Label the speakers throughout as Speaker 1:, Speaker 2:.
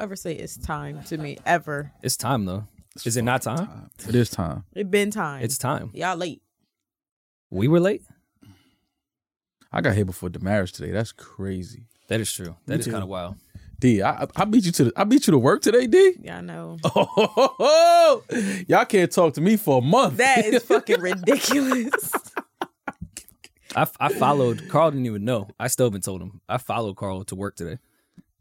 Speaker 1: ever say it's time to me ever.
Speaker 2: It's time though. Is it not time?
Speaker 3: It is time.
Speaker 1: It been time.
Speaker 2: It's time.
Speaker 1: y'all late.
Speaker 2: We were late.
Speaker 3: I got here before Damaris today. That's crazy.
Speaker 2: That is true. That is kind of wild.
Speaker 3: D, I, I- I beat you to the, I beat you to work today, D.
Speaker 1: Y'all know
Speaker 3: Oh, y'all can't talk to me for a month.
Speaker 1: that is fucking ridiculous.
Speaker 2: I, I followed Carl. Didn't even know. I still haven't told him. I followed Carl to work today.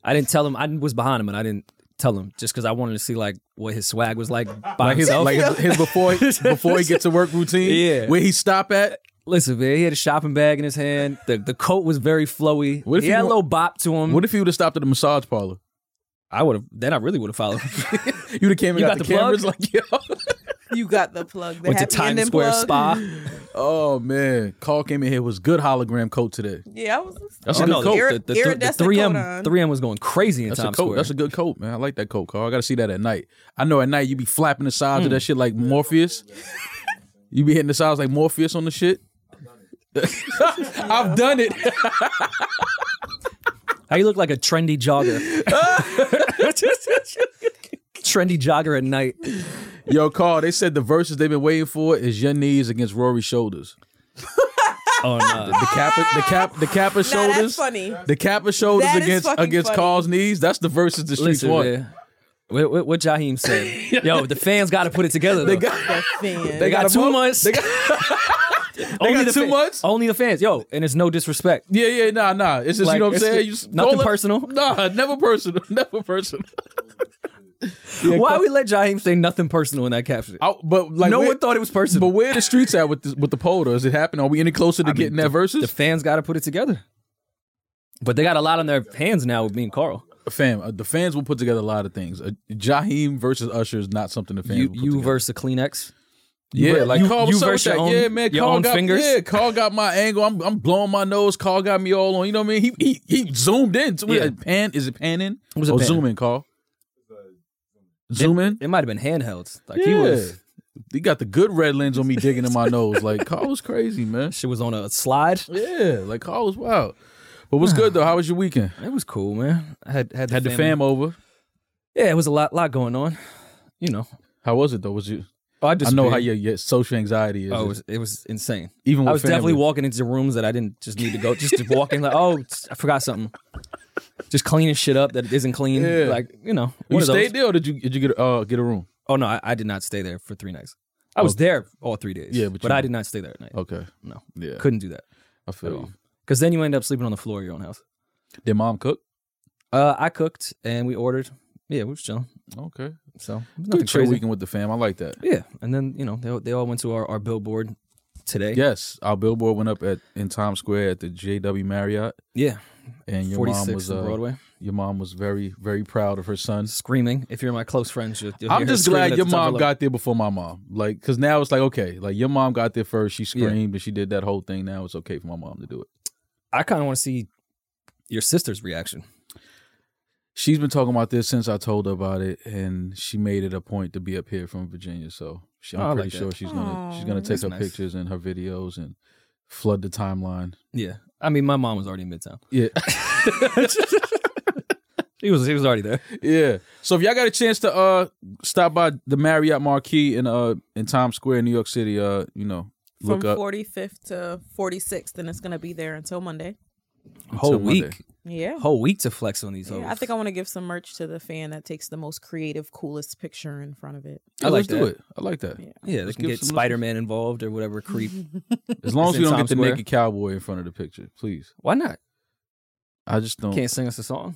Speaker 2: I didn't tell him. I was behind him, and I didn't tell him just because I wanted to see like what his swag was like by
Speaker 3: like his,
Speaker 2: himself.
Speaker 3: like his, his before before he get to work routine.
Speaker 2: Yeah.
Speaker 3: where he stop at.
Speaker 2: Listen, man, he had a shopping bag in his hand. The the coat was very flowy.
Speaker 3: What if
Speaker 2: he
Speaker 3: he
Speaker 2: had a
Speaker 3: wa-
Speaker 2: little bop to him.
Speaker 3: What if he would have stopped at the massage parlor?
Speaker 2: I would have? Then I really would have followed. him.
Speaker 3: You would have came and
Speaker 2: You
Speaker 3: got,
Speaker 2: got
Speaker 3: the,
Speaker 2: the
Speaker 3: cameras
Speaker 2: plug?
Speaker 3: like yo.
Speaker 1: you got the plug. The
Speaker 2: Went to
Speaker 1: happy
Speaker 2: Times
Speaker 1: ending
Speaker 2: Square
Speaker 1: plug.
Speaker 2: Spa.
Speaker 3: Oh man, Carl came in here was good hologram coat today.
Speaker 1: Yeah, I was just,
Speaker 3: That's
Speaker 2: Oh,
Speaker 3: a good
Speaker 2: no,
Speaker 3: coat.
Speaker 2: The, the, the, the,
Speaker 1: Iridescent
Speaker 2: 3M
Speaker 1: codon.
Speaker 2: 3M was going crazy in
Speaker 3: That's
Speaker 2: Times
Speaker 3: a coat.
Speaker 2: Square.
Speaker 3: That's a good coat, man. I like that coat, Carl. I gotta see that at night. I know at night you be flapping the sides
Speaker 2: Mm.
Speaker 3: of that shit like Morpheus. you be hitting the sides like Morpheus on the shit. I've done it.
Speaker 2: How you look like a trendy jogger. trendy jogger at night.
Speaker 3: Yo, Carl, they said the verses they've been waiting for is your knees against Rory's shoulders.
Speaker 2: Oh no.
Speaker 3: The Kappa, the cap, the Kappa
Speaker 1: Ah, nah,
Speaker 3: shoulders.
Speaker 1: that's funny.
Speaker 3: The Kappa shoulders
Speaker 1: That is
Speaker 3: against
Speaker 1: fucking
Speaker 3: against
Speaker 1: funny.
Speaker 3: Carl's knees. That's the verses the streets
Speaker 2: Listen,
Speaker 3: want.
Speaker 2: man. What, what, what Jaheim said. Yo, the fans got to put it together. They got,
Speaker 1: The fan.
Speaker 2: they got,
Speaker 3: got a
Speaker 2: two
Speaker 3: vote.
Speaker 2: months.
Speaker 3: They got-
Speaker 2: only
Speaker 3: got
Speaker 2: the
Speaker 3: two
Speaker 2: fa-
Speaker 3: months?
Speaker 2: Only the fans. Yo, and it's no disrespect.
Speaker 3: Yeah, yeah, nah, nah. It's just
Speaker 2: Like,
Speaker 3: you know what I'm
Speaker 2: it's
Speaker 3: saying.
Speaker 2: just
Speaker 3: You just-
Speaker 2: nothing
Speaker 3: don't let-
Speaker 2: personal.
Speaker 3: Nah, never personal. Never personal. Yeah,
Speaker 2: Why
Speaker 3: Carl-
Speaker 2: we let Jaheim say nothing personal in that caption?
Speaker 3: I- but like
Speaker 2: no
Speaker 3: where-
Speaker 2: one thought it was personal.
Speaker 3: But where the streets at with the, with the poll? Does it happen? Are we any closer to getting that
Speaker 2: the
Speaker 3: versus?
Speaker 2: fans got to put it together. But they got a lot on their hands now with me and Carl.
Speaker 3: Fam, uh, the fans will put together a lot of things. Uh, Jaheim versus Usher is not something the fans.
Speaker 2: You,
Speaker 3: will put
Speaker 2: you
Speaker 3: together.
Speaker 2: versus a Kleenex.
Speaker 3: yeah,
Speaker 2: ver-
Speaker 3: like
Speaker 2: you-
Speaker 3: Carl,
Speaker 2: you
Speaker 3: what's up with
Speaker 2: versus
Speaker 3: that?
Speaker 2: your own-
Speaker 3: yeah, man,
Speaker 2: your
Speaker 3: Carl
Speaker 2: own
Speaker 3: got
Speaker 2: fingers?
Speaker 3: yeah, Carl got my angle. I'm I'm blowing my nose. Carl got me all on. You know what I mean? He he, he zoomed in. So
Speaker 2: Yeah.
Speaker 3: pan is it panning?
Speaker 2: It was a
Speaker 3: oh,
Speaker 2: pan.
Speaker 3: zoom in, Carl. Zoom in.
Speaker 2: It might have been handhelds. Like
Speaker 3: Yeah.
Speaker 2: he was.
Speaker 3: He got the good red lens on me digging in my nose. Like Carl was crazy, man.
Speaker 2: Shit was on a slide.
Speaker 3: Yeah, like Carl was wild. But what's good though? How was your weekend?
Speaker 2: It was cool, man. I had had the,
Speaker 3: Had the
Speaker 2: family.
Speaker 3: fam over.
Speaker 2: Yeah, it was a lot lot going on. You know,
Speaker 3: How was it though? Was you?
Speaker 2: oh, I
Speaker 3: I know how
Speaker 2: disappeared.
Speaker 3: your, your social anxiety is.
Speaker 2: Oh, it was, it was insane.
Speaker 3: Even
Speaker 2: I
Speaker 3: with
Speaker 2: was definitely
Speaker 3: family.
Speaker 2: walking into rooms that I didn't just need to go. Just to walk in, like, oh, it's- I forgot something. Just cleaning shit up that isn't clean.
Speaker 3: Yeah.
Speaker 2: Like, you know,
Speaker 3: you
Speaker 2: one of those.
Speaker 3: stayed there, or did you did you get uh get a room?
Speaker 2: Oh no, I, I did not stay there for three nights. I was there all three days.
Speaker 3: Oh. Yeah, but you-
Speaker 2: I did not stay there at night.
Speaker 3: Okay,
Speaker 2: No,
Speaker 3: yeah,
Speaker 2: couldn't do that
Speaker 3: I
Speaker 2: at
Speaker 3: feel.
Speaker 2: all.
Speaker 3: You.
Speaker 2: Because then you end up sleeping on the floor of your own house.
Speaker 3: Did mom cook?
Speaker 2: Uh, I cooked and we ordered. Yeah, we was chilling.
Speaker 3: Okay,
Speaker 2: So it was nothing
Speaker 3: good chill
Speaker 2: crazy.
Speaker 3: weekend with the fam. I like that.
Speaker 2: Yeah, and then you know they they all went to our, our billboard today.
Speaker 3: Yes, our billboard went up at in Times Square at the JW Marriott,
Speaker 2: yeah.
Speaker 3: and your
Speaker 2: Forty
Speaker 3: mom was
Speaker 2: six on
Speaker 3: uh,
Speaker 2: Broadway,
Speaker 3: your mom was very very proud of her son.
Speaker 2: screaming. If you're my close friends, you'll, you'll
Speaker 3: I'm
Speaker 2: hear her
Speaker 3: just
Speaker 2: screaming
Speaker 3: glad
Speaker 2: at
Speaker 3: your
Speaker 2: the top
Speaker 3: mom
Speaker 2: of the-
Speaker 3: got there before my mom. Like, cause now it's like okay, like your mom got there first. She screamed and she did that whole thing. Now it's okay for my mom to do it.
Speaker 2: I kind of want to see your sister's reaction.
Speaker 3: She's been talking about this since I told her about it, and she made it a point to be up here from Virginia. So she, I'm
Speaker 2: Oh, I
Speaker 3: pretty
Speaker 2: like that.
Speaker 3: sure she's gonna she's
Speaker 1: Aw,
Speaker 3: gonna take
Speaker 2: that's
Speaker 3: her
Speaker 2: nice.
Speaker 3: pictures and her videos and flood the timeline.
Speaker 2: Yeah, I mean, my mom was already in Midtown.
Speaker 3: Yeah,
Speaker 2: He was he was already there.
Speaker 3: yeah. So if y'all got a chance to uh stop by the Marriott Marquis in uh in Times Square in New York City, uh you know
Speaker 1: From
Speaker 3: look up
Speaker 1: 45th to 46th, and it's gonna be there until Monday.
Speaker 2: Whole
Speaker 3: Monday.
Speaker 2: week,
Speaker 1: Yeah.
Speaker 2: whole week to flex on these. hoes.
Speaker 1: Yeah, I think I want to give some merch to the fan that takes the most creative, coolest picture in front of it.
Speaker 3: Yeah,
Speaker 2: I like
Speaker 3: let's do
Speaker 2: that.
Speaker 3: it. I like that.
Speaker 2: yeah, they
Speaker 3: Let's give
Speaker 2: can get
Speaker 3: some listens.
Speaker 2: Spider Man involved or whatever creep.
Speaker 1: Mm-hmm.
Speaker 3: As long
Speaker 2: It's
Speaker 3: as we
Speaker 2: in
Speaker 3: don't get
Speaker 2: Times
Speaker 3: the
Speaker 2: Square.
Speaker 3: naked cowboy in front of the picture, please.
Speaker 2: Why not?
Speaker 3: I just don't.
Speaker 2: Can't sing us a song.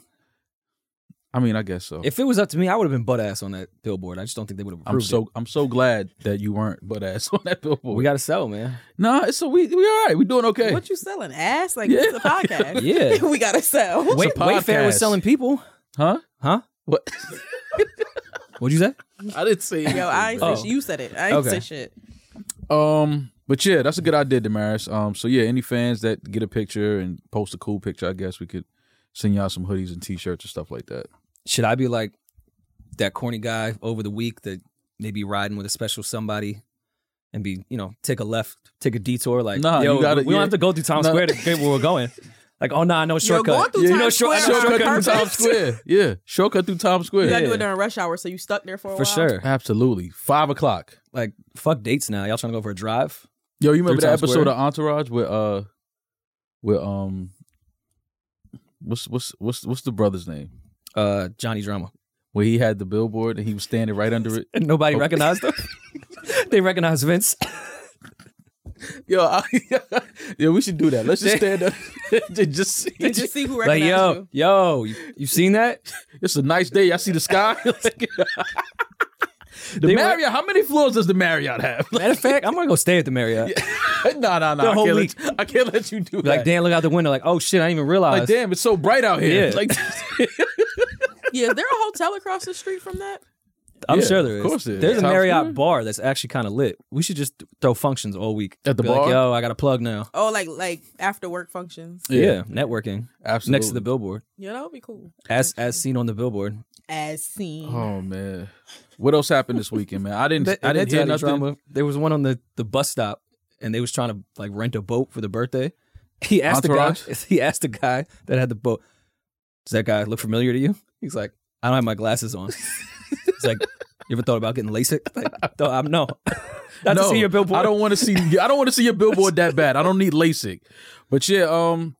Speaker 3: I mean, I guess so.
Speaker 2: If it was up to me, I would have been butt ass on that billboard. I just don't think they would have
Speaker 3: Oh. I'm
Speaker 2: approved
Speaker 3: so
Speaker 2: it.
Speaker 3: I'm so glad that you weren't butt ass on that billboard.
Speaker 2: We got to sell, man.
Speaker 3: nah, it's so we we all right. We doing okay.
Speaker 1: What you selling? Ass? Like
Speaker 3: Yeah.
Speaker 1: it's a podcast.
Speaker 2: Yeah.
Speaker 1: we gotta sell.
Speaker 2: Wait,
Speaker 3: a
Speaker 2: Wayfair was
Speaker 3: podcast.
Speaker 2: selling people,
Speaker 3: huh?
Speaker 2: huh?
Speaker 3: What?
Speaker 2: What'd you say?
Speaker 3: I didn't see.
Speaker 1: Yo, I ain't
Speaker 2: Oh.
Speaker 1: say shit. you said it. I ain't
Speaker 2: Okay.
Speaker 1: say shit.
Speaker 3: Um, but yeah, that's a good idea, Damaris. Um, so yeah, any fans that get a picture and post a cool picture, I guess we could send y'all some hoodies and t-shirts and stuff like that.
Speaker 2: should I be like that corny guy over the week that maybe riding with a special somebody and be, you know, take a left, take a detour? Like,
Speaker 3: Nah,
Speaker 2: yo,
Speaker 3: you gotta-
Speaker 2: we don't
Speaker 3: yeah.
Speaker 2: have to go through Times
Speaker 3: Nah.
Speaker 2: Square to get where we're going. Like, oh no, I know
Speaker 1: You're going
Speaker 2: shortcut.
Speaker 1: through
Speaker 3: Yeah, you
Speaker 1: Times
Speaker 2: know, short-
Speaker 1: Square.
Speaker 2: I know
Speaker 1: on
Speaker 3: Shortcut through
Speaker 1: purpose.
Speaker 3: Times Square. Yeah. Shortcut through Times
Speaker 1: You
Speaker 3: Square.
Speaker 1: gotta do
Speaker 2: Yeah.
Speaker 1: it during rush hour, so you stuck there for a
Speaker 2: for
Speaker 1: while.
Speaker 2: sure.
Speaker 3: Absolutely. Five o'clock.
Speaker 2: Like, fuck dates now. Y'all trying to go for a drive?
Speaker 3: Yo, you remember
Speaker 2: Through
Speaker 3: that
Speaker 2: Times
Speaker 3: episode
Speaker 2: Square.
Speaker 3: of Entourage with uh with um what's what's what's what's the brother's name?
Speaker 2: Uh, Johnny Drama.
Speaker 3: Where he had the billboard and he was standing right under it.
Speaker 2: And nobody
Speaker 3: Oh.
Speaker 2: recognized them. they recognized Vince.
Speaker 3: Yo, I, yo, we should do that. Let's just stand up. and just see.
Speaker 1: And just see who
Speaker 2: like,
Speaker 1: recognizes
Speaker 2: yo,
Speaker 1: you.
Speaker 2: yo, you, you seen that?
Speaker 3: It's a nice day. I see the sky. the
Speaker 2: were-
Speaker 3: Marriott. how many floors does the Marriott have?
Speaker 2: Matter of fact, I'm gonna go stay at the Marriott.
Speaker 3: no, no,
Speaker 2: The
Speaker 3: no. I
Speaker 2: whole
Speaker 3: can't,
Speaker 2: week.
Speaker 3: let you, I can't let you do
Speaker 2: Be Like,
Speaker 3: that.
Speaker 2: damn, look out the window. Like, oh shit, I didn't even realize.
Speaker 3: like damn, it's so bright out here.
Speaker 2: Yeah.
Speaker 3: Like,
Speaker 1: Yeah, is there a hotel across the street from that?
Speaker 2: I'm
Speaker 3: Yeah,
Speaker 2: sure there is.
Speaker 3: of course there is.
Speaker 2: There's a
Speaker 3: Times
Speaker 2: Marriott
Speaker 3: Square?
Speaker 2: bar that's actually kind of lit. We should just throw functions all week
Speaker 3: At the
Speaker 2: Be
Speaker 3: bar?
Speaker 2: Like, Yo, I got a plug now.
Speaker 1: Oh, like like after work functions.
Speaker 2: Yeah, networking
Speaker 3: absolutely.
Speaker 2: next to the billboard,
Speaker 1: Yeah, that would be cool.
Speaker 2: as as seen on the billboard.
Speaker 1: As seen.
Speaker 3: Oh man, what else happened this weekend, man? I didn't. I
Speaker 2: And
Speaker 3: didn't
Speaker 2: that
Speaker 3: hear
Speaker 2: Johnny
Speaker 3: nothing.
Speaker 2: Drama, there was one on the the bus stop, and they was trying to like rent a boat for the birthday. He asked the guy.
Speaker 3: Entourage?
Speaker 2: He asked the guy that had the boat. Does that guy look familiar to you? He's like, I don't have my glasses on. He's like, you ever thought about getting LASIK? Like, no, I'm no.
Speaker 3: no,
Speaker 2: Not to see your billboard.
Speaker 3: I don't want to see. I don't want to see your billboard that bad. I don't need LASIK. But yeah, um,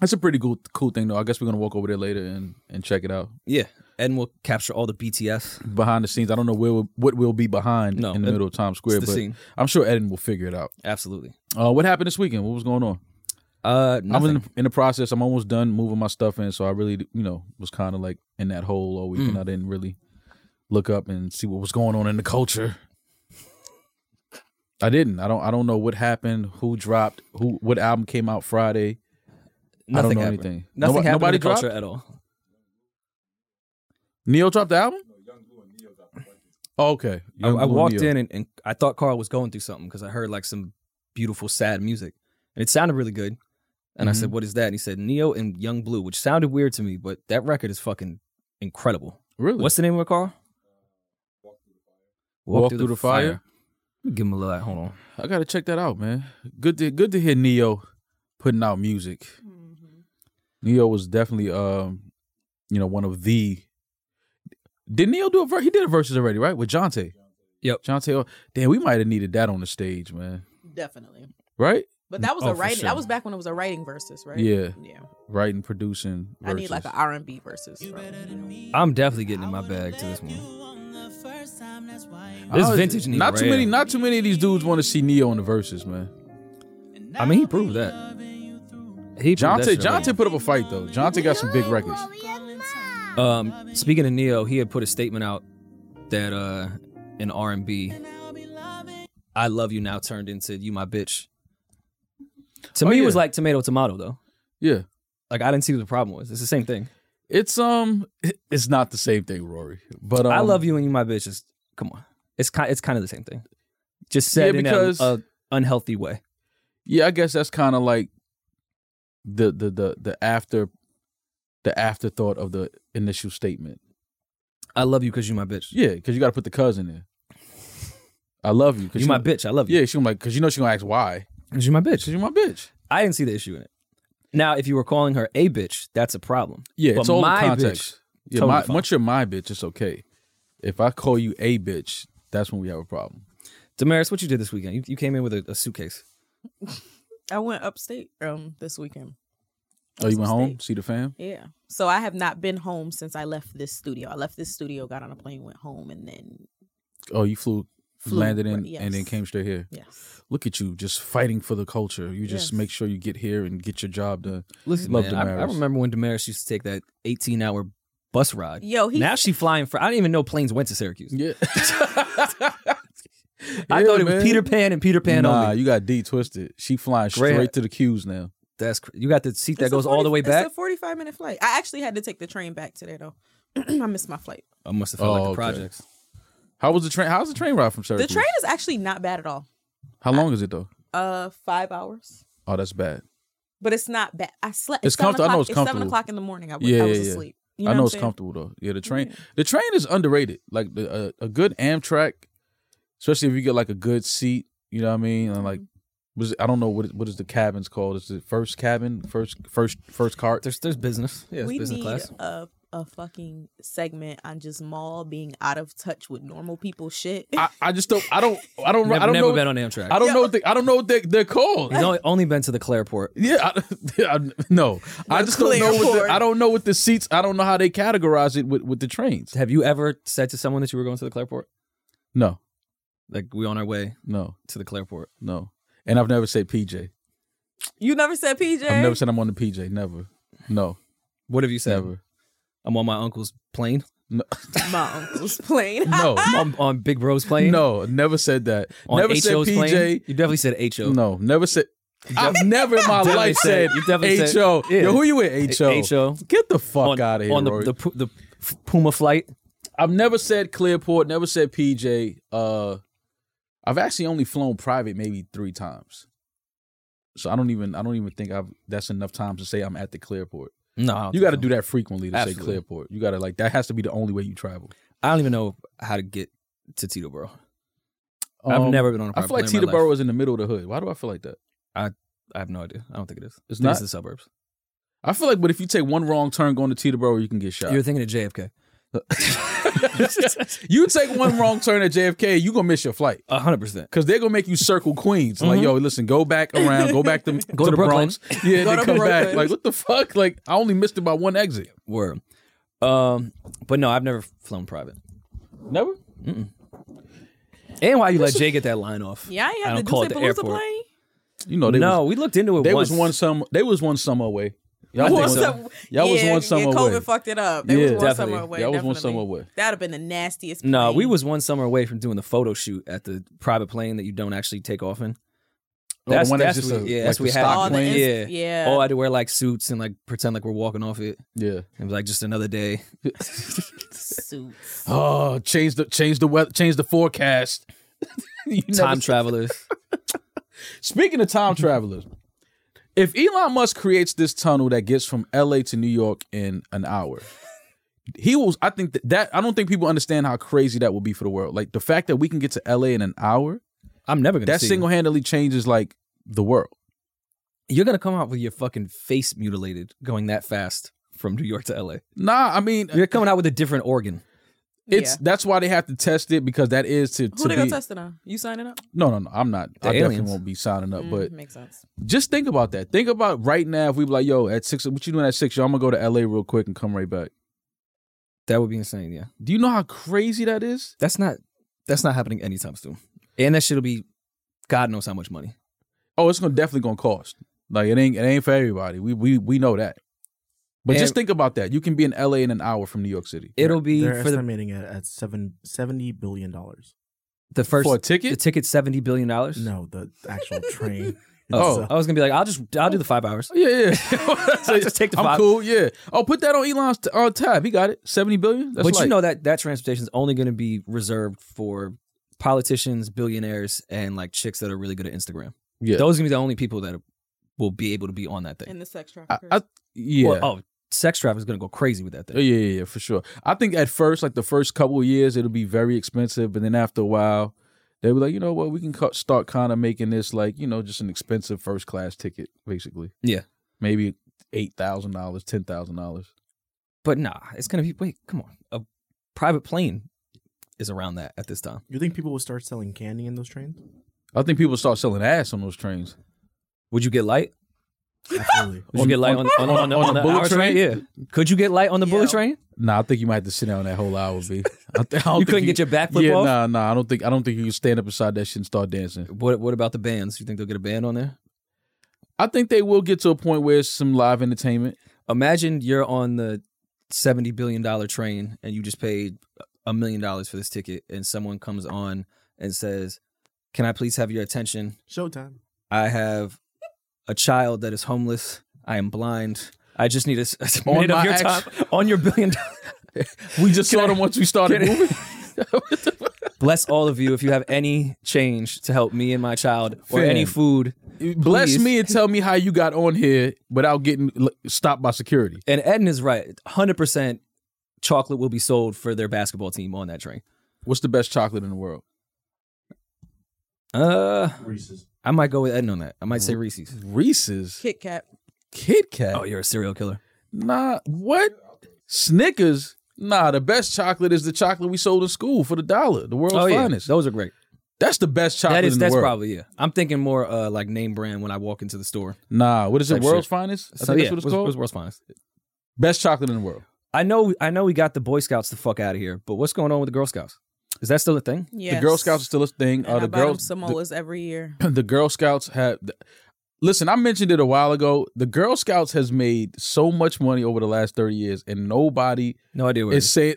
Speaker 3: that's a pretty cool cool thing though. I guess we're gonna walk over there later and and check it out
Speaker 2: Yeah, and we'll capture all the BTS.
Speaker 3: behind the scenes. I don't know where we'll, what will be behind
Speaker 2: No,
Speaker 3: in the
Speaker 2: it-
Speaker 3: middle of Times
Speaker 2: It's
Speaker 3: Square,
Speaker 2: the
Speaker 3: but
Speaker 2: scene.
Speaker 3: I'm sure Eden will figure it out.
Speaker 2: Absolutely.
Speaker 3: Uh, what happened this weekend? What was going on?
Speaker 2: Uh,
Speaker 3: I'm in
Speaker 2: nothing.
Speaker 3: the, in the process. I'm almost done moving my stuff in, so I really, you know, was kind of like in that hole all
Speaker 2: Mm.
Speaker 3: weekend. I didn't really look up and see what was going on in the culture. I didn't. I don't. I don't know what happened. Who dropped? Who? What album came out Friday? I
Speaker 2: nothing
Speaker 3: don't know
Speaker 2: happened.
Speaker 3: anything.
Speaker 2: Nothing
Speaker 3: Nobo-
Speaker 2: happened
Speaker 3: nobody
Speaker 2: in the culture
Speaker 3: dropped?
Speaker 2: at all.
Speaker 3: Neo dropped the album. Oh, okay.
Speaker 2: I,
Speaker 3: Young
Speaker 2: I
Speaker 3: Blue
Speaker 2: walked
Speaker 3: Neo.
Speaker 2: in and, and I thought Carl was going through something because I heard like some beautiful sad music, and it sounded really good. And I
Speaker 3: Mm-hmm.
Speaker 2: said, "What is that?" And he said, "Neo and Young Blue," which sounded weird to me, but that record is fucking incredible.
Speaker 3: Really?
Speaker 2: What's the name of it, Carl?
Speaker 3: Walk Through the Fire?
Speaker 2: Let me Give him a little. Hold on.
Speaker 3: I gotta check that out, man. Good to good to hear Neo putting out music.
Speaker 1: Mm-hmm.
Speaker 3: Neo was definitely um, you know, one of the Did Neo do a verse? He did a verses already, right? With Jonte.
Speaker 2: Yep.
Speaker 3: Jonte oh, damn, we might have needed that on the stage, man.
Speaker 1: Definitely.
Speaker 3: Right?
Speaker 1: But that was
Speaker 2: Oh,
Speaker 1: a
Speaker 2: for
Speaker 1: writing.
Speaker 2: sure.
Speaker 1: That was back when it was a writing versus, right?
Speaker 3: Yeah.
Speaker 1: Yeah.
Speaker 3: Writing, producing.
Speaker 1: I need like
Speaker 3: verses.
Speaker 1: an R and B versus. From, you know.
Speaker 2: I'm definitely getting in my bag to this one.
Speaker 3: I
Speaker 2: This
Speaker 3: was-
Speaker 2: vintage Neo.
Speaker 3: Not too
Speaker 2: right
Speaker 3: many
Speaker 2: here.
Speaker 3: not too many of these dudes want to see Neo in the verses, man.
Speaker 2: I mean, he proved that. He proved that
Speaker 3: Jonte
Speaker 2: shit already.
Speaker 3: Jonte put up a fight though. Jonte got some big records.
Speaker 2: Um, speaking of Neo, he had put a statement out that uh, in R and B, "I love you" now turned into "You my bitch." To
Speaker 3: Oh,
Speaker 2: me, it was
Speaker 3: yeah.
Speaker 2: like tomato tomato though.
Speaker 3: Yeah.
Speaker 2: Like I didn't see what the problem was. It's the same thing.
Speaker 3: It's um it's not the same thing, Rory. But um,
Speaker 2: I love you and you my bitch. Is, come on, it's kind it's kind of the same thing. Just said
Speaker 3: Yeah,
Speaker 2: in
Speaker 3: because-
Speaker 2: a, a unhealthy way.
Speaker 3: Yeah, I guess that's kind of like the the the the after the afterthought of the initial statement.
Speaker 2: I love you because you my bitch.
Speaker 3: Yeah, because you got to put the cousin in. I love you. 'cause
Speaker 2: You
Speaker 3: she-
Speaker 2: my bitch. I love you.
Speaker 3: Yeah, she gonna like because you know she gonna ask why.
Speaker 2: because you my bitch.
Speaker 3: Cause you my bitch.
Speaker 2: I didn't see the issue in it. Now, if you were calling her a bitch, that's a problem.
Speaker 3: Yeah,
Speaker 2: But
Speaker 3: it's all
Speaker 2: my
Speaker 3: the context.
Speaker 2: bitch,
Speaker 3: yeah,
Speaker 2: totally
Speaker 3: my,
Speaker 2: fine.
Speaker 3: once you're my bitch, it's okay. If I call you a bitch, that's when we have a problem.
Speaker 2: Damaris, what you did this weekend? You, you came in with a, a suitcase.
Speaker 1: I went upstate um this weekend.
Speaker 3: Oh, you
Speaker 1: Some
Speaker 3: went home,
Speaker 1: steak.
Speaker 3: see the fam.
Speaker 1: Yeah. So I have not been home since I left this studio. I left this studio, got on a plane, went home, and then
Speaker 3: Oh, you flew,
Speaker 1: flew.
Speaker 3: landed in,
Speaker 1: Yes.
Speaker 3: and then came straight here.
Speaker 1: Yes.
Speaker 3: Look at you, just fighting for the culture. You just
Speaker 1: Yes.
Speaker 3: make sure you get here and get your job done.
Speaker 2: Listen,
Speaker 3: Love
Speaker 2: man, I, I
Speaker 3: Damaris.
Speaker 2: remember when Damaris used to take that 18 hour bus ride.
Speaker 1: Yo, he.
Speaker 2: now she flying for, I didn't even know planes went to Syracuse.
Speaker 3: Yeah.
Speaker 2: I thought it was Peter Pan and Peter Pan
Speaker 3: nah,
Speaker 2: only.
Speaker 3: you got D twisted. She flying
Speaker 2: Great.
Speaker 3: straight to the queues now.
Speaker 2: That's cr- you got the seat that
Speaker 1: It's a
Speaker 2: goes all the
Speaker 1: 40
Speaker 2: way back.
Speaker 1: It's a forty-five minute flight. I actually had to take the train back today though. I missed my flight.
Speaker 2: I must have felt like
Speaker 3: Oh,
Speaker 2: the
Speaker 3: okay.
Speaker 2: projects.
Speaker 3: How was the train? How's the train ride from
Speaker 1: The
Speaker 3: Syracuse?
Speaker 1: train is actually not bad at all.
Speaker 3: How long is it though?
Speaker 1: Uh, five hours.
Speaker 3: Oh, that's bad.
Speaker 1: But it's not bad. I slept.
Speaker 3: It's
Speaker 1: it's seven
Speaker 3: comfort- I know
Speaker 1: o'clock-
Speaker 3: it's
Speaker 1: Seven
Speaker 3: comfortable.
Speaker 1: o'clock in the morning. I, w-
Speaker 3: Yeah,
Speaker 1: I was
Speaker 3: yeah, yeah.
Speaker 1: asleep. You know
Speaker 3: I know
Speaker 1: what
Speaker 3: it's
Speaker 1: I'm saying?
Speaker 3: comfortable though. Yeah, the train. The train is underrated. Like the, a, a good Amtrak, especially if you get like a good seat. You know what I mean? And like
Speaker 2: Mm-hmm.
Speaker 3: Was I don't know what is, what is the cabin's called? Is it first cabin? First first first cart?
Speaker 2: There's there's business. Yeah, it's
Speaker 1: we
Speaker 2: business
Speaker 1: need
Speaker 2: class.
Speaker 1: a a fucking segment on just Maul being out of touch with normal people shit.
Speaker 3: I, I just don't I don't I don't
Speaker 2: Never,
Speaker 3: I don't
Speaker 2: never
Speaker 3: know
Speaker 2: been on Amtrak.
Speaker 3: I don't know what they, I don't know what they, they're called.
Speaker 2: He's only, only been to the Clareport.
Speaker 3: Yeah, I, I, no, I just don't know. What
Speaker 1: Clearport.
Speaker 3: the, I don't know what the seats. I don't know how they categorize it with, with the trains.
Speaker 2: Have you ever said to someone that you were going to the Clareport?
Speaker 3: No,
Speaker 2: Like we on our way
Speaker 3: no,
Speaker 2: to the Clareport.
Speaker 3: no. And I've never said PJ.
Speaker 1: you never said PJ.
Speaker 3: I've never said I'm on the PJ. Never. No,
Speaker 2: What have you said?
Speaker 3: never.
Speaker 2: I'm on my uncle's plane.
Speaker 1: My uncle's plane.
Speaker 3: No,
Speaker 2: I'm on Big Bro's plane.
Speaker 3: no. Never said that.
Speaker 2: on
Speaker 3: never
Speaker 2: HO's
Speaker 3: said PJ.
Speaker 2: plane. You definitely said HO.
Speaker 3: No, never said. I've never in my
Speaker 2: definitely
Speaker 3: life
Speaker 2: said-
Speaker 3: said,
Speaker 2: you definitely said-
Speaker 3: HO.
Speaker 2: yeah.
Speaker 3: Yo, who you with? HO.
Speaker 2: HO.
Speaker 3: Get the fuck
Speaker 2: on,
Speaker 3: out of here.
Speaker 2: on the,
Speaker 3: Rory.
Speaker 2: the Pu- the F- Puma flight.
Speaker 3: I've never said Clearport, never said PJ. Uh I've actually only flown private maybe three times. So I don't even I don't even think I've that's enough times to say I'm at the Clearport.
Speaker 2: No,
Speaker 3: You gotta do that frequently to
Speaker 2: Absolutely.
Speaker 3: say Clearport. You gotta like that has to be the only way you travel.
Speaker 2: I don't even know how to get to Teterboro. I've
Speaker 3: Um,
Speaker 2: never been on a
Speaker 3: I
Speaker 2: private
Speaker 3: feel like
Speaker 2: plane in my life.
Speaker 3: Teterboro is in the middle of the hood. Why do I feel like that?
Speaker 2: I have no idea. I don't think it is.
Speaker 3: It's
Speaker 2: I think
Speaker 3: not?
Speaker 2: the suburbs.
Speaker 3: I feel like but if you take one wrong turn going to Teterboro, you can get shot.
Speaker 2: You're thinking of JFK.
Speaker 3: you take one wrong turn at JFK, you gonna miss your flight.
Speaker 2: A hundred percent.
Speaker 3: Cause they're gonna make you circle Queens. Like, yo, listen, go back around, go back to,
Speaker 2: Mm-hmm. Go to
Speaker 3: the
Speaker 2: Brooklyn.
Speaker 3: Bronx. Yeah,
Speaker 1: Go
Speaker 3: then
Speaker 1: to
Speaker 3: come back.
Speaker 1: Brooklyn.
Speaker 3: Like, what the fuck? Like, I only missed it by one exit.
Speaker 2: Word. Um, but no, I've never flown private.
Speaker 3: Never?
Speaker 2: And why you let Jay get that line off?
Speaker 1: Yeah, I ain't
Speaker 2: I
Speaker 1: have
Speaker 2: don't
Speaker 1: to
Speaker 2: call
Speaker 1: do
Speaker 2: it the
Speaker 1: Palooza
Speaker 2: airport.
Speaker 1: plane.
Speaker 3: You know, they
Speaker 2: no,
Speaker 3: was,
Speaker 2: we looked into it.
Speaker 3: they
Speaker 2: once.
Speaker 3: was one some they was one summer away. Y'all
Speaker 2: think
Speaker 3: was
Speaker 2: so.
Speaker 3: one,
Speaker 2: some-
Speaker 3: y'all was
Speaker 1: yeah,
Speaker 3: one summer
Speaker 1: yeah, COVID
Speaker 3: away.
Speaker 1: fucked it up. They
Speaker 3: Yeah,
Speaker 1: was one
Speaker 2: definitely.
Speaker 1: summer away.
Speaker 3: Y'all was one
Speaker 1: definitely.
Speaker 3: summer away.
Speaker 1: That'd have been the nastiest.
Speaker 2: No, we
Speaker 1: plane.
Speaker 2: was one summer away from doing the photo shoot at the private plane that you don't actually take off in.
Speaker 3: Oh, the
Speaker 2: That's
Speaker 3: one
Speaker 2: that's
Speaker 3: that's just
Speaker 2: what-
Speaker 3: a-
Speaker 2: yeah,
Speaker 3: like
Speaker 2: that's
Speaker 3: the
Speaker 2: what we had.
Speaker 3: stock
Speaker 1: All the
Speaker 3: plane.
Speaker 2: yeah,
Speaker 1: ins- yeah.
Speaker 2: Oh, I had to wear like suits and like pretend like we're walking off it.
Speaker 3: Yeah.
Speaker 2: It was like just another day.
Speaker 1: suits.
Speaker 3: Oh, change the change the weather change the forecast. You never
Speaker 2: Time
Speaker 3: see-
Speaker 2: travelers.
Speaker 3: Speaking of
Speaker 2: Mm-hmm.
Speaker 3: time travelers, if Elon Musk creates this tunnel that gets from LA to New York in an hour, he will. I think that, that I don't think people understand how crazy that will be for the world. Like the fact that we can get to LA in an hour,
Speaker 2: I'm never gonna
Speaker 3: that
Speaker 2: see you.
Speaker 3: single handedly changes like the world.
Speaker 2: You're gonna come out with your fucking face mutilated going that fast from New York to LA.
Speaker 3: Nah, I mean
Speaker 2: You're coming out with a different organ.
Speaker 3: it's
Speaker 1: yeah.
Speaker 3: that's why they have to test it because that is to,
Speaker 1: Who
Speaker 3: to
Speaker 1: they gonna
Speaker 3: be-
Speaker 1: test it on? You signing up?
Speaker 3: no no no I'm not I
Speaker 2: aliens.
Speaker 3: definitely won't be signing up but
Speaker 1: Mm, makes sense.
Speaker 3: just think about that think about right now if we be like yo at six what you doing at six yo I'm gonna go to LA real quick and come right back
Speaker 2: That would be insane. Yeah,
Speaker 3: do you know how crazy that is
Speaker 2: that's not that's not happening anytime soon. And that shit'll be, God knows how much money.
Speaker 3: oh, it's gonna definitely gonna cost. Like it ain't it ain't for everybody. We we we know that. But
Speaker 2: And-
Speaker 3: just think about that. You can be in LA in an hour from New York City.
Speaker 2: It'll be
Speaker 4: They're
Speaker 2: for the,
Speaker 4: estimating it at seven seventy billion dollars.
Speaker 2: the first
Speaker 3: for a
Speaker 2: the
Speaker 3: ticket?
Speaker 2: ticket seventy billion dollars.
Speaker 4: No, the actual train.
Speaker 2: Oh,
Speaker 4: itself.
Speaker 2: I was gonna be like, I'll just I'll do the five hours.
Speaker 3: Oh, yeah, yeah.
Speaker 2: I'll just take the
Speaker 3: I'm
Speaker 2: five.
Speaker 3: cool, yeah. Oh, put that on Elon's t- uh, tab. He got it. 70 billion? That's
Speaker 2: but you
Speaker 3: like-
Speaker 2: know that that transportation is only going to be reserved for politicians, billionaires, and like chicks that are really good at Instagram.
Speaker 3: yeah.
Speaker 2: Those are gonna be the only people that will be able to be on that thing.
Speaker 1: And the sex
Speaker 3: I,
Speaker 1: traffickers.
Speaker 3: I- yeah.
Speaker 2: Well, oh, sex traffic is gonna go crazy with that
Speaker 3: Oh,
Speaker 2: thing.
Speaker 3: yeah, yeah, yeah, for sure. I think at first, like the first couple of years, it'll be very expensive, but then after a while, they'll be like, you know what, we can cut, start kind of making this like, you know, just an expensive first class ticket, basically.
Speaker 2: Yeah.
Speaker 3: Maybe eight thousand dollars, ten thousand dollars.
Speaker 2: But nah, it's gonna be. Wait, come on, a private plane is around that at this time.
Speaker 4: You think people will start selling candy in those trains?
Speaker 3: I think people start selling ass on those trains.
Speaker 2: Would you get light?
Speaker 4: Absolutely.
Speaker 2: Would you get light on, on, on, on,
Speaker 3: on
Speaker 2: the
Speaker 3: the bullet
Speaker 2: hour train? Yeah. Could you get light on the bullet
Speaker 1: Yeah.
Speaker 2: train?
Speaker 3: Nah, I think you might have to sit down that whole hour. B. I th- I don't
Speaker 2: You
Speaker 3: think
Speaker 2: couldn't get your back flip
Speaker 3: yeah,
Speaker 2: off.
Speaker 3: nah, nah. I don't think I don't think you can stand up beside that shit and start dancing.
Speaker 2: What What about the bands? You think they'll get a band on there?
Speaker 3: I think they will get to a point where it's some live entertainment.
Speaker 2: Imagine you're on the seventy billion dollar train and you just paid a million dollars for this ticket, and someone comes on and says, "Can I please have your attention?
Speaker 4: Showtime.
Speaker 2: I have a child that is homeless. I am blind. I just need a, s- a minute of
Speaker 3: my
Speaker 2: your
Speaker 3: ex-
Speaker 2: time on your billion dollars."
Speaker 3: We just saw them once we started
Speaker 2: can I-
Speaker 3: moving.
Speaker 2: Bless all of you if you have any change to help me and my child or any
Speaker 3: Fam.
Speaker 2: food.
Speaker 3: Bless
Speaker 2: Please.
Speaker 3: me and tell me how you got on here without getting l- stopped by security.
Speaker 2: And Eden is right. 100% chocolate will be sold for their basketball team on that train.
Speaker 3: What's the best chocolate in the world?
Speaker 2: Uh,
Speaker 4: Reese's.
Speaker 2: I might go with Ed on that. I might say
Speaker 3: Mm-hmm.
Speaker 2: Reese's.
Speaker 3: Reese's,
Speaker 1: Kit Kat.
Speaker 3: Kit Kat.
Speaker 2: Oh, you're a serial killer.
Speaker 3: Nah, what? Snickers? Nah, the best chocolate is the chocolate we sold in school for the dollar, the world's
Speaker 2: oh, yeah.
Speaker 3: finest.
Speaker 2: Those are great.
Speaker 3: That's the best chocolate
Speaker 2: that is
Speaker 3: in the
Speaker 2: that's
Speaker 3: world.
Speaker 2: probably yeah. I'm thinking more uh like name brand when I walk into the store.
Speaker 3: nah, what is it?
Speaker 2: Type
Speaker 3: World's
Speaker 2: shit.
Speaker 3: finest? I
Speaker 2: So,
Speaker 3: think
Speaker 2: yeah,
Speaker 3: that's what it's
Speaker 2: what's-
Speaker 3: called.
Speaker 2: what's world's finest?
Speaker 3: best chocolate in the world.
Speaker 2: I know I know we got the Boy Scouts the fuck out of here, but what's going on with the Girl Scouts? Is that still a thing?
Speaker 1: Yes.
Speaker 3: The Girl Scouts is still a thing.
Speaker 1: And
Speaker 3: Uh,
Speaker 1: I
Speaker 3: the
Speaker 1: buy them
Speaker 3: girls, the,
Speaker 1: Samoas every year.
Speaker 3: the Girl Scouts have. Listen, I mentioned it a while ago. The Girl Scouts has made so much money over the last thirty years, and nobody
Speaker 2: No idea where it
Speaker 3: is
Speaker 2: is.
Speaker 3: saying,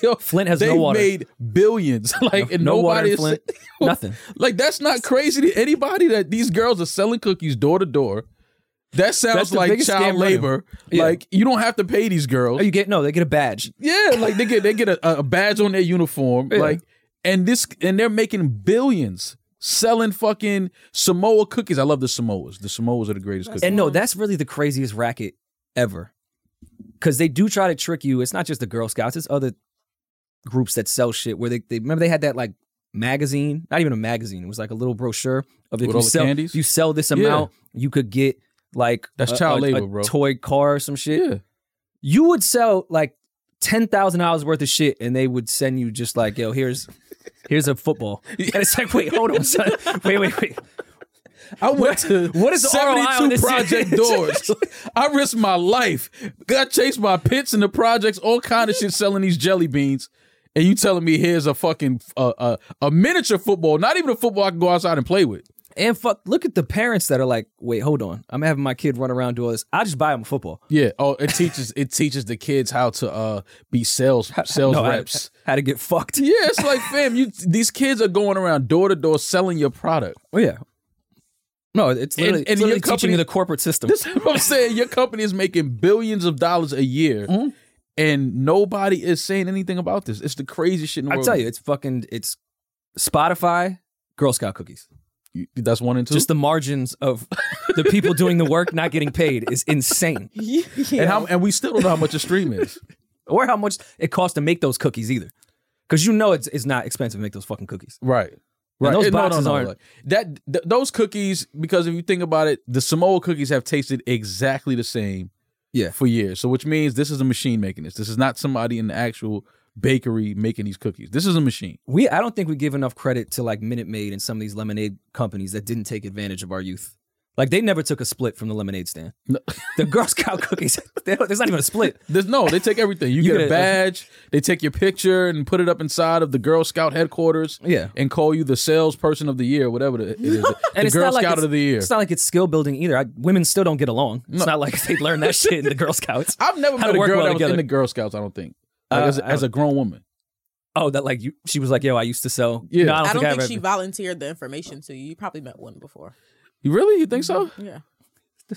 Speaker 3: yo,
Speaker 2: Flint has
Speaker 3: they
Speaker 2: no water.
Speaker 3: made billions. Like,
Speaker 2: No-
Speaker 3: and
Speaker 2: no
Speaker 3: nobody
Speaker 2: water in
Speaker 3: is
Speaker 2: Flint.
Speaker 3: saying-
Speaker 2: Nothing.
Speaker 3: Like that's not crazy to anybody that these girls are selling cookies door to door. That
Speaker 2: That's
Speaker 3: sounds
Speaker 2: the
Speaker 3: like
Speaker 2: biggest
Speaker 3: child
Speaker 2: scam running.
Speaker 3: labor.
Speaker 2: Yeah.
Speaker 3: Like you don't have to pay these girls.
Speaker 2: Oh, you get no, they get a badge.
Speaker 3: yeah, like they get they get a, a badge on their uniform.
Speaker 2: Yeah.
Speaker 3: Like and this and they're making billions selling fucking Samoa cookies. I love the Samoas. The Samoas are the greatest
Speaker 1: That's
Speaker 3: cookies.
Speaker 2: And no,
Speaker 1: Wow.
Speaker 2: that's really the craziest racket ever. Cause they do try to trick you. It's not just the Girl Scouts, it's other groups that sell shit where they, they remember they had that like magazine, not even a magazine, it was like a little brochure of if
Speaker 3: With
Speaker 2: you
Speaker 3: all the
Speaker 2: sell
Speaker 3: candies?
Speaker 2: if you sell this
Speaker 3: Yeah.
Speaker 2: amount, you could get like
Speaker 3: That's
Speaker 2: a-
Speaker 3: child
Speaker 2: a-
Speaker 3: labor,
Speaker 2: a
Speaker 3: bro.
Speaker 2: toy car or some shit.
Speaker 3: yeah.
Speaker 2: You would sell like ten thousand dollars worth of shit and they would send you just like, yo, here's here's a football. And it's like, wait, hold on, son. Wait, wait, wait.
Speaker 3: I went to
Speaker 2: what is the ROI on this?
Speaker 3: project doors. I risked my life. Got chased by pits in the projects, all kind of shit selling these jelly beans. And you telling me here's a fucking uh, uh, a miniature football, not even a football I can go outside and play with.
Speaker 2: And fuck, look at the parents that are like, wait, hold on. I'm having my kid run around do all this. I just buy him a football.
Speaker 3: Yeah. Oh, it teaches it teaches the kids how to uh be sales sales
Speaker 2: No, I-
Speaker 3: reps.
Speaker 2: How to get fucked.
Speaker 3: yeah, it's like fam, you these kids are going around door to door selling your product.
Speaker 2: Oh, yeah. No, it's literally,
Speaker 3: And-
Speaker 2: it's
Speaker 3: and your
Speaker 2: literally teaching
Speaker 3: company-
Speaker 2: you the corporate system.
Speaker 3: This is what I'm saying. Your company is making billions of dollars a year,
Speaker 2: Mm-hmm.
Speaker 3: and nobody is saying anything about this. It's the craziest shit in the
Speaker 2: I
Speaker 3: world.
Speaker 2: tell you, it's fucking, it's Spotify, Girl Scout cookies.
Speaker 3: You- that's one and two.
Speaker 2: Just the margins of the people doing the work not getting paid is insane.
Speaker 3: and how, and we still don't know how much a stream is.
Speaker 2: Or how much it costs to make those cookies either. Because you know it's, it's not expensive to make those fucking cookies.
Speaker 3: Right.
Speaker 2: Right. Those
Speaker 3: And
Speaker 2: boxes aren't-
Speaker 3: like, that th- those cookies because if you think about it, the Samoa cookies have tasted exactly the same
Speaker 2: Yeah.
Speaker 3: for years. So which means this is a machine making this. This is not somebody in the actual bakery making these cookies. This is a machine.
Speaker 2: we I don't think we give enough credit to like Minute Maid and some of these lemonade companies that didn't take advantage of our youth. Like they never took a split from the lemonade stand.
Speaker 3: No.
Speaker 2: The Girl Scout cookies, they don't- there's not even a split.
Speaker 3: There's no, they take everything. You,
Speaker 2: You
Speaker 3: get
Speaker 2: get
Speaker 3: a
Speaker 2: a-
Speaker 3: badge, they take your picture and put it up inside of the Girl Scout headquarters.
Speaker 2: Yeah.
Speaker 3: And call you the salesperson of the year, whatever the, it is. The,
Speaker 2: And it's
Speaker 3: Girl
Speaker 2: not like
Speaker 3: Scout
Speaker 2: it's-
Speaker 3: of the year.
Speaker 2: It's not like it's skill building either. I, women still don't get along. It's not like they learned that shit in the Girl Scouts.
Speaker 3: I've never
Speaker 2: How
Speaker 3: met
Speaker 2: to
Speaker 3: a
Speaker 2: work
Speaker 3: girl
Speaker 2: well
Speaker 3: that was
Speaker 2: together.
Speaker 3: in the Girl Scouts, I don't think. Like,
Speaker 2: Uh,
Speaker 3: as, a,
Speaker 2: I
Speaker 3: as a grown woman.
Speaker 2: Oh, that like you, she was like, "Yo, I used to sell."
Speaker 3: Yeah.
Speaker 2: No, I don't
Speaker 1: I don't
Speaker 2: think, I
Speaker 1: think
Speaker 2: ever-
Speaker 1: she volunteered the information to you. You probably met one before. Mm-hmm.
Speaker 3: You really? You think so?
Speaker 1: Yeah.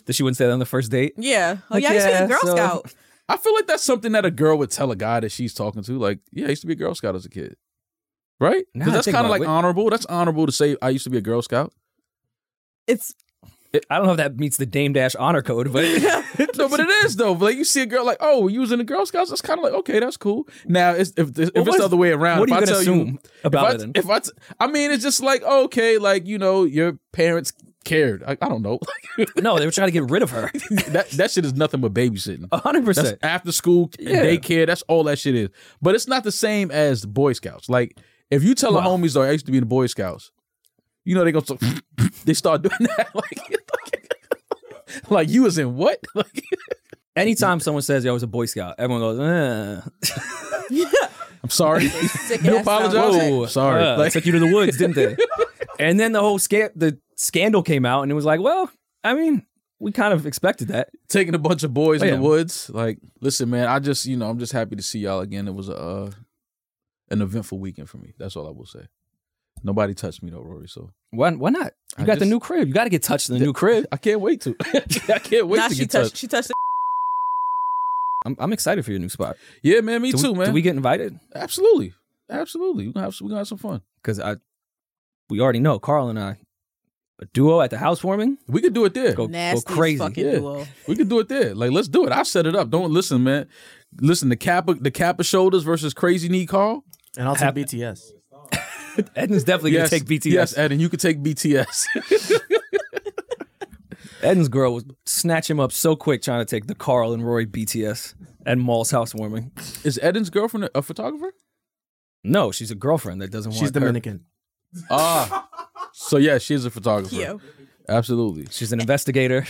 Speaker 2: that she wouldn't say that on the first date.
Speaker 1: Yeah. Oh,
Speaker 2: Like,
Speaker 1: yeah, I used to be
Speaker 2: yeah,
Speaker 1: a Girl
Speaker 2: so-
Speaker 1: Scout.
Speaker 3: I feel like that's something that a girl would tell a guy that she's talking to. Like, yeah, I used to be a Girl Scout as a kid. Right?
Speaker 2: Now
Speaker 3: 'Cause
Speaker 2: I
Speaker 3: that's
Speaker 2: think
Speaker 3: kind of
Speaker 2: about
Speaker 3: like
Speaker 2: it.
Speaker 3: honorable. That's honorable to say I used to be a Girl Scout.
Speaker 1: It's
Speaker 2: I don't know if that meets the Dame Dash honor code, but
Speaker 3: no, but it is though. Like you see a girl like, oh, you was in the Girl Scouts. That's kind of like okay, that's cool. Now, it's, if if
Speaker 2: Well,
Speaker 3: it's
Speaker 2: what-
Speaker 3: the other way around,
Speaker 2: what
Speaker 3: if
Speaker 2: are
Speaker 3: I
Speaker 2: you gonna
Speaker 3: tell
Speaker 2: assume
Speaker 3: you,
Speaker 2: about
Speaker 3: if I,
Speaker 2: it?
Speaker 3: If I, t- I mean, it's just like okay, like you know, your parents cared. I, I don't know.
Speaker 2: then? No, they were trying to get rid of her.
Speaker 3: that that shit is nothing but babysitting.
Speaker 2: hundred
Speaker 3: That's
Speaker 2: percent.
Speaker 3: after school
Speaker 2: Yeah.
Speaker 3: daycare. That's all that shit is. But it's not the same as the Boy Scouts. Like if you tell the
Speaker 2: Wow.
Speaker 3: homies though, I used to be in the Boy Scouts. You know they gonna they start doing that like like you was in what like.
Speaker 2: Anytime someone says, "Yo, I was a Boy Scout," everyone goes, eh.
Speaker 3: I'm sorry.
Speaker 1: Sick
Speaker 3: you
Speaker 1: ass sound
Speaker 3: apologize.
Speaker 1: effect.
Speaker 2: Whoa,
Speaker 3: Sorry.
Speaker 2: Uh,
Speaker 3: Like-
Speaker 2: took you to the woods, didn't they? and then the whole sca- the scandal came out, and it was like, well, I mean, we kind of expected that.
Speaker 3: Taking a bunch of boys in
Speaker 2: Yeah.
Speaker 3: the woods. Like, listen, man, I just, you know, I'm just happy to see y'all again. It was a, uh, an eventful weekend for me. That's all I will say. Nobody touched me though, Rory. So
Speaker 2: Why? Why not?
Speaker 3: I
Speaker 2: You got the
Speaker 3: just-
Speaker 2: new crib. You got to get touched in the new crib.
Speaker 3: I can't wait to. I can't wait
Speaker 1: Nah,
Speaker 3: to
Speaker 1: she
Speaker 3: get
Speaker 1: touched,
Speaker 3: touched.
Speaker 1: She touched it.
Speaker 2: I'm, I'm excited for your new spot.
Speaker 3: Yeah, man, me
Speaker 2: do
Speaker 3: too,
Speaker 2: we,
Speaker 3: man.
Speaker 2: Do we get invited?
Speaker 3: Absolutely, absolutely. We gonna have we gonna have some fun.
Speaker 2: Because I, we already know Carl and I, a duo at the housewarming.
Speaker 3: We could do it there.
Speaker 2: Go, go
Speaker 1: Nasty
Speaker 2: crazy.
Speaker 1: fucking
Speaker 3: yeah.
Speaker 1: duo.
Speaker 3: We could do it there. Like, let's do it. I set it up. Don't listen, man. Listen, the Kappa, the Kappa shoulders versus Crazy Knee Carl.
Speaker 4: And I'll take BTS.
Speaker 2: Eden's definitely
Speaker 3: yes,
Speaker 2: gonna take BTS.
Speaker 3: Yes, Eden, you could take BTS.
Speaker 2: Eden's girl was snatch him up so quick trying to take the Carl and Roy BTS at Maul's housewarming.
Speaker 3: Is Eden's girlfriend a photographer?
Speaker 2: No, she's a girlfriend that doesn't
Speaker 4: She's
Speaker 2: want her-
Speaker 4: Dominican.
Speaker 3: Ah. So yeah, she is a photographer.
Speaker 1: you.
Speaker 3: Absolutely.
Speaker 2: She's an investigator.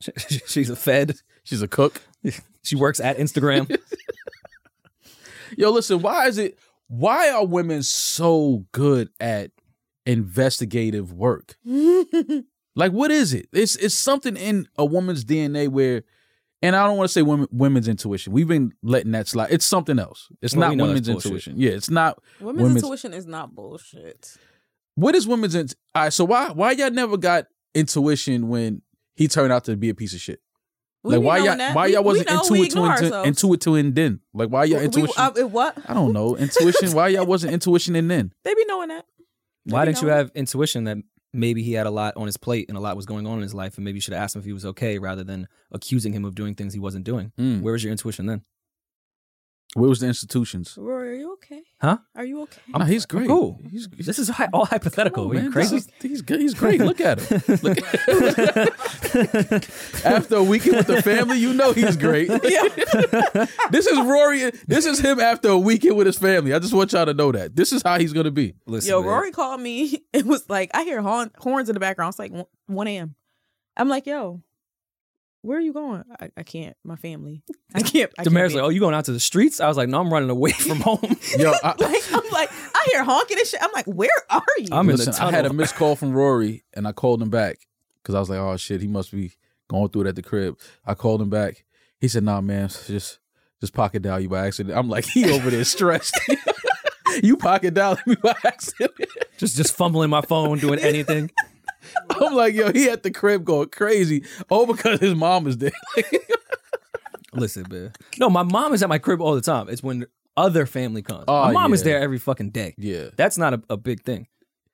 Speaker 2: she's a Fed.
Speaker 3: She's a cook.
Speaker 2: She works at Instagram.
Speaker 3: Yo, listen, why is it why are women so good at investigative work? like what is it? It's it's something in a woman's DNA where and I don't want to say women women's intuition. We've been letting that slide. It's something else. It's
Speaker 2: Well, we
Speaker 3: not
Speaker 2: know that's
Speaker 3: women's
Speaker 2: bullshit.
Speaker 3: intuition. Yeah, it's not
Speaker 1: Women's,
Speaker 3: Women's-
Speaker 1: intuition is not bullshit.
Speaker 3: what is women's int- all right, so why why y'all never got intuition when he turned out to be a piece of shit?
Speaker 1: We
Speaker 3: like
Speaker 1: be
Speaker 3: why
Speaker 1: knowing
Speaker 3: y'all
Speaker 1: that.
Speaker 3: why
Speaker 1: We-
Speaker 3: y'all
Speaker 1: we
Speaker 3: wasn't
Speaker 1: know we ignore
Speaker 3: intuitive into,
Speaker 1: ourselves.
Speaker 3: intuitive and then like why y'all
Speaker 1: We-
Speaker 3: intuition?
Speaker 1: uh, it- what?
Speaker 3: I don't know intuition. why y'all wasn't intuition and then?
Speaker 1: They be knowing that. They
Speaker 2: Why
Speaker 1: be
Speaker 2: didn't you
Speaker 1: knowing
Speaker 2: have intuition that maybe he had a lot on his plate and a lot was going on in his life, and maybe you should have asked him if he was okay rather than accusing him of doing things he wasn't doing? Where was your intuition then?
Speaker 3: Where was the institutions?
Speaker 1: it. Rory, are you okay?
Speaker 2: Huh?
Speaker 1: Are you okay?
Speaker 3: Nah, he's great.
Speaker 2: Cool.
Speaker 3: He's, he's
Speaker 2: This is hi- all hypothetical.
Speaker 3: cool,
Speaker 2: Are you
Speaker 3: man.
Speaker 2: crazy?
Speaker 3: This is- he's good. He's great. Look at him. After a weekend with the family, you know he's great. this is Rory. This is him after a weekend with his family. I just want y'all to know that. This is how he's gonna be.
Speaker 2: Listen,
Speaker 1: Yo,
Speaker 2: man.
Speaker 1: Rory called me and was like, I hear horn- horns in the background. It's like 1 a.m. I'm like, yo, where are you going? I, I can't. My family. I can't. I can't
Speaker 2: Damaris
Speaker 1: be-
Speaker 2: like, oh, you going out to the streets? I was like, no, I'm running away from home.
Speaker 3: Yo, "Oh, I,
Speaker 1: like, I'm like, I hear honking and shit. I'm like, where are you?
Speaker 2: I'm in the
Speaker 3: listen, I had a
Speaker 2: tunnel.
Speaker 3: missed call from Rory, and I called him back because I was like, "Oh shit, he must be going through it at the crib." I called him back. He said, "Nah, man, just just pocket dial you by accident." I'm like, "He over there stressed." You pocket dialing me by accident.
Speaker 2: just just fumbling my phone, doing anything.
Speaker 3: I'm like, yo, he at the crib going crazy. All because his mom is there.
Speaker 2: Listen, man. No, my mom is at my crib all the time. It's when other family comes.
Speaker 3: Oh,
Speaker 2: my mom is
Speaker 3: yeah.
Speaker 2: there every fucking day.
Speaker 3: yeah.
Speaker 2: That's not a, a big thing.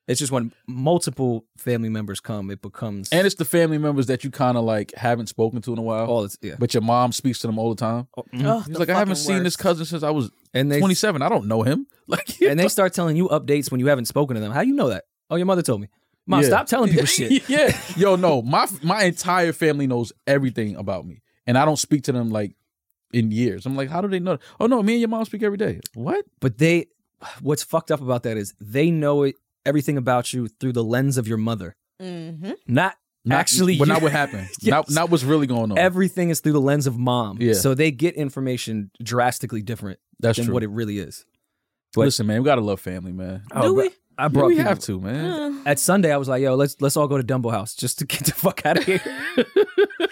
Speaker 2: It's just when multiple family members come, it becomes
Speaker 3: And it's the family members that you kind of like haven't spoken to in a while,
Speaker 2: all. It's, yeah,
Speaker 3: but your mom speaks to them all the time.
Speaker 1: Ugh,
Speaker 3: He's
Speaker 1: the
Speaker 3: like, I haven't
Speaker 1: fucking
Speaker 3: seen this
Speaker 1: worst.
Speaker 3: cousin since I was
Speaker 2: Oh, mm-hmm. and they
Speaker 3: 27. I don't know him. Like,
Speaker 2: and they start telling you updates when you haven't spoken to them. How you know that? Oh, your mother told me. Mom,
Speaker 3: Yeah.
Speaker 2: stop telling people shit.
Speaker 3: yeah. Yo, no, my my entire family knows everything about me, and I don't speak to them like in years. I'm like, how do they know? Oh no, me and your mom speak every day. What?
Speaker 2: But they, what's fucked up about that is they know it, everything about you through the lens of your mother,
Speaker 1: Mhm.
Speaker 2: not
Speaker 3: Not,
Speaker 2: Actually,
Speaker 3: well,
Speaker 2: you-
Speaker 3: not what happened.
Speaker 2: Yes.
Speaker 3: Not not what's really going
Speaker 2: Oh.
Speaker 3: on.
Speaker 2: everything is through the lens of mom.
Speaker 3: Yeah.
Speaker 2: So they get information drastically different
Speaker 3: That's
Speaker 2: than
Speaker 3: true.
Speaker 2: what it really is. but-
Speaker 3: Listen, man, we gotta love family, man.
Speaker 1: Do
Speaker 2: Oh, bro,
Speaker 1: we?
Speaker 2: I
Speaker 3: Yeah,
Speaker 2: brought
Speaker 3: we
Speaker 2: people-
Speaker 3: have to, man.
Speaker 1: Uh,
Speaker 2: At Sunday, I was like, "Yo, let's let's all go to Dumbo House just to get the fuck out of here."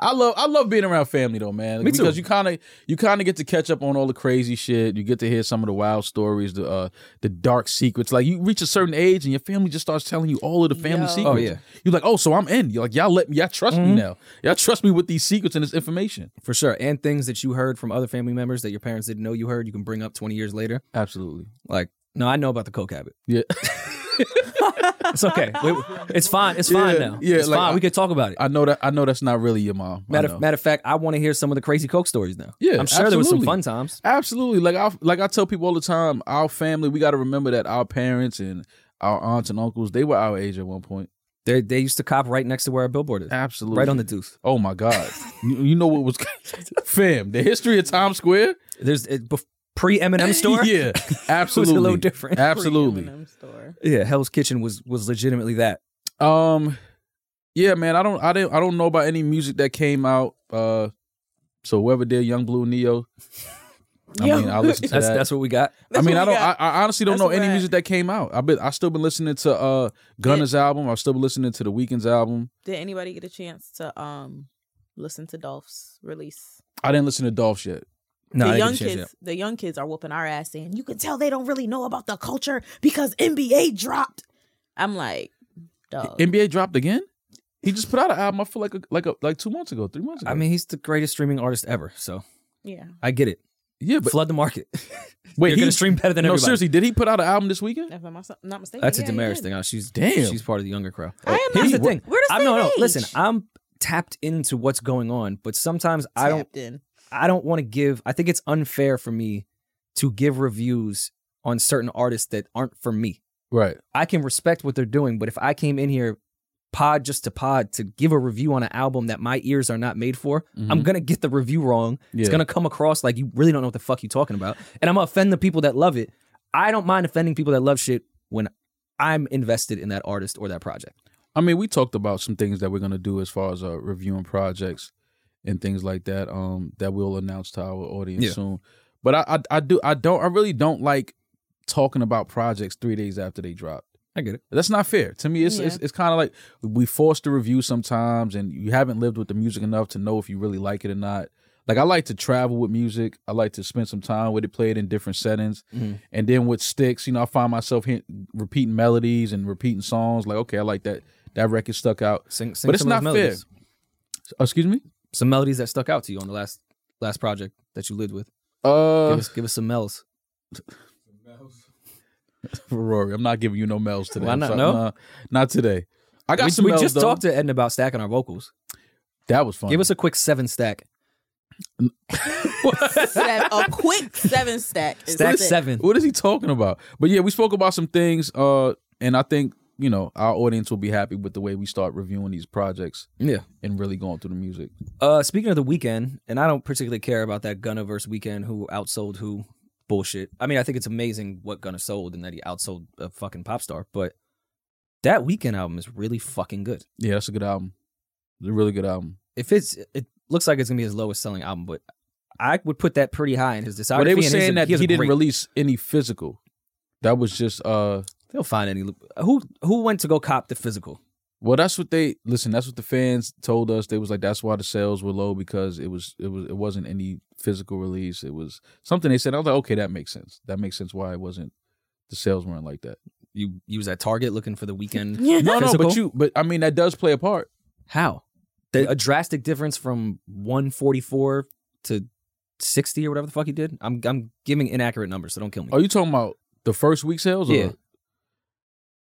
Speaker 3: I love I love being around family though, man.
Speaker 2: Me too.
Speaker 3: because you kind of you kind of get to catch up on all the crazy shit. You get to hear some of the wild stories, the uh, the dark secrets. Like you reach a certain age and your family just starts telling you all of the family
Speaker 1: Yo.
Speaker 3: secrets.
Speaker 2: Oh, yeah.
Speaker 3: You're like, oh, so I'm in. You're like, y'all let me, y'all trust me
Speaker 2: Mhm.
Speaker 3: now. Y'all trust me with these secrets and this information.
Speaker 2: For sure. And things that you heard from other family members that your parents didn't know you heard, you can bring up 20 years later.
Speaker 3: Absolutely.
Speaker 2: Like, no, I know about the coke habit.
Speaker 3: Yeah.
Speaker 2: It's okay. We- it's fine. It's fine
Speaker 3: Yeah,
Speaker 2: now.
Speaker 3: yeah,
Speaker 2: it's
Speaker 3: like,
Speaker 2: fine.
Speaker 3: I-
Speaker 2: we can talk about it.
Speaker 3: I know that I know that's not really your mom. I
Speaker 2: matter,
Speaker 3: know.
Speaker 2: matter of fact, I want to hear some of the crazy coke stories now.
Speaker 3: Yeah,
Speaker 2: I'm sure there was some
Speaker 3: absolutely.
Speaker 2: fun times.
Speaker 3: Absolutely. Like I like I tell people all the time, our family, we gotta remember that our parents and our aunts and uncles, they were our age at one point.
Speaker 2: They they used to cop right next to where a billboard is,
Speaker 3: Absolutely.
Speaker 2: right on the deuce.
Speaker 3: Oh my God! you, you know what was, fam? The history of Times Square.
Speaker 2: There's it, bef- pre M&M store.
Speaker 3: yeah, absolutely.
Speaker 2: It was a little different.
Speaker 3: Absolutely.
Speaker 1: M&M store.
Speaker 2: Yeah, Hell's Kitchen was was legitimately that.
Speaker 3: Um, yeah, man. I don't. I didn't. I don't know about any music that came out. Uh, so whoever did Young Blue Neo, I
Speaker 1: Yo.
Speaker 3: mean, I listen to
Speaker 2: That's
Speaker 3: that.
Speaker 2: that's what we got.
Speaker 3: I
Speaker 1: That's
Speaker 3: mean,
Speaker 1: what
Speaker 3: I
Speaker 1: we
Speaker 3: don't. I,
Speaker 1: got.
Speaker 3: I honestly don't
Speaker 1: That's
Speaker 3: know
Speaker 1: what we
Speaker 3: any
Speaker 1: got.
Speaker 3: music that came out. I been. I still been listening to uh Gunna's album. I've still been listening to the Weeknd's album.
Speaker 1: Did anybody get a chance to um listen to Dolph's release?
Speaker 3: I didn't listen to Dolph yet.
Speaker 2: No, I
Speaker 1: the
Speaker 2: didn't
Speaker 1: young
Speaker 2: get a chance
Speaker 1: kids,
Speaker 2: yet.
Speaker 1: the young kids are whooping our ass, saying you can tell they don't really know about the culture because NBA dropped. I'm like,
Speaker 2: Oh.
Speaker 1: dog.
Speaker 3: NBA dropped again. He just put out an album. I feel like a, like a, like two months ago, three months ago.
Speaker 2: I mean, he's the greatest streaming artist ever, so
Speaker 1: yeah,
Speaker 2: I get it.
Speaker 3: yeah, but
Speaker 2: Flood the market.
Speaker 3: wait,
Speaker 2: You're
Speaker 3: he,
Speaker 2: gonna stream better than
Speaker 3: no,
Speaker 2: everybody.
Speaker 3: seriously, did he put out an album this weekend?
Speaker 1: if I'm not- not mistaken,
Speaker 2: That's
Speaker 1: yeah,
Speaker 2: a
Speaker 1: he
Speaker 2: Damaris
Speaker 1: did.
Speaker 2: thing. Uh, She's
Speaker 3: Damn.
Speaker 2: She's part of the younger crowd.
Speaker 1: I am
Speaker 2: Here's
Speaker 1: not-
Speaker 2: the thing.
Speaker 1: We're the
Speaker 2: I'm
Speaker 1: same
Speaker 2: no, no.
Speaker 1: age.
Speaker 2: Listen, I'm tapped into what's going on, but sometimes I don't.
Speaker 1: Tapped in.
Speaker 2: I don't want to give. I think it's unfair for me to give reviews on certain artists that aren't for me.
Speaker 3: Right.
Speaker 2: I can respect what they're doing, but if I came in here pod just to pod to give a review on an album that my ears are not made for, I'm
Speaker 3: Mhm.
Speaker 2: gonna get the review wrong. It's
Speaker 3: Yeah.
Speaker 2: gonna come across like you really don't know what the fuck you're talking about, and I'm gonna offend the people that love it. I don't mind offending people that love shit when I'm invested in that artist or that project.
Speaker 3: I mean, we talked about some things that we're gonna do as far as uh, reviewing projects and things like that. Um, that we'll announce to our audience
Speaker 2: Yeah.
Speaker 3: soon. But I, I, I do, I don't, I really don't like talking about projects three days after they drop.
Speaker 2: I get it.
Speaker 3: That's not fair to me. It's
Speaker 1: Yeah.
Speaker 3: it's, it's kind of like we force the review sometimes, and you haven't lived with the music enough to know if you really like it or not. Like I like to travel with music. I like to spend some time with it, play it in different settings,
Speaker 2: Mhm.
Speaker 3: and then with sticks, you know, I find myself hit, repeating melodies and repeating songs. Like okay, I like that that record stuck out.
Speaker 2: Sing, sing
Speaker 3: But it's
Speaker 2: some of those
Speaker 3: not fair.
Speaker 2: melodies.
Speaker 3: Oh, excuse me.
Speaker 2: Some melodies that stuck out to you on the last last project that you lived with.
Speaker 3: Uh,
Speaker 2: give, us, give us some mel's.
Speaker 3: Rory, I'm not giving you no mel's today.
Speaker 2: Why
Speaker 3: I'm
Speaker 2: not?
Speaker 3: sorry.
Speaker 2: No?
Speaker 3: Nah, not today. I got
Speaker 2: we,
Speaker 3: some.
Speaker 2: we
Speaker 3: mel's,
Speaker 2: just
Speaker 3: though.
Speaker 2: talked to Edna about stacking our vocals.
Speaker 3: That was fun.
Speaker 2: Give us a quick seven stack.
Speaker 1: Sev- a quick Oh, seven stack. Is
Speaker 2: Stack
Speaker 1: thick.
Speaker 2: seven.
Speaker 3: What is he talking about? But yeah, we spoke about some things, uh, and I think you know our audience will be happy with the way we start reviewing these projects
Speaker 2: Yeah.
Speaker 3: and really going through the music.
Speaker 2: Uh, speaking of the weekend, and I don't particularly care about that Gunna versus Weekend who outsold who bullshit. I mean, I think it's amazing what Gunna sold and that he outsold a fucking pop star, but that Weekend album is really fucking good.
Speaker 3: Yeah, that's a good album. It's a really good album.
Speaker 2: If it's, it looks like it's gonna be his lowest selling album, but I would put that pretty high in his discography.
Speaker 3: But they were
Speaker 2: and
Speaker 3: saying
Speaker 2: he's a-
Speaker 3: that he,
Speaker 2: was
Speaker 3: didn't
Speaker 2: great.
Speaker 3: release any physical. That was just uh,
Speaker 2: They'll find any. Who who went to go cop the physical?
Speaker 3: well, that's what they listen. That's what the fans told us. They was like, that's why the sales were low because it was it was it wasn't any physical release. It was something they said. I was like, okay, that makes sense. That makes sense why it wasn't. The sales weren't like that.
Speaker 2: You you was at Target looking for the Weekend.
Speaker 1: Yeah.
Speaker 3: No, no,
Speaker 2: Physical?
Speaker 3: but you, but I mean, that does play a part.
Speaker 2: How? The, a drastic difference from 144 to 60 or whatever the fuck he did. I'm I'm giving inaccurate numbers, so don't kill me.
Speaker 3: Are Oh, you talking about the first week sales? Or?
Speaker 2: Yeah.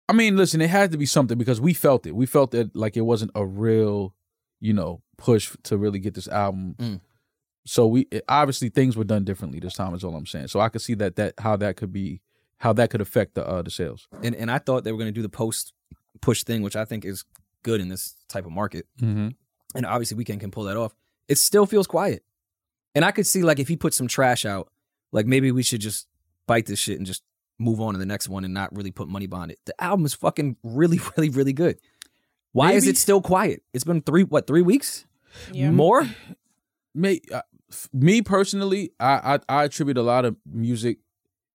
Speaker 3: I mean, listen, it had to be something because we felt it. We felt that like it wasn't a real, you know, push to really get this album.
Speaker 2: Mm.
Speaker 3: So we it- obviously things were done differently this time. Is all I'm saying. So I could see that that how that could be how that could affect the uh the sales.
Speaker 2: and and I thought they were gonna do the post push thing, which I think is good in this type of market.
Speaker 3: Mm-hmm.
Speaker 2: And obviously, Weekend can pull that off. It still feels quiet, and I could see like if he put some trash out, like maybe we should just bite this shit and just move on to the next one and not really put money behind it. The album is fucking really, really, really good. Why is
Speaker 3: Maybe-
Speaker 2: it still quiet? It's been three what three weeks
Speaker 1: Yeah.
Speaker 2: more.
Speaker 3: me, uh, f- me personally, I, I I attribute a lot of music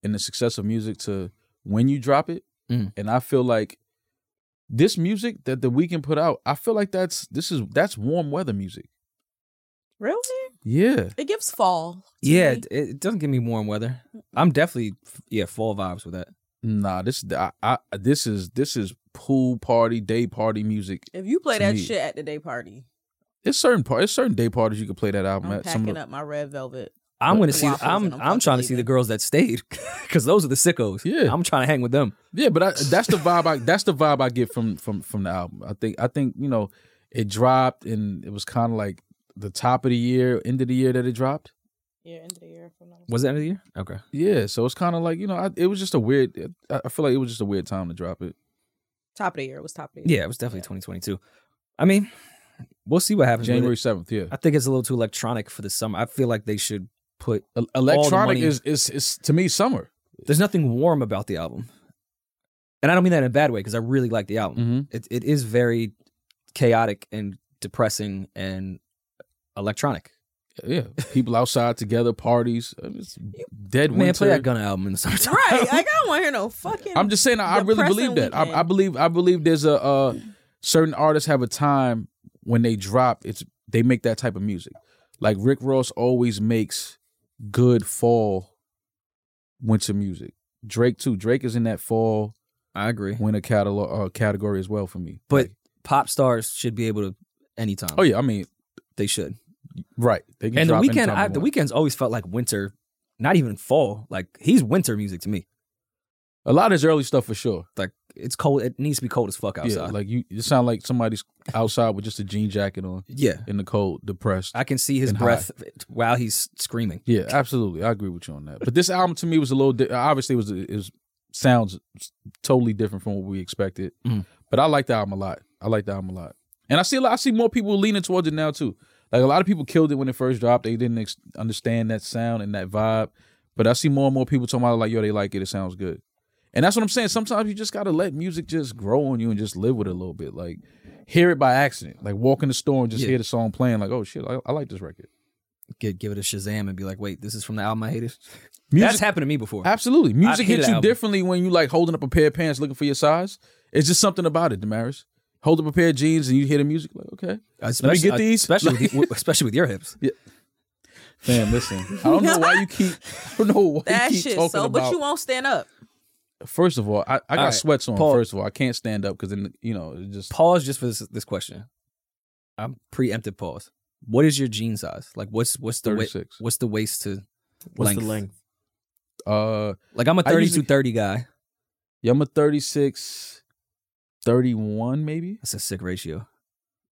Speaker 3: and the success of music to when you drop it,
Speaker 2: Mm.
Speaker 3: and I feel like this music that the weekend put out, I feel like that's this is that's warm weather music.
Speaker 1: Really?
Speaker 3: Yeah,
Speaker 1: It gives fall. to
Speaker 2: Yeah,
Speaker 1: me.
Speaker 2: it, it doesn't give me warm weather. I'm definitely f- yeah fall vibes with that.
Speaker 3: nah, this I, I this is this is pool party day party music.
Speaker 1: If you play
Speaker 3: to
Speaker 1: that
Speaker 3: me.
Speaker 1: shit at the day party,
Speaker 3: It's certain part, it's certain day parties you can play that album
Speaker 1: I'm
Speaker 3: at. Some of
Speaker 1: packing
Speaker 3: the-
Speaker 1: up my red velvet.
Speaker 2: I'm gonna see.
Speaker 1: Waffles
Speaker 2: I'm
Speaker 1: and I'm
Speaker 2: I'm,
Speaker 1: fucking
Speaker 2: trying to see the
Speaker 1: leaving.
Speaker 2: girls that stayed because those are the sickos.
Speaker 3: Yeah.
Speaker 2: I'm trying to hang with them.
Speaker 3: Yeah, but I, that's the vibe. I, that's the vibe I get from from from the album. I think I think you know, it dropped and it was kind of like the top of the year, end of the year that it dropped.
Speaker 1: Yeah, end of the year. From now.
Speaker 2: Was it end of the year? Okay.
Speaker 3: Yeah, so it's kind of like you know, I, it was just a weird. I I feel like it was just a weird time to drop it.
Speaker 1: Top of the year. It was top of the year.
Speaker 2: Yeah, it was definitely 2022. I mean, we'll see what happens. with
Speaker 3: January
Speaker 2: it.
Speaker 3: seventh. Yeah, E-,
Speaker 2: I think it's a little too electronic for the summer. I feel like they should put.
Speaker 3: E- electronic
Speaker 2: money-
Speaker 3: is, is is to me summer.
Speaker 2: There's nothing warm about the album, and I don't mean that in a bad way because I really like the album.
Speaker 3: Mm-hmm.
Speaker 2: It it is very chaotic and depressing and electronic.
Speaker 3: Yeah, people outside together, parties. uh, It's dead
Speaker 2: Man,
Speaker 3: winter.
Speaker 2: play that Gunna album in the summertime.
Speaker 1: Right. Like, I don't want to hear no fucking.
Speaker 3: I'm just saying, I, I really
Speaker 1: Depressing
Speaker 3: believe that.
Speaker 1: weekend.
Speaker 3: I, I believe, I believe there's a uh, certain artists have a time when they drop. It's they make that type of music. Like Rick Ross always makes good fall winter music. Drake too. Drake is in that fall
Speaker 2: I agree.
Speaker 3: winter catalog uh, category as well for me.
Speaker 2: But
Speaker 3: Like,
Speaker 2: pop stars should be able to anytime.
Speaker 3: oh yeah, I mean,
Speaker 2: they should.
Speaker 3: right. They can
Speaker 2: And the
Speaker 3: drop
Speaker 2: weekend,
Speaker 3: anytime they
Speaker 2: I, the
Speaker 3: want.
Speaker 2: weekend's always felt like winter, not even fall. Like he's winter music to me.
Speaker 3: A lot of his early stuff for sure.
Speaker 2: Like it's cold. It needs to be cold as fuck outside.
Speaker 3: Yeah, like you, you sound like somebody's outside with just a jean jacket on
Speaker 2: yeah.
Speaker 3: in the cold, depressed.
Speaker 2: I can see his
Speaker 3: And
Speaker 2: breath while he's screaming.
Speaker 3: yeah, absolutely, I agree with you on that. But this album to me was a little di- obviously it was it was, sounds totally different from what we expected.
Speaker 2: Mhm.
Speaker 3: But I like the album a lot. I like the album a lot, and I see a lot, I see more people leaning towards it now too. Like a lot of people killed it when it first dropped. They didn't ex- understand that sound and that vibe. But I see more and more people talking about it like yo, they like it. It sounds good. And that's what I'm saying. Sometimes you just gotta let music just grow on you and just live with it a little bit. Like hear it by accident. Like walk in the store and just
Speaker 2: Yeah.
Speaker 3: hear the song playing. Like oh shit, I, I like this record.
Speaker 2: Get, give it a Shazam and be like, wait, this is from the album I hated.
Speaker 3: Music,
Speaker 2: That's happened to me before.
Speaker 3: absolutely. Music
Speaker 2: hate
Speaker 3: hits
Speaker 2: that
Speaker 3: you
Speaker 2: album.
Speaker 3: differently when you like holding up a pair of pants looking for your size. It's just something about it, Damaris. Hold up a pair of jeans and you hear the music like okay.
Speaker 2: Especially-
Speaker 3: get these.
Speaker 2: especially with, you- especially with your hips.
Speaker 3: Man, listen. I don't know why you keep. I don't know why
Speaker 1: That
Speaker 3: you keep
Speaker 1: shit.
Speaker 3: talking
Speaker 1: So,
Speaker 3: about.
Speaker 1: but you won't stand up.
Speaker 3: first of all, I, I got
Speaker 2: right,
Speaker 3: sweats on.
Speaker 2: Paul.
Speaker 3: First of all, I can't stand up because then you know it just
Speaker 2: Pause just for this this question. I'm preemptive pause. What is your jean size? Like, what's what's the
Speaker 3: thirty
Speaker 2: waist?
Speaker 3: six.
Speaker 2: What's the waist to
Speaker 4: What's
Speaker 2: length?
Speaker 4: the length?
Speaker 3: Uh.
Speaker 2: Like, I'm a
Speaker 3: I
Speaker 2: 30
Speaker 3: usually-
Speaker 2: to 30 guy.
Speaker 3: Yeah, I'm a 36, 31 maybe.
Speaker 2: That's a sick ratio.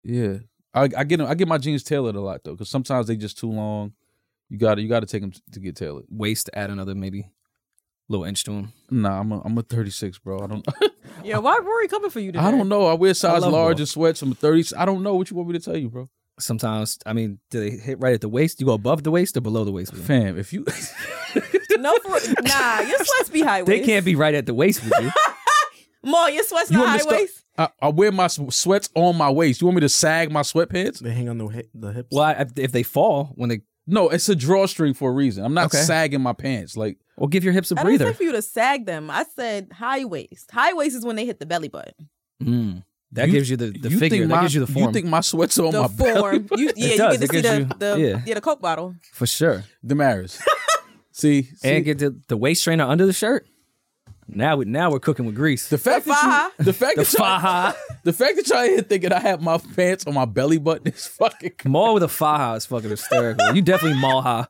Speaker 3: Yeah, I, I get 'em- I get my jeans tailored a lot though, because sometimes they just too long. You got to you got to take them to get tailored.
Speaker 2: Waist add another maybe little inch to him.
Speaker 3: Nah, I'm a, I'm a 36, bro. I don't
Speaker 1: Yeah, why Rory coming for you today?
Speaker 3: I don't know. I wear size
Speaker 2: love
Speaker 3: large
Speaker 2: ball.
Speaker 3: and sweats. I'm a 30. I don't know what you want me to tell you, bro.
Speaker 2: Sometimes, I mean, do they hit right at the waist? You go above the waist or below the waist? with them?
Speaker 3: Fam, if you
Speaker 1: No, for, nah, your sweats be high waist.
Speaker 2: They can't be right at the waist with you.
Speaker 1: Ma, your sweats
Speaker 3: You
Speaker 1: not high
Speaker 3: want me to start-
Speaker 1: waist.
Speaker 3: I, I wear my sw- sweats on my waist, you want me to sag my sweatpants?
Speaker 4: They hang on the hi- the hips.
Speaker 2: well, I, if they fall when they
Speaker 3: No, it's a drawstring for a reason. I'm not
Speaker 2: Okay.
Speaker 3: sagging my pants. Like
Speaker 2: Well, give your hips a
Speaker 1: I didn't say
Speaker 2: breather.
Speaker 1: for you to sag them. I said high waist. High waist is when they hit the belly button.
Speaker 2: Mm. That
Speaker 3: You-
Speaker 2: gives you the, the
Speaker 3: you
Speaker 2: figure.
Speaker 3: Think
Speaker 2: That
Speaker 3: my,
Speaker 2: gives you the form.
Speaker 3: You think my sweats on
Speaker 1: the
Speaker 3: my belly
Speaker 1: form. You, yeah,
Speaker 2: does.
Speaker 1: you
Speaker 2: It
Speaker 1: get to see
Speaker 2: gives
Speaker 1: the,
Speaker 2: you-
Speaker 1: the
Speaker 2: yeah.
Speaker 1: yeah. the Coke bottle.
Speaker 2: For sure.
Speaker 3: Damaris. see, see?
Speaker 2: And get the, the waist trainer under the shirt. Now we now we're cooking with grease.
Speaker 3: The fact that you, the fact
Speaker 2: The
Speaker 3: that y'all,
Speaker 2: faja.
Speaker 3: the fact that y'all here thinking I have my pants on my belly button is fucking. cr-
Speaker 2: Maul with a faja is fucking hysterical. You definitely maha.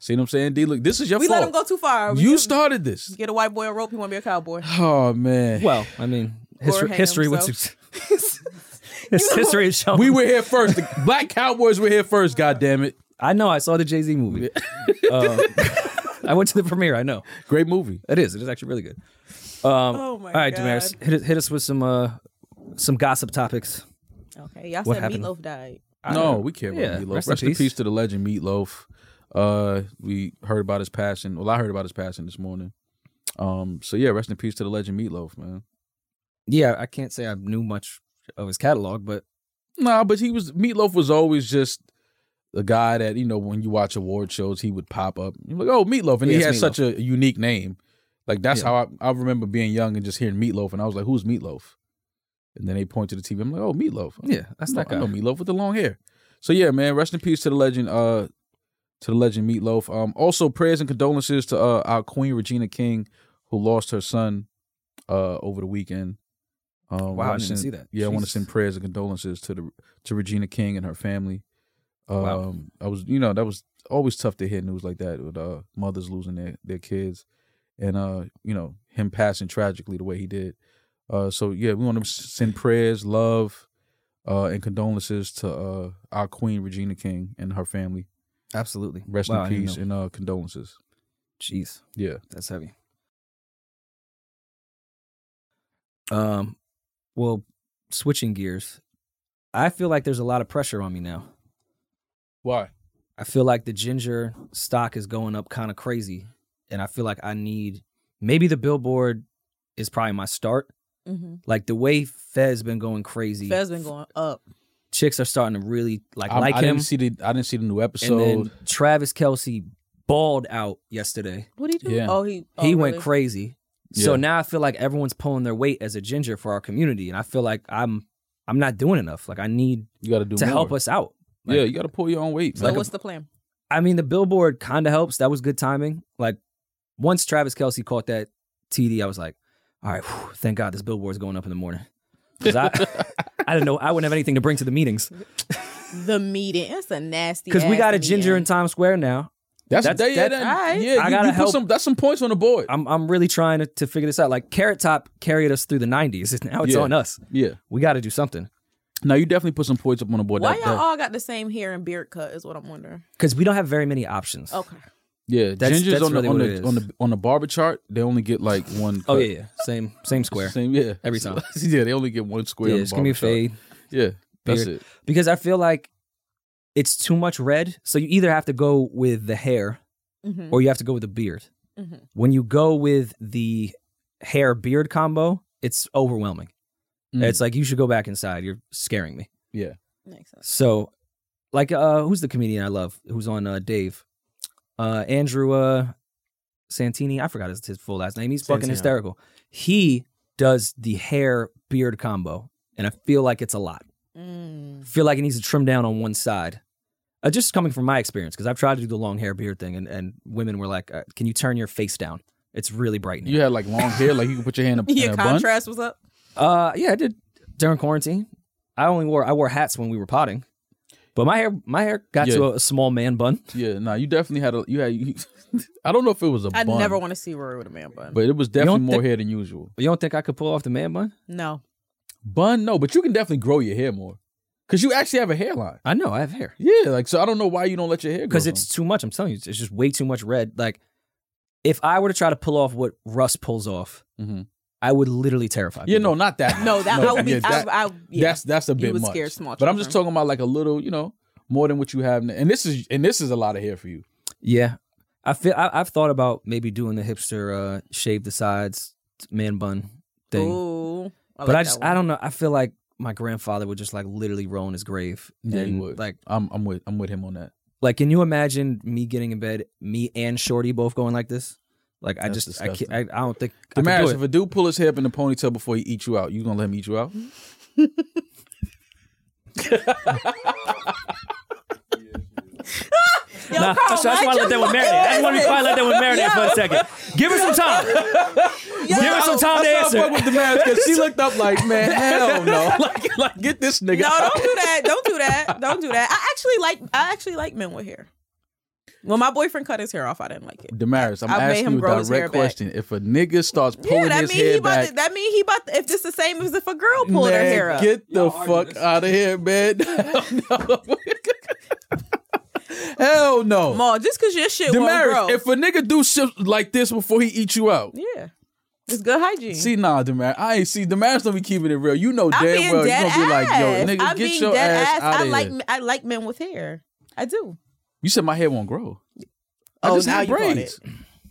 Speaker 3: See what I'm saying, D? Look, this is your
Speaker 1: We let
Speaker 3: fault.
Speaker 1: him go too far. We
Speaker 3: you
Speaker 1: just
Speaker 3: started this.
Speaker 1: get a white boy a rope. He want to be a cowboy.
Speaker 3: Oh man.
Speaker 2: Well, I mean, history,
Speaker 1: hang
Speaker 2: history would
Speaker 1: himself.
Speaker 2: his history is shown.
Speaker 3: we were here first. The black Cowboys were here first. God damn it!
Speaker 2: I know. I saw the Jay Z movie. Um, I went to the premiere. I know
Speaker 3: Great movie.
Speaker 2: it is. It is actually really good. Um,
Speaker 1: Oh my
Speaker 2: all right,
Speaker 1: God.
Speaker 2: Damaris, hit, us- hit us with some uh, some gossip topics.
Speaker 1: Okay, y'all
Speaker 2: What
Speaker 1: said
Speaker 2: happened?
Speaker 1: Meatloaf died.
Speaker 3: No, we care about
Speaker 2: yeah,
Speaker 3: Meatloaf.
Speaker 2: rest
Speaker 3: Rest,
Speaker 2: in
Speaker 3: in,
Speaker 2: peace.
Speaker 3: peace to the legend Meatloaf. Uh, we heard about his passing. Well, I heard about his passing this morning. Um, so yeah, rest in peace to the legend Meatloaf, man.
Speaker 2: Yeah, I can't say I knew much of his catalog, but
Speaker 3: Nah, but he was Meatloaf was always just a guy that you know when you watch award shows he would pop up. You're like, oh Meatloaf, and
Speaker 2: Yeah,
Speaker 3: he
Speaker 2: it's
Speaker 3: had
Speaker 2: Meatloaf.
Speaker 3: such a unique name. Like that's
Speaker 2: Yeah.
Speaker 3: how I, I remember being young and just hearing Meatloaf, and I was like, who's Meatloaf? And then they point to the TV. I'm like, oh Meatloaf.
Speaker 2: yeah, that's
Speaker 3: I
Speaker 2: that
Speaker 3: know, I know
Speaker 2: guy.
Speaker 3: Meatloaf with the long hair. So yeah, man, rest in peace to the legend. Uh, to the legend Meatloaf. Um, also prayers and condolences to uh our Queen Regina King, who lost her son, uh, over the weekend. Um,
Speaker 2: Wow,
Speaker 3: wanna
Speaker 2: I didn't even
Speaker 3: send-
Speaker 2: see that.
Speaker 3: Yeah, I want to
Speaker 2: Jesus.
Speaker 3: send prayers and condolences to the to Regina King and her family. Um,
Speaker 2: Wow.
Speaker 3: I was, you know, that was always tough to hear news like that with uh mothers losing their their kids, and uh, you know, him passing tragically the way he did. Uh, so yeah, we want to s- send prayers, love, uh, and condolences to uh, our queen Regina King and her family.
Speaker 2: Absolutely.
Speaker 3: Rest
Speaker 2: Wow, I
Speaker 3: in
Speaker 2: didn't
Speaker 3: peace
Speaker 2: know.
Speaker 3: and uh, condolences.
Speaker 2: Jeez,
Speaker 3: Yeah,
Speaker 2: that's heavy. Um, well, switching gears, I feel like there's a lot of pressure on me now.
Speaker 3: why?
Speaker 2: I feel like the ginger stock is going up kind of crazy, and I feel like I need maybe the billboard is probably my start.
Speaker 1: Mm-hmm.
Speaker 2: Like the way Fez been going crazy,
Speaker 1: Fez been going up.
Speaker 2: chicks are starting to really like
Speaker 3: I,
Speaker 2: like
Speaker 3: I
Speaker 2: him.
Speaker 3: didn't see the I didn't see the new
Speaker 2: and
Speaker 3: episode.
Speaker 2: then Travis Kelsey balled out yesterday.
Speaker 1: What did he do?
Speaker 3: Yeah.
Speaker 1: Oh, he oh,
Speaker 2: he went
Speaker 1: really?
Speaker 2: crazy. So
Speaker 3: Yeah.
Speaker 2: now I feel like everyone's pulling their weight as a ginger for our community, and I feel like I'm I'm not doing enough. Like I need
Speaker 3: you got to do
Speaker 2: to
Speaker 3: more.
Speaker 2: help us out. Like,
Speaker 3: yeah, you got to pull your own weight.
Speaker 1: So
Speaker 3: man.
Speaker 1: what's the plan?
Speaker 2: I mean the billboard kind of helps. That was good timing. Like once Travis Kelsey caught that TD, I was like, all right, whew, thank God this billboard's going up in the morning because I I didn't know I wouldn't have anything to bring to the meetings
Speaker 1: The meeting. It's a nasty.
Speaker 2: because we
Speaker 1: ass
Speaker 2: got a ginger in
Speaker 1: meeting.
Speaker 2: Times Square now.
Speaker 3: That's
Speaker 2: That's-
Speaker 3: that, yeah,
Speaker 2: that's-
Speaker 3: that-
Speaker 1: Alright.
Speaker 3: yeah.
Speaker 2: I
Speaker 3: you,
Speaker 2: gotta
Speaker 3: you put
Speaker 2: help. Uh,
Speaker 3: some. That's some points on the board.
Speaker 2: I'm I'm really trying to, to figure this out. Like Carrot Top carried us through the 90s. It's- Now it's
Speaker 3: Yeah.
Speaker 2: on us.
Speaker 3: yeah.
Speaker 2: We got to do something
Speaker 3: Now you definitely put some points up on the board.
Speaker 1: Why
Speaker 3: That-
Speaker 1: y'all
Speaker 3: that-
Speaker 1: all got the same hair and beard cut? Is what I'm wondering.
Speaker 2: because we don't have very many options.
Speaker 1: Okay.
Speaker 3: yeah,
Speaker 2: that's-
Speaker 3: gingers
Speaker 2: that's
Speaker 3: on the
Speaker 2: really
Speaker 3: on
Speaker 2: what
Speaker 3: the,
Speaker 2: it
Speaker 3: on
Speaker 2: is.
Speaker 3: the on the barber chart. They only get like one.
Speaker 2: Oh
Speaker 3: cut.
Speaker 2: yeah, yeah. Same same square.
Speaker 3: Same, yeah.
Speaker 2: Every
Speaker 3: So-
Speaker 2: time.
Speaker 3: yeah, they only get one square.
Speaker 2: yeah,
Speaker 3: on the
Speaker 2: it's gonna be a
Speaker 3: barber chart.
Speaker 2: fade
Speaker 3: Yeah, that's
Speaker 2: Beard.
Speaker 3: it.
Speaker 2: because I feel like it's too much red. So you either have to go with the hair
Speaker 1: Mm-hmm.
Speaker 2: or you have to go with the beard.
Speaker 1: hmm
Speaker 2: When you go with the hair beard combo, it's overwhelming.
Speaker 3: Mm.
Speaker 2: It's like you should go back inside. You're scaring me.
Speaker 1: Makes sense.
Speaker 2: So, like, uh, who's the comedian I love? Who's on uh, Dave? Uh, Andrew uh, Santini. I forgot his, his full last name. He's fucking
Speaker 4: Santino.
Speaker 2: hysterical. He does the hair beard combo, and I feel like it's a lot. I
Speaker 1: Mm.
Speaker 2: feel like it needs to trim down on one side. Uh, just coming from my experience, because I've tried to do the long hair beard thing, and, and women were like, uh, "Can you turn your face down? It's really brightening."
Speaker 3: You had like long hair, like you can put your hand in, in
Speaker 1: Yeah,
Speaker 3: a bun.
Speaker 1: contrast was up.
Speaker 2: Uh, yeah, I did during quarantine. I only wore I wore hats when we were potting, but my hair my hair got to
Speaker 3: Yeah.
Speaker 2: a, a small man bun.
Speaker 3: Yeah, no, you definitely had a. You had. You, I don't know if it was a
Speaker 1: I
Speaker 3: bun,
Speaker 1: never want to see Rory with a man bun.
Speaker 3: but it was
Speaker 2: don't
Speaker 3: definitely more
Speaker 2: think-
Speaker 3: hair than usual.
Speaker 2: You don't think I could pull off the man bun?
Speaker 1: no.
Speaker 3: Bun, no, but you can definitely grow your hair more because you actually have a hairline.
Speaker 2: I know I have hair
Speaker 3: Yeah, like so. I don't know why you don't let your hair grow
Speaker 2: because it's too much. I'm telling you, it's it's just way too much red. Like, if I were to try to pull off what Russ pulls off,
Speaker 3: Mhm.
Speaker 2: I would literally terrify.
Speaker 3: Yeah,
Speaker 2: people.
Speaker 3: no, not that.
Speaker 1: No,
Speaker 3: much.
Speaker 1: that I would be.
Speaker 3: yeah, that-
Speaker 1: I, I, yeah.
Speaker 3: That's that's a bit
Speaker 1: would
Speaker 3: much.
Speaker 1: scare small
Speaker 3: but I'm just
Speaker 1: children.
Speaker 3: talking about like a little, you know, more than what you have. now. And this is and this is a lot of hair for you.
Speaker 2: yeah. I feel I, I've thought about maybe doing the hipster uh, shave the sides man bun thing,
Speaker 1: Ooh,
Speaker 2: but I just I don't know. I feel like my grandfather would just like literally roll in his grave.
Speaker 3: Yeah, he
Speaker 2: and,
Speaker 3: would.
Speaker 2: Like
Speaker 3: I'm I'm with I'm with him on that.
Speaker 2: Like, can you imagine me getting in bed, me and Shorty both going like this? Like, I
Speaker 3: That's
Speaker 2: just, I, can't,
Speaker 3: disgusting.
Speaker 2: I, I don't think I could
Speaker 3: Damaris,
Speaker 2: do
Speaker 3: if
Speaker 2: it.
Speaker 3: a dude pull his hair up in a ponytail before he eat you out, you gonna let him eat you out?
Speaker 1: don't. Yo,
Speaker 2: Nah,
Speaker 1: Carl,
Speaker 2: so that's why I
Speaker 1: mind
Speaker 2: let that
Speaker 1: your
Speaker 2: one marinate. That's why we
Speaker 1: business.
Speaker 2: probably let that one marinate for a second. Give her some time. Give her some
Speaker 3: That's
Speaker 2: time to
Speaker 3: how I fuck
Speaker 2: answer.
Speaker 3: with Damaris because she looked up like, man, hell no, like, like get this nigga.
Speaker 1: No,
Speaker 3: out.
Speaker 1: don't do that. Don't do that. Don't do that. I actually like. I actually like men with hair. When my boyfriend cut his hair off, I didn't like it.
Speaker 3: Damaris, I'm
Speaker 1: I made him
Speaker 3: asking you
Speaker 1: grow
Speaker 3: a
Speaker 1: his hair
Speaker 3: direct
Speaker 1: back.
Speaker 3: question. If a nigga starts pulling
Speaker 1: yeah, that
Speaker 3: his
Speaker 1: mean he
Speaker 3: hair
Speaker 1: about.
Speaker 3: back,
Speaker 1: To, that mean he about. To, if this the same as if a girl pulled her
Speaker 3: man,
Speaker 1: hair up.
Speaker 3: get the fuck out of here, man. hell no.
Speaker 1: Ma, just because your shit won't
Speaker 3: Damaris,
Speaker 1: grow.
Speaker 3: if a nigga do shit like this before he eat you out.
Speaker 1: yeah, it's good hygiene.
Speaker 3: See, nah, Damaris. I ain't see. Damaris don't be keeping it real. You know
Speaker 1: I'm
Speaker 3: damn
Speaker 1: being
Speaker 3: well you
Speaker 1: dead
Speaker 3: gonna be like,
Speaker 1: ass.
Speaker 3: yo, nigga,
Speaker 1: I'm
Speaker 3: get
Speaker 1: being
Speaker 3: your
Speaker 1: dead
Speaker 3: ass, out
Speaker 1: I
Speaker 3: of here.
Speaker 1: like. I like men with hair. I do.
Speaker 3: you said my hair won't grow. I
Speaker 1: Oh,
Speaker 3: just
Speaker 1: now
Speaker 3: had
Speaker 1: you caught
Speaker 3: braids.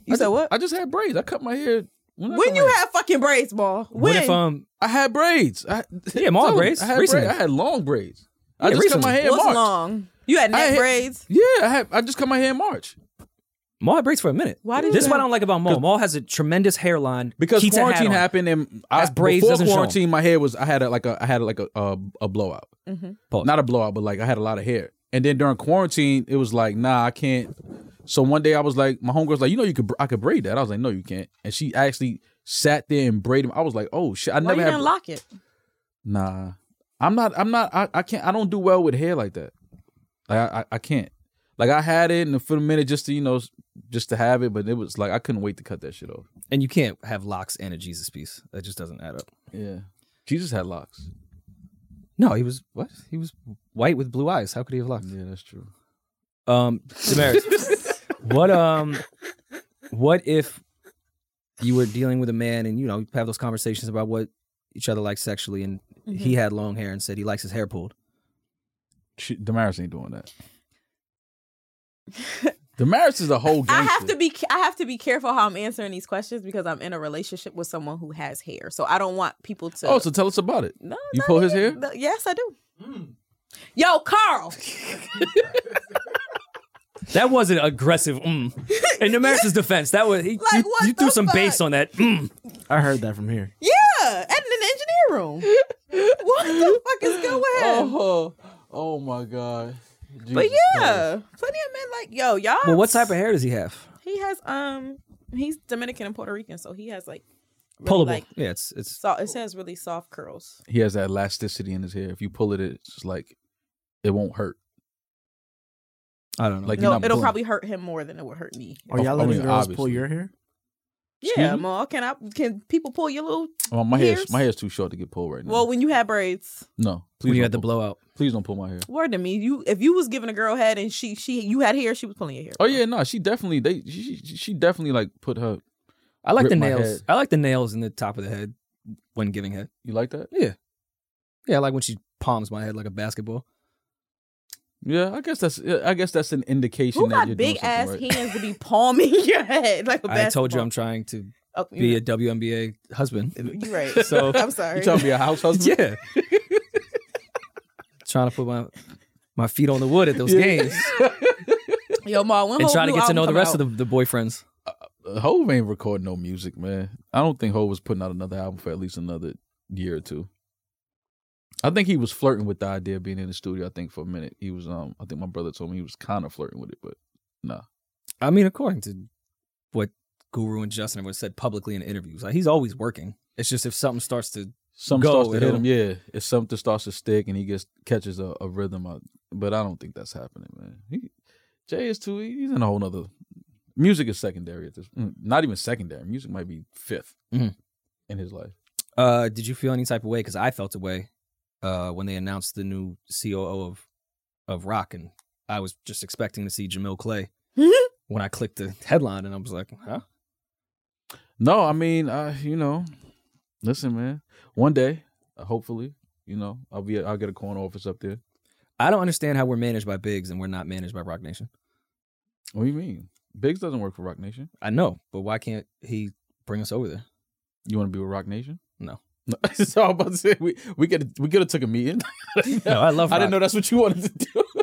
Speaker 1: You
Speaker 3: I
Speaker 1: said
Speaker 3: ju-
Speaker 1: what?
Speaker 3: I just had braids. I cut my hair. When, I
Speaker 1: when
Speaker 3: cut
Speaker 1: you
Speaker 3: my hair.
Speaker 1: had fucking braids, Ma. When?
Speaker 2: What if, um,
Speaker 3: I had braids. I,
Speaker 2: Yeah, mom
Speaker 3: Told you,
Speaker 2: braids,
Speaker 3: I had
Speaker 2: recently.
Speaker 3: braids. I had long braids. I
Speaker 2: Yeah,
Speaker 3: just cut
Speaker 2: recently.
Speaker 3: my hair in
Speaker 1: What's
Speaker 3: March.
Speaker 1: long? You had
Speaker 3: I
Speaker 1: neck
Speaker 3: had-
Speaker 1: braids.
Speaker 3: Yeah, I had. I just cut my hair in March
Speaker 2: Maul had braids for a minute.
Speaker 1: Why did
Speaker 2: this
Speaker 1: you-
Speaker 2: is what I don't like about Maul. Maul has a tremendous hairline.
Speaker 3: because
Speaker 2: keeps a hat
Speaker 3: quarantine
Speaker 2: on.
Speaker 3: happened and I,
Speaker 2: That's braids
Speaker 3: before
Speaker 2: doesn't show 'em.
Speaker 3: quarantine, my hair was. I had a, like a. I had like a a, a blowout.
Speaker 1: Mm-hmm.
Speaker 2: Pause.
Speaker 3: not a blowout, but like I had a lot of hair. And then during quarantine, it was like, nah, I can't. So one day I was like, my homegirl's like, you know, you could, I could braid that. I was like, no, you can't. And she actually sat there and braided. I was like, oh shit, I
Speaker 1: Why
Speaker 3: never
Speaker 1: you
Speaker 3: had.
Speaker 1: didn't lock it?
Speaker 3: nah, I'm not. I'm not. I, I can't. I don't do well with hair like that. Like I, I, I can't. Like I had it and for a minute just to you know just to have it, but it was like I couldn't wait to cut that shit off.
Speaker 2: And you can't have locks and a Jesus piece. That just doesn't add up.
Speaker 3: Yeah, Jesus had locks.
Speaker 2: No, he was, what? He was white with blue eyes. How could he have locks?
Speaker 3: Yeah, that's true.
Speaker 2: Um, Damaris, what um, what if you were dealing with a man and you know you have those conversations about what each other likes sexually, and
Speaker 1: Mm-hmm.
Speaker 2: he had long hair and said he likes his hair pulled?
Speaker 3: She, Damaris ain't doing that. Damaris is a whole.
Speaker 1: I
Speaker 3: gangster.
Speaker 1: have to be I have to be careful how I'm answering these questions because I'm in a relationship with someone who has hair. So I don't want people to
Speaker 3: Oh, so tell us about it.
Speaker 1: no,
Speaker 3: you
Speaker 1: no,
Speaker 3: pull his
Speaker 1: no,
Speaker 3: hair?
Speaker 1: no, yes, I do. Yo, Carl.
Speaker 2: That wasn't aggressive. Mm. In Damaris's defense, that was he, you,
Speaker 1: Like, what
Speaker 2: you threw
Speaker 1: the
Speaker 2: some
Speaker 1: fuck?
Speaker 2: bass on that. Mm.
Speaker 4: I heard that from here.
Speaker 1: Yeah, and in the engineer room. what the fuck is going on?
Speaker 3: Oh, oh my god.
Speaker 1: but
Speaker 3: Jesus Christ.
Speaker 1: yeah, plenty of men like yo, y'all.
Speaker 2: Well, what type of hair does he have?
Speaker 1: He has um, he's Dominican and Puerto Rican, so he has like really,
Speaker 2: Pullable.
Speaker 1: Like,
Speaker 2: yeah, it's it's.
Speaker 1: so, it says really soft curls.
Speaker 3: he has that elasticity in his hair. If you pull it, it's just like it won't hurt.
Speaker 2: I don't know.
Speaker 3: Like,
Speaker 2: Like
Speaker 3: you're
Speaker 1: no,
Speaker 3: not
Speaker 1: it'll
Speaker 3: born.
Speaker 1: probably hurt him more than it would hurt me.
Speaker 4: Are y'all
Speaker 3: I
Speaker 4: letting
Speaker 3: mean,
Speaker 4: girls pull
Speaker 3: obviously.
Speaker 4: your hair?
Speaker 1: Yeah, Ma, can I? Can people pull your little?
Speaker 3: Oh, my hair's
Speaker 1: Years?
Speaker 3: my hair's too short to get pulled right now.
Speaker 1: Well, when you had braids,
Speaker 3: no, please
Speaker 2: when you
Speaker 3: don't
Speaker 2: had the
Speaker 3: pull-
Speaker 2: blowout.
Speaker 3: Please don't pull my hair.
Speaker 1: word to me, you if you was giving a girl head and she she you had hair, she was pulling your hair.
Speaker 3: Oh yeah, no, she definitely they she, she- she definitely like put her.
Speaker 2: I like
Speaker 3: Rip
Speaker 2: the
Speaker 3: my
Speaker 2: nails.
Speaker 3: head.
Speaker 2: I like the nails in the top of the head when giving head.
Speaker 3: You like that?
Speaker 2: Yeah, I like when she palms my head like a basketball.
Speaker 3: Yeah, I guess that's yeah, I guess that's an indication
Speaker 1: Who
Speaker 3: that you're doing
Speaker 1: got big ass
Speaker 3: something right.
Speaker 1: hands to be palming your head like a
Speaker 2: I told you I'm
Speaker 1: basketball?
Speaker 2: trying to
Speaker 1: Oh,
Speaker 2: be
Speaker 1: you're
Speaker 2: a WNBA husband.
Speaker 1: right. You're right.
Speaker 2: So-
Speaker 1: I'm sorry.
Speaker 3: You trying to be a house husband?
Speaker 2: yeah. trying to put my my feet on the wood at those
Speaker 3: Yeah.
Speaker 2: games
Speaker 1: Yo, Ma, when
Speaker 2: and
Speaker 1: Hov
Speaker 2: trying to
Speaker 1: new
Speaker 2: get to
Speaker 1: Oh, album
Speaker 2: know the
Speaker 1: come
Speaker 2: rest
Speaker 1: out?
Speaker 2: of the, the boyfriends.
Speaker 3: Hove ain't recording no music, man. I don't think Hove was putting out another album for at least another year or two. I think he was flirting with the idea of being in the studio. I think for a minute he was. Um, I think my brother told me he was kind of flirting with it, but nah.
Speaker 2: I mean, according to what Guru and Justin have said publicly in interviews, like he's always working. It's just if something starts to
Speaker 3: Something
Speaker 2: Go,
Speaker 3: starts to hit
Speaker 2: it'll-
Speaker 3: him. Yeah, if something starts to stick and he gets catches a, a rhythm, I, but I don't think that's happening, man. He, Jay is too. He's in a whole nother. Music is secondary at this. mm, Not even secondary. Music might be 5th
Speaker 2: Mhm.
Speaker 3: in his life.
Speaker 2: Uh, did you feel any type of way? Because I felt a way uh, when they announced the new COO of of Rock, and I was just expecting to see Jamil Clay. when I clicked the headline, and I was like, "Huh?
Speaker 3: No, I mean, uh, you know, listen, man. One day, uh, hopefully, you know, I'll be. I'll get a corner office up there.
Speaker 2: I don't understand how we're managed by Bigs and we're not managed by Rock Nation."
Speaker 3: What do you mean? Biggs doesn't work for Rock Nation.
Speaker 2: I know, but why can't he bring us over there?
Speaker 3: You want to be with Rock Nation?
Speaker 2: No.
Speaker 3: No, so I'm about to say we we could we could have took a meeting.
Speaker 2: No, I love.
Speaker 3: I
Speaker 2: Rock.
Speaker 3: didn't know that's what you wanted to do.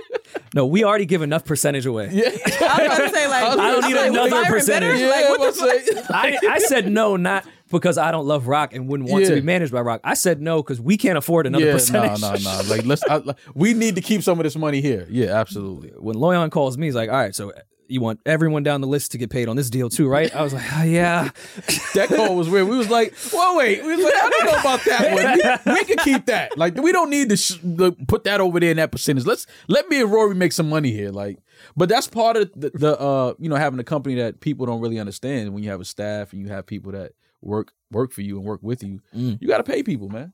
Speaker 2: No, we already give enough percentage away.
Speaker 3: Yeah.
Speaker 1: I was about to say, like,
Speaker 3: I was
Speaker 2: I don't
Speaker 3: about
Speaker 2: need
Speaker 3: to say,
Speaker 2: another
Speaker 3: like,
Speaker 1: Byron
Speaker 2: percentage.
Speaker 1: Better?
Speaker 3: Yeah,
Speaker 1: Like,
Speaker 3: I'm
Speaker 1: what
Speaker 3: about
Speaker 1: the
Speaker 3: to say.
Speaker 2: I, I said no, not because I don't love rock and wouldn't want to
Speaker 3: Yeah.
Speaker 2: be managed by rock. I said no because we can't afford another
Speaker 3: yeah, no,
Speaker 2: percentage.
Speaker 3: no, no. Like, let's. I, like, we need to keep some of this money here. Yeah, absolutely.
Speaker 2: when Loyon calls me, he's like, "All right, so you want everyone down the list to get paid on this deal too, right?" I was like, oh, "Yeah,
Speaker 3: That call was weird. We was like, well, wait. We was like, I don't know about that one. We, we can keep that. Like, we don't need to sh- the, put that over there in that percentage. Let's let me and Rory make some money here. Like, but that's part of the, the uh, you know, having a company that people don't really understand. When you have a staff and you have people that work work for you and work with you,
Speaker 2: Mm.
Speaker 3: you got to pay people, man.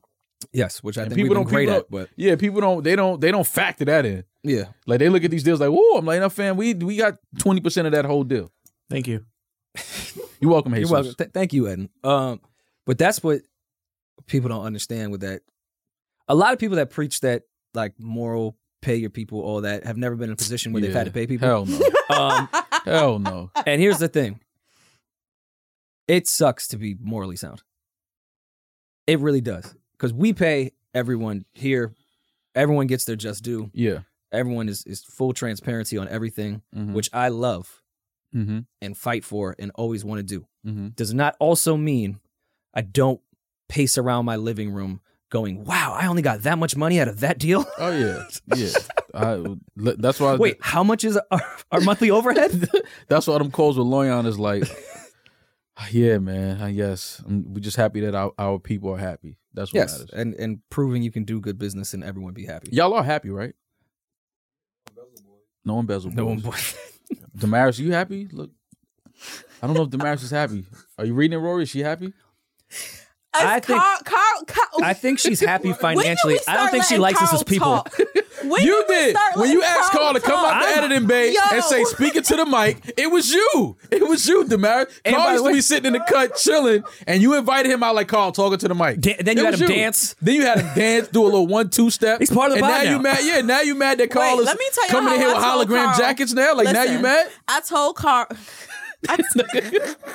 Speaker 2: yes," which I
Speaker 3: And
Speaker 2: think we've
Speaker 3: people
Speaker 2: been
Speaker 3: don't
Speaker 2: great
Speaker 3: people
Speaker 2: at, but
Speaker 3: Yeah, people don't. They don't. They don't factor that in.
Speaker 2: yeah,
Speaker 3: Like they look at these deals like, whoa, I'm like, no, fam, we we got 20% of that whole deal.
Speaker 4: Thank you.
Speaker 3: You're welcome,
Speaker 2: you're
Speaker 3: Jesus.
Speaker 2: welcome. Th- thank you, Eden. Um, but that's what people don't understand with that. A lot of people that preach that like moral pay your people all that have never been in a position where they've had
Speaker 3: Yeah.
Speaker 2: to pay people.
Speaker 3: Hell no.
Speaker 2: Um,
Speaker 3: Hell no.
Speaker 2: and here's the thing: it sucks to be morally sound. It really does because we pay everyone here. Everyone gets their just due.
Speaker 3: Yeah.
Speaker 2: everyone is, is full transparency on everything,
Speaker 3: Mm-hmm.
Speaker 2: which I love
Speaker 3: mm-hmm.
Speaker 2: and fight for and always want to do.
Speaker 3: Mm-hmm.
Speaker 2: Does not also mean I don't pace around my living room going, wow, I only got that much money out of that deal.
Speaker 3: Oh yeah. Yeah. I, that's why
Speaker 2: Wait, how much is our, our monthly overhead?
Speaker 3: that's why them calls with Loyon is like Yeah, man, I guess. I'm, we're just happy that our, our people are happy. That's what
Speaker 2: yes.
Speaker 3: matters.
Speaker 2: And, and proving you can do good business and everyone be happy.
Speaker 3: Y'all are happy, right? No embezzle boys.
Speaker 2: No one
Speaker 3: Damaris, you happy? Look. I don't know if Damaris is happy. Are you reading it, Rory? Is she happy?
Speaker 2: I
Speaker 1: I
Speaker 2: think-
Speaker 1: think Carl, Carl,
Speaker 2: I think she's happy
Speaker 1: When do we
Speaker 2: financially. I don't
Speaker 1: start
Speaker 2: think she
Speaker 1: letting
Speaker 2: likes us as
Speaker 1: Carl
Speaker 2: people.
Speaker 1: talk? When
Speaker 3: You
Speaker 1: do we
Speaker 3: did.
Speaker 1: start
Speaker 3: When
Speaker 1: letting
Speaker 3: you asked Carl to come out
Speaker 1: talk?
Speaker 3: the editing bay
Speaker 1: Yo.
Speaker 3: and say, speaking to the mic, it was you. It was you, Demaris.
Speaker 2: And by
Speaker 3: Carl
Speaker 2: the
Speaker 3: used to
Speaker 2: way-
Speaker 3: be sitting in the cut chilling, and you invited him out like Carl talking to the mic.
Speaker 2: Da- then you
Speaker 3: It
Speaker 2: had
Speaker 3: was
Speaker 2: him dance.
Speaker 3: Then you had him dance, do a little one-two step.
Speaker 2: He's part of the
Speaker 3: and
Speaker 2: vibe
Speaker 3: now. You
Speaker 2: now.
Speaker 3: mad? Yeah, now you mad that Carl
Speaker 1: Wait,
Speaker 3: is
Speaker 1: let me tell you
Speaker 3: coming in
Speaker 1: how
Speaker 3: here with
Speaker 1: I told
Speaker 3: hologram
Speaker 1: Carl.
Speaker 3: jackets now. Like now you
Speaker 1: Listen,
Speaker 3: mad?
Speaker 1: I told Carl. I,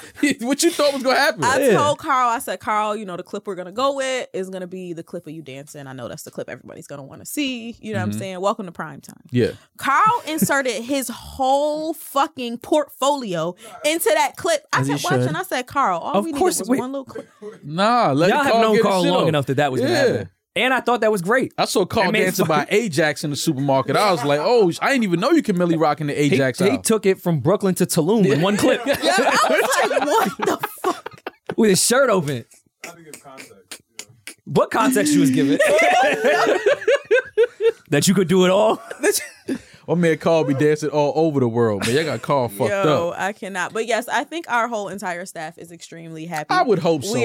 Speaker 3: what you thought was gonna happen?
Speaker 1: I told Carl. I said, Carl, you know the clip we're gonna go with is gonna be the clip of you dancing. I know that's the clip everybody's gonna want to see. You know what
Speaker 2: Mm-hmm.
Speaker 1: I'm saying? Welcome to prime time.
Speaker 3: yeah.
Speaker 1: Carl inserted his whole fucking portfolio into that clip. I
Speaker 4: As he
Speaker 1: kept watching.
Speaker 4: should.
Speaker 1: I said, Carl, all
Speaker 2: Of
Speaker 1: we
Speaker 2: course-
Speaker 1: needed was
Speaker 2: wait.
Speaker 1: one little clip.
Speaker 3: Nah, let
Speaker 2: Y'all have
Speaker 3: Carl
Speaker 2: known
Speaker 3: get his
Speaker 2: Carl
Speaker 3: shit
Speaker 2: long
Speaker 3: off.
Speaker 2: enough that that was going
Speaker 3: Yeah.
Speaker 2: to happen. And I thought that was great.
Speaker 3: I saw Carl
Speaker 2: It made
Speaker 3: dancing
Speaker 2: fun.
Speaker 3: by Ajax in the supermarket. I was like, oh, I didn't even know you can Millie rock in the
Speaker 2: He,
Speaker 3: Ajax.
Speaker 2: he
Speaker 3: aisle.
Speaker 2: took it from Brooklyn to Tulum in one clip
Speaker 1: Yeah, I was like, what the fuck?
Speaker 2: with his shirt open. What context you was given? that you could do it all.
Speaker 3: My man Carl be dancing all over the world, man. Y'all got Carl fucked
Speaker 1: Yo,
Speaker 3: up.
Speaker 1: I cannot. But yes, I think our whole entire staff is extremely happy.
Speaker 3: I would hope so,
Speaker 1: we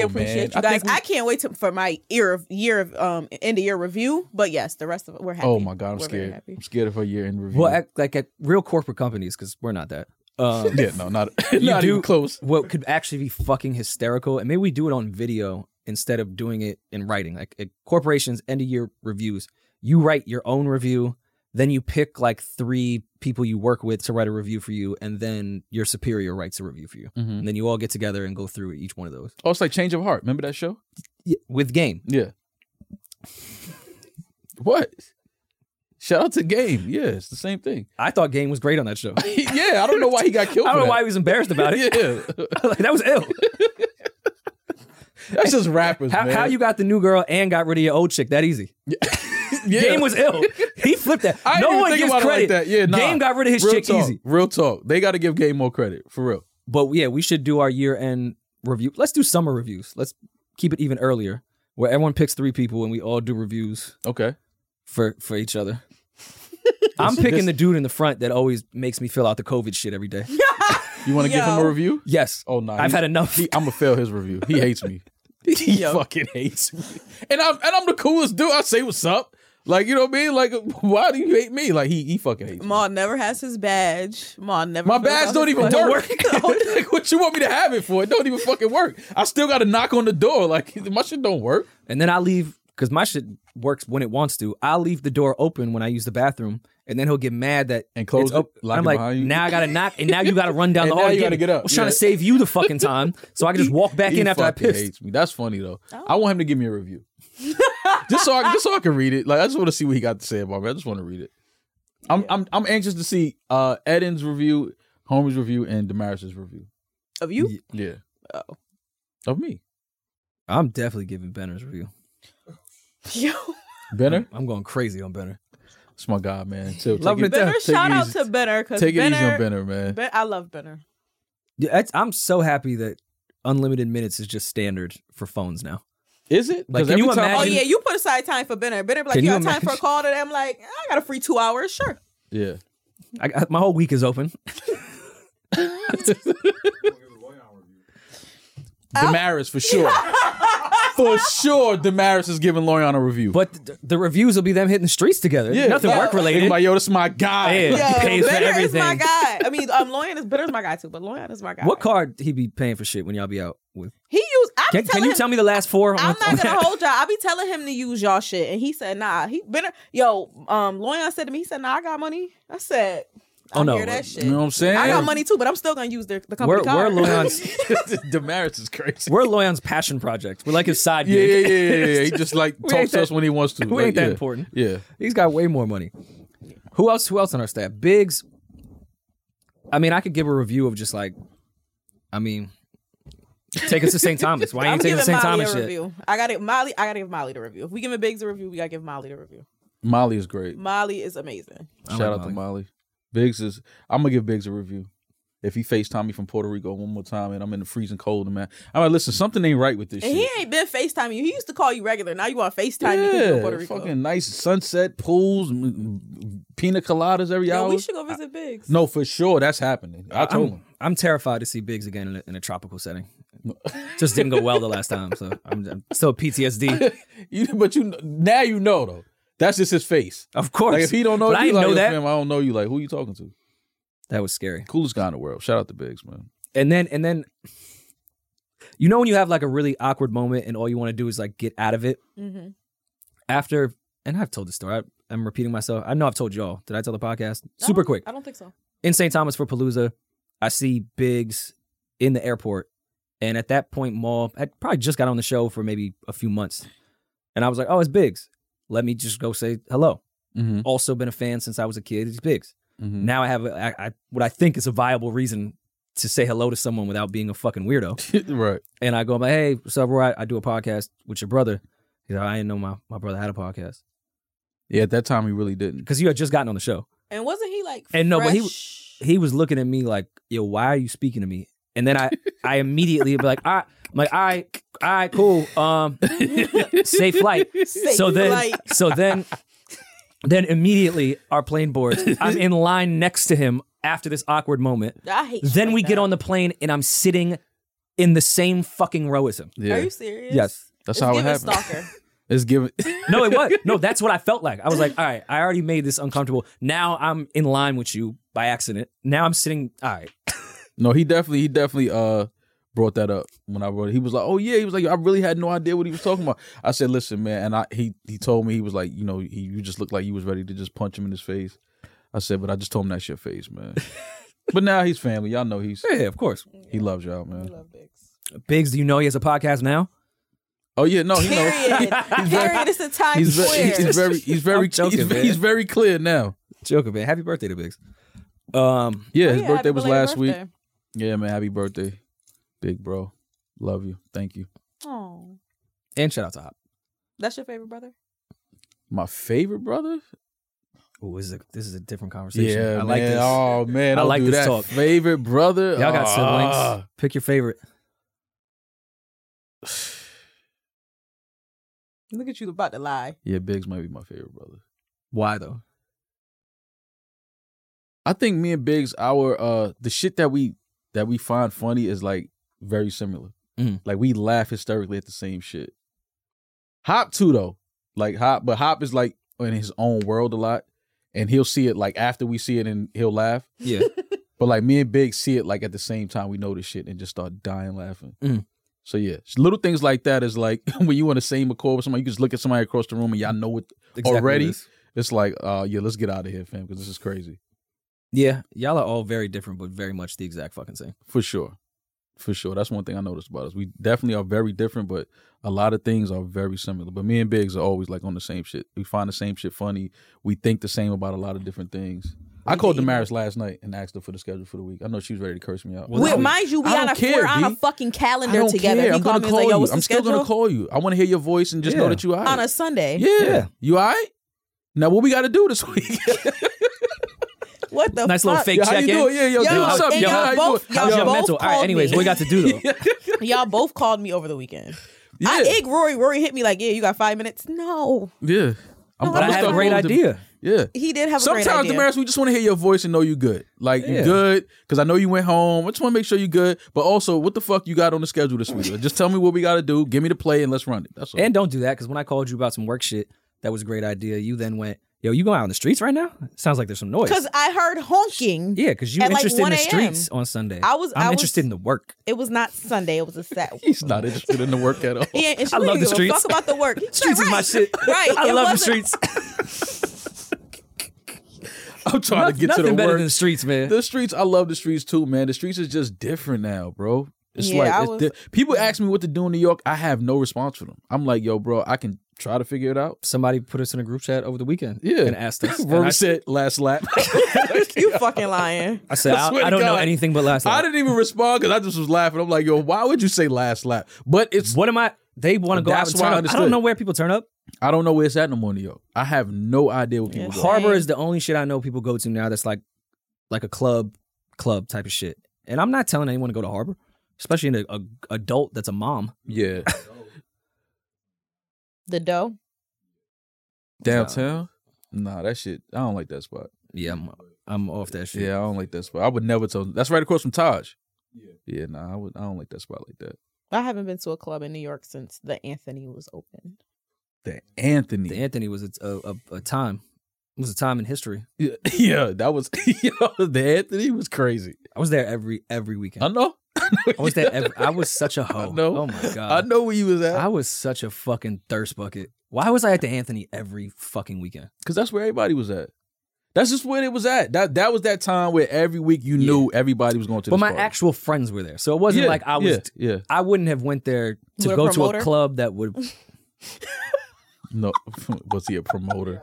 Speaker 3: man.
Speaker 1: appreciate you guys.
Speaker 3: think we-
Speaker 1: I, can't wait to, for my year of year of um end of year review. But yes, the rest of it we're happy.
Speaker 3: oh my god, I'm
Speaker 1: We're very
Speaker 3: scared.
Speaker 1: happy.
Speaker 3: I'm scared of her year in review.
Speaker 2: Well, at, like at real corporate companies, because we're not that. Um,
Speaker 3: yeah, no, not not even
Speaker 2: do-
Speaker 3: close.
Speaker 2: what could actually be fucking hysterical, and maybe we do it on video instead of doing it in writing. Like at corporations, end of year reviews, you write your own review, then you pick like three people you work with to write a review for you, and then your superior writes a review for you,
Speaker 3: Mhm.
Speaker 2: and then you all get together and go through each one of those
Speaker 3: Oh, it's like Change of Heart. Remember that show?
Speaker 2: with game.
Speaker 3: Yeah. what? Shout out to Game. Yeah, it's the same thing.
Speaker 2: I thought game was great on that show. I
Speaker 3: yeah, I don't know why he got killed.
Speaker 2: don't
Speaker 3: for
Speaker 2: know why
Speaker 3: that.
Speaker 2: he was embarrassed about it.
Speaker 3: Yeah,
Speaker 2: like, that was ill.
Speaker 3: that's just rappers.
Speaker 2: How,
Speaker 3: man.
Speaker 2: how you got the new girl and got rid of your old chick that easy?
Speaker 3: Yeah.
Speaker 2: Game was ill. He flipped that.
Speaker 3: I didn't
Speaker 2: no
Speaker 3: even
Speaker 2: one
Speaker 3: think
Speaker 2: gives
Speaker 3: about it
Speaker 2: credit.
Speaker 3: like that. Yeah, nah.
Speaker 2: Game got rid of his
Speaker 3: real
Speaker 2: chick
Speaker 3: talk,
Speaker 2: easy.
Speaker 3: Real talk. They got to give Game more credit for real.
Speaker 2: But yeah, we should do our year end review. Let's do summer reviews. Let's keep it even earlier, where everyone picks three people and we all do reviews
Speaker 3: Okay.
Speaker 2: for for each other. I'm
Speaker 3: This-
Speaker 2: picking
Speaker 3: this-
Speaker 2: the dude in the front that always makes me fill out the COVID shit every day.
Speaker 3: You want to give him a
Speaker 1: Yo.
Speaker 3: review?
Speaker 2: Yes,
Speaker 3: Oh no,
Speaker 2: I've had enough.
Speaker 3: I'm gonna fail his review. He hates me. he
Speaker 1: Yo.
Speaker 3: fucking hates me. And I'm and I'm the coolest dude. I say what's up. Like you know what I mean? Like why do you hate me? Like he he fucking hates me.
Speaker 1: Maul never has his badge. Maul never.
Speaker 3: My
Speaker 1: fills
Speaker 3: badge
Speaker 1: out
Speaker 3: don't
Speaker 1: his
Speaker 3: even
Speaker 1: fucking
Speaker 3: work. like what you want me to have it for? It don't even fucking work. I still got to knock on the door. Like my shit don't work.
Speaker 2: And then I leave because my shit works when it wants to. I leave the door open when I use the bathroom, and then he'll get mad that
Speaker 3: And close
Speaker 2: it's
Speaker 3: it,
Speaker 2: op-
Speaker 3: lock
Speaker 2: I'm
Speaker 3: it
Speaker 2: like,
Speaker 3: behind you.
Speaker 2: now I gotta knock, and now you gotta run down
Speaker 3: And
Speaker 2: the
Speaker 3: now
Speaker 2: hall.
Speaker 3: you
Speaker 2: again.
Speaker 3: gotta get up,
Speaker 2: I was trying to
Speaker 3: yeah.
Speaker 2: save you the fucking time, so I can just walk back
Speaker 3: He
Speaker 2: in after I
Speaker 3: fucking
Speaker 2: pissed.
Speaker 3: Hates me. That's funny though.
Speaker 1: Oh.
Speaker 3: I want him to give me a review. just so I just so I can read it. Like I just want to see what he got to say about me. I just want to read it. I'm I'm I'm anxious to see uh Eden's review, Homer's review, and Damaris's review.
Speaker 1: Of you?
Speaker 3: Yeah.
Speaker 1: Oh.
Speaker 3: Of me.
Speaker 2: I'm definitely giving Benner's review.
Speaker 1: Yo.
Speaker 3: Benner?
Speaker 2: I'm going crazy on Benner.
Speaker 3: It's my guy, man. Chill. take
Speaker 2: Love him
Speaker 3: it,
Speaker 2: to death.
Speaker 1: Benner,
Speaker 3: Take it
Speaker 1: shout out
Speaker 3: easy.
Speaker 1: to Benner because
Speaker 3: take it easy on
Speaker 1: Benner.
Speaker 3: Benner, man.
Speaker 1: Ben- I love Benner.
Speaker 2: Yeah, that's- I'm so happy that unlimited minutes is just standard for phones now.
Speaker 3: Is it?
Speaker 2: Like,
Speaker 3: 'Cause
Speaker 2: can you
Speaker 3: every time-
Speaker 1: Oh
Speaker 2: imagine-
Speaker 1: yeah, you put aside time for Benner. Benner be like,
Speaker 2: Can
Speaker 1: you
Speaker 2: you
Speaker 1: got time for a
Speaker 2: imagine-
Speaker 1: call today? I'm like, I got a free two hours. Sure.
Speaker 3: Yeah.
Speaker 2: I, I- my whole week is open.
Speaker 3: Damaris for sure. for sure, Damaris is giving Lorian a review.
Speaker 2: But th- the reviews will be them hitting the streets together.
Speaker 3: yeah,
Speaker 2: Nothing
Speaker 3: like,
Speaker 2: work related.
Speaker 3: everybody, yo, this is my guy.
Speaker 2: Yeah. He pays for
Speaker 1: Benner is my
Speaker 2: everything.
Speaker 1: guy. I mean, um, Loyan is Benner's my guy too, but Loyan is my guy.
Speaker 2: What card he be paying for shit when y'all be out with?
Speaker 1: He used. I'm
Speaker 2: Can,
Speaker 1: telling
Speaker 2: can you
Speaker 1: him,
Speaker 2: tell me the last four?
Speaker 1: I'm
Speaker 2: on- on
Speaker 1: not gonna
Speaker 2: that?
Speaker 1: hold y'all. I be telling him to use y'all shit, and he said, "Nah." He Benner, yo, um, Loyan said to me, he said, "Nah, I got money." I said, I
Speaker 2: Oh, no.
Speaker 1: hear that shit.
Speaker 3: You know what I'm saying?
Speaker 1: I got money too, but I'm still gonna use their the company
Speaker 2: We're, we're
Speaker 1: card.
Speaker 2: Loyan's
Speaker 3: Damaris is crazy.
Speaker 2: we're Loyan's passion project. We're like his side
Speaker 3: yeah,
Speaker 2: gig.
Speaker 3: yeah, yeah, yeah, yeah. He just like
Speaker 2: We
Speaker 3: talks
Speaker 2: ain't
Speaker 3: to
Speaker 2: that-
Speaker 3: us when he wants to.
Speaker 2: we ain't
Speaker 3: Like,
Speaker 2: that
Speaker 3: yeah.
Speaker 2: important.
Speaker 3: Yeah.
Speaker 2: He's got way more money. Who else? Who else on our staff? Biggs. I mean, I could give a review of just like, I mean, take us to St. Thomas. Why
Speaker 1: I'm
Speaker 2: ain't you taking
Speaker 1: giving
Speaker 2: St.
Speaker 1: Molly
Speaker 2: Thomas
Speaker 1: a
Speaker 2: shit?
Speaker 1: review. I got to Molly. I gotta give Molly the review. If we give Biggs a review, we gotta give Molly the review.
Speaker 3: Molly is great.
Speaker 1: Molly is amazing.
Speaker 2: I like
Speaker 3: Shout out to Molly. Biggs is. I'm gonna give Biggs a review. If he FaceTime me from Puerto Rico one more time and I'm in the freezing cold, man. I'm like, listen, something ain't right with this
Speaker 1: And
Speaker 3: shit.
Speaker 1: he ain't been FaceTiming you. He used to call you regular. Now you want to FaceTime me 'cause you're in Puerto
Speaker 3: yeah,
Speaker 1: Rico.
Speaker 3: fucking nice sunset pools, m- pina coladas every
Speaker 1: Yo,
Speaker 3: hour.
Speaker 1: we should go visit Biggs.
Speaker 3: No, for sure, that's happening. I told
Speaker 2: I'm,
Speaker 3: him.
Speaker 2: I'm terrified to see Biggs again in a, in a tropical setting. Just didn't go well the last time, so I'm, I'm still PTSD.
Speaker 3: You, but you now you know though. That's just his face.
Speaker 2: Of course,
Speaker 3: Like if he don't know
Speaker 2: But
Speaker 3: you,
Speaker 2: I didn't
Speaker 3: like,
Speaker 2: know
Speaker 3: "Yo,
Speaker 2: that.
Speaker 3: fam, I don't know you. Like who you talking to?
Speaker 2: That was scary.
Speaker 3: Coolest guy in the world. Shout out to Biggs, man.
Speaker 2: And then and then, you know when you have like a really awkward moment and all you want to do is like get out of it.
Speaker 1: hmm
Speaker 2: After and I've told this story. I, I'm repeating myself. I know I've told y'all. Did I tell the podcast? Super quick.
Speaker 1: I don't think so.
Speaker 2: in St. Thomas for Palooza. I see Biggs in the airport. And at that point, Maul had probably just got on the show for maybe a few months. And I was like, oh, it's Biggs. Let me just go say hello.
Speaker 3: Mm-hmm.
Speaker 2: Also been a fan since I was a kid. It's Biggs.
Speaker 3: Mm-hmm.
Speaker 2: Now I have a, I, I, what I think is a viable reason to say hello to someone without being a fucking weirdo.
Speaker 3: right.
Speaker 2: And I go, I'm like, hey, what's up, Roy? I do a podcast with your brother. He's like, I didn't know my, my brother had a podcast.
Speaker 3: Yeah, at that time he really didn't.
Speaker 2: Because you had just gotten on the show.
Speaker 1: And wasn't he like?
Speaker 2: And no, but he-
Speaker 1: fresh?
Speaker 2: he was looking at me like, yo, why are you speaking to me? And then I, I immediately be like, all right, I'm like, all right, all right, cool. Um, safe flight.
Speaker 1: Safe
Speaker 2: so then,
Speaker 1: flight.
Speaker 2: so then Then immediately our plane boards. I'm in line next to him after this awkward moment.
Speaker 1: I hate. shit
Speaker 2: Then
Speaker 1: like
Speaker 2: we get
Speaker 1: that.
Speaker 2: on the plane and I'm sitting in the same fucking row as him.
Speaker 3: Yeah,
Speaker 1: Are you serious?
Speaker 2: Yes.
Speaker 3: that's
Speaker 1: It's
Speaker 3: how it
Speaker 1: giving
Speaker 3: happened.
Speaker 1: Stalker.
Speaker 3: It's given.
Speaker 2: No, it was. No, that's what I felt like. I was like, all right, I already made this uncomfortable. Now I'm in line with you by accident. Now I'm sitting. All right.
Speaker 3: No, he definitely, he definitely uh brought that up when I wrote it. He was like, "Oh yeah," he was like, "I really had no idea what he was talking about." I said, "Listen, man," and I he he told me he was like, you know, he you just looked like you was ready to just punch him in his face. I said, but I just told him that's your face, man. but now he's family. Y'all know he's
Speaker 2: Yeah, of course.
Speaker 3: he loves y'all, man.
Speaker 2: Biggs, do you know he has a podcast now?
Speaker 3: Oh yeah, no, he knows.
Speaker 1: Period. Period. It's a Times
Speaker 3: He's
Speaker 1: Square.
Speaker 3: very, he's very, he's very,
Speaker 2: I'm joking,
Speaker 3: he's,
Speaker 2: man.
Speaker 3: he's very clear now.
Speaker 2: Joking, man. Happy birthday to Biggs. Um,
Speaker 3: Yeah,
Speaker 1: Oh,
Speaker 3: his
Speaker 1: yeah,
Speaker 3: birthday
Speaker 1: happy
Speaker 3: was
Speaker 1: belated
Speaker 3: last week.
Speaker 1: birthday.
Speaker 3: Yeah, man, happy birthday, big bro. Love you. Thank you.
Speaker 1: Oh,
Speaker 2: and shout out to Hop.
Speaker 1: that's your favorite brother.
Speaker 3: My favorite brother.
Speaker 2: Ooh, this is a, this is a different conversation. I
Speaker 3: Yeah,
Speaker 2: like
Speaker 3: man.
Speaker 2: this.
Speaker 3: Oh man,
Speaker 2: I
Speaker 3: don't
Speaker 2: like
Speaker 3: do
Speaker 2: this
Speaker 3: that.
Speaker 2: talk.
Speaker 3: Favorite brother.
Speaker 2: Y'all got siblings.
Speaker 3: Ah.
Speaker 2: Pick your favorite.
Speaker 1: Look at you about to lie.
Speaker 3: Yeah, Biggs might be my favorite brother.
Speaker 2: Why though?
Speaker 3: I think me and Biggs, our uh, the shit that we that we find funny is like very similar.
Speaker 2: Mhm.
Speaker 3: Like we laugh hysterically at the same shit. Hop too though, like Hop, but Hop is like in his own world a lot, and he'll see it like after we see it, and he'll laugh.
Speaker 2: Yeah.
Speaker 3: But like me and Big see it like at the same time we know this shit and just start dying laughing.
Speaker 2: Mm.
Speaker 3: So yeah, little things like that is like when you on the same accord with somebody, you just look at somebody across the room and y'all know what
Speaker 2: exactly
Speaker 3: Already?
Speaker 2: this.
Speaker 3: it's like. Uh, yeah, let's get out of here, fam, because this is crazy
Speaker 2: Yeah. Y'all are all very different, but very much the exact fucking same.
Speaker 3: for sure, for sure. That's one thing I noticed about us. We definitely are very different, but a lot of things are very similar. But me and Biggs are always like on the same shit. We find the same shit funny. We think the same about a lot of different things. I called Damaris last night and asked her for the schedule for the week. I know she was ready to curse me out.
Speaker 2: Well,
Speaker 1: we,
Speaker 2: that-
Speaker 1: mind you, we
Speaker 3: I
Speaker 1: on a
Speaker 3: don't care,
Speaker 1: we're on a
Speaker 3: B.
Speaker 1: fucking
Speaker 3: I
Speaker 1: calendar
Speaker 3: don't
Speaker 1: together.
Speaker 3: care.
Speaker 1: He
Speaker 3: I'm
Speaker 1: called
Speaker 3: gonna
Speaker 1: me
Speaker 3: call
Speaker 1: like, yo,
Speaker 3: you.
Speaker 1: what's the
Speaker 3: I'm still
Speaker 1: schedule?
Speaker 3: gonna call you. I want to hear your voice and just know
Speaker 2: Yeah.
Speaker 3: that you are.
Speaker 1: on a Sunday.
Speaker 3: yeah.
Speaker 2: Yeah.
Speaker 3: you all right? Now what we got to do this week?
Speaker 1: What the
Speaker 2: Nice little
Speaker 1: fuck?
Speaker 2: fake
Speaker 3: yo, how
Speaker 2: check
Speaker 3: you doing?
Speaker 2: in.
Speaker 3: Yeah, yo,
Speaker 1: Yo,
Speaker 3: dude, what's up?
Speaker 1: and
Speaker 3: yo,
Speaker 1: y'all
Speaker 3: how you
Speaker 1: both-
Speaker 3: doing?
Speaker 1: y'all
Speaker 2: How's your
Speaker 1: both
Speaker 2: mental? All right.
Speaker 1: called
Speaker 2: Anyways, what
Speaker 1: me.
Speaker 2: we got to do though?
Speaker 1: Y'all both called me over the weekend. I
Speaker 3: yeah,
Speaker 1: egg Rory. Rory hit me like, yeah, you got five minutes. No,
Speaker 3: yeah. I'm,
Speaker 1: No,
Speaker 2: But
Speaker 1: I'm
Speaker 2: I
Speaker 1: just
Speaker 2: had a
Speaker 1: gonna
Speaker 2: great
Speaker 3: going to-
Speaker 2: idea.
Speaker 3: Yeah.
Speaker 1: he did have a great
Speaker 3: Sometimes,
Speaker 1: idea.
Speaker 3: Damaris, we just want to hear your voice and know you good. Like you
Speaker 2: Yeah.
Speaker 3: good, because I know you went home. I just want to make sure you good. But also, what the fuck you got on the schedule this week? just tell me what we got to do. Give me the play and let's run it. That's all.
Speaker 2: And don't do that because when I called you about some work shit, that was a great idea. You then went, "Yo, you going out on the streets right now? Sounds like there's some noise."
Speaker 1: because I heard honking.
Speaker 2: yeah, because you
Speaker 1: At, like,
Speaker 2: interested in
Speaker 1: 1
Speaker 2: the
Speaker 1: a.m..
Speaker 2: streets on Sunday.
Speaker 1: I was-
Speaker 2: I'm
Speaker 1: I was-
Speaker 2: interested in the work.
Speaker 1: It was not Sunday. It was a Saturday.
Speaker 3: he's not interested in the work at all.
Speaker 1: Yeah, and she
Speaker 2: I
Speaker 1: didn't
Speaker 2: love the
Speaker 1: give a
Speaker 2: streets.
Speaker 1: Fuck about the work. He said,
Speaker 2: Streets is my
Speaker 1: right,
Speaker 2: shit.
Speaker 1: Right.
Speaker 2: I
Speaker 1: It
Speaker 2: love the
Speaker 1: wasn't-
Speaker 2: streets.
Speaker 3: I'm trying to get to
Speaker 2: Nothing
Speaker 3: the
Speaker 2: better
Speaker 3: work.
Speaker 2: than the streets, man.
Speaker 3: the streets i love the streets too man the streets is just different now bro it's
Speaker 1: Yeah, I
Speaker 3: like it's
Speaker 1: was-
Speaker 3: di- people ask me what to do in new york i have no response for them i'm like yo bro i can try to figure it out
Speaker 2: Somebody put us in a group chat over the weekend.
Speaker 3: Yeah.
Speaker 2: and asked us. and
Speaker 3: rory
Speaker 2: I,
Speaker 3: said last lap
Speaker 1: You fucking lying.
Speaker 2: I said,
Speaker 3: I
Speaker 2: I,
Speaker 3: swear
Speaker 2: I
Speaker 3: to
Speaker 2: don't know
Speaker 3: God.
Speaker 2: anything but last.
Speaker 3: i
Speaker 2: night.
Speaker 3: didn't even respond because i just was laughing i'm like yo why would you say last lap but it's
Speaker 2: What am I? They want to go out
Speaker 3: That's
Speaker 2: and
Speaker 3: why I
Speaker 2: turn up. I
Speaker 3: understood.
Speaker 2: don't know where people turn up.
Speaker 3: i don't know where it's at no more in new york i have no idea what people
Speaker 1: Yes.
Speaker 3: go
Speaker 2: Harbor
Speaker 1: Same.
Speaker 2: is the only shit I know people go to now that's like like a club club type of shit. And I'm not telling anyone to go to Harbor, especially an a, adult that's a mom.
Speaker 3: yeah
Speaker 1: The dough.
Speaker 3: downtown Nah, that shit. I don't like that spot.
Speaker 2: Yeah, I'm I'm off that shit.
Speaker 3: Yeah, I don't like that spot. I would never tell. That's right across from Taj. Yeah. Yeah. Nah, I would. I don't like that spot like that.
Speaker 1: I haven't been to a club in New York since the Anthony was open.
Speaker 3: The Anthony.
Speaker 2: The Anthony was a, a, a, a time. It was a time in history.
Speaker 3: Yeah, yeah, that was yo, the Anthony was crazy.
Speaker 2: I was there every every weekend.
Speaker 3: I know.
Speaker 2: I was there. Every, I was such a hoe.
Speaker 3: I know.
Speaker 2: Oh my
Speaker 3: I
Speaker 2: god.
Speaker 3: know where you was
Speaker 2: I,
Speaker 3: at.
Speaker 2: was such a fucking thirst bucket. Why was I at the Anthony every fucking weekend?
Speaker 3: Cause that's where everybody was at. That's just where it was at. That that was that time where every week you knew everybody was going to.
Speaker 2: But
Speaker 3: this
Speaker 2: my
Speaker 3: party.
Speaker 2: actual friends were there, so it wasn't
Speaker 3: Yeah,
Speaker 2: like I was.
Speaker 3: Yeah, yeah.
Speaker 2: I wouldn't have went there to
Speaker 1: With a
Speaker 2: go to
Speaker 1: promoter?
Speaker 2: a club that would
Speaker 3: No, was he a promoter?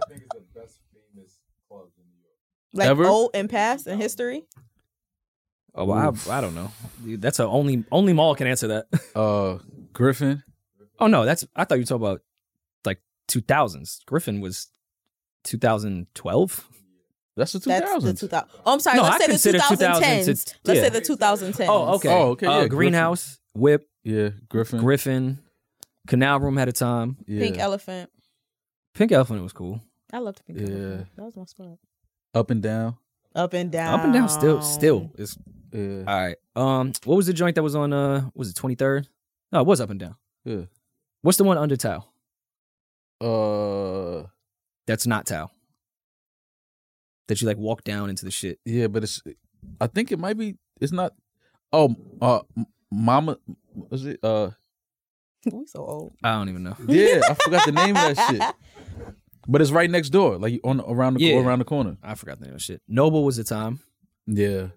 Speaker 1: Like
Speaker 3: Ever?
Speaker 1: old and past and history.
Speaker 2: Oh, well, I, I don't know. Dude, that's a only only Maul can answer that.
Speaker 3: Uh, Griffin.
Speaker 2: oh no, that's I thought you were talking about like two thousands. Griffin was two thousand twelve.
Speaker 3: That's the two
Speaker 1: That's the
Speaker 3: thousands.
Speaker 1: 2000. Oh, I'm sorry.
Speaker 2: No,
Speaker 1: let's
Speaker 2: I
Speaker 1: say the
Speaker 2: consider 2000s.
Speaker 1: 2010s. Let's
Speaker 2: Yeah.
Speaker 1: say the 2010s.
Speaker 2: Oh okay.
Speaker 3: Oh, okay,
Speaker 2: Uh,
Speaker 3: yeah,
Speaker 2: Greenhouse, Whip,
Speaker 3: Yeah, Griffin.
Speaker 2: Griffin, Canal Room had a time.
Speaker 3: yeah.
Speaker 1: Pink elephant.
Speaker 2: Pink Elephant was cool.
Speaker 1: I loved Pink Elephant.
Speaker 3: Yeah.
Speaker 1: That was my spot.
Speaker 3: Up and down.
Speaker 1: Up and down.
Speaker 2: Up and down still still is
Speaker 3: Yeah.
Speaker 2: all right. Um what was the joint that was on uh what was it twenty third? No, it was up and down.
Speaker 3: Yeah.
Speaker 2: What's the one under towel?
Speaker 3: Uh.
Speaker 2: That's not towel. That you like walk down into the shit.
Speaker 3: Yeah, but it's. I think it might be. It's not. Oh, uh, M- Mama. Was it? Uh.
Speaker 1: We so old.
Speaker 2: I don't even know.
Speaker 3: Yeah, I forgot the name of that shit. But it's right next door, like on around the
Speaker 2: Yeah.
Speaker 3: cor around the corner.
Speaker 2: I forgot the name of shit. Noble was the time.
Speaker 3: Yeah.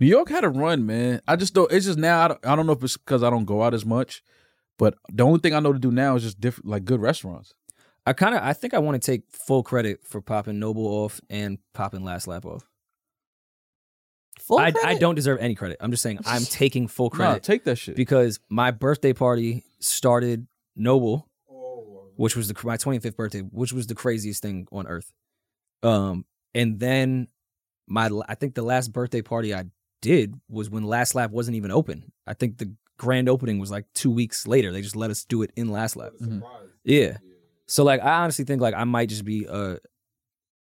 Speaker 3: New York had a run, man. I just don't. It's just now. I don't, I don't know if it's because I don't go out as much, but the only thing I know to do now is just different, like good restaurants.
Speaker 2: I kind of I think I want to take full credit for popping Noble off and popping Last Lap off.
Speaker 1: Full
Speaker 2: I, I
Speaker 1: credit?
Speaker 2: don't deserve any credit. I'm just saying I'm taking full
Speaker 3: Nah,
Speaker 2: credit
Speaker 3: take that shit.
Speaker 2: because my birthday party started Noble, which was the my 25th birthday, which was the craziest thing on earth. Um, and then my I think the last birthday party I did was when Last Lap wasn't even open. I think the grand opening was like two weeks later. They just let us do it in Last Lap.
Speaker 3: Mhm.
Speaker 2: Yeah. So like I honestly think like I might just be a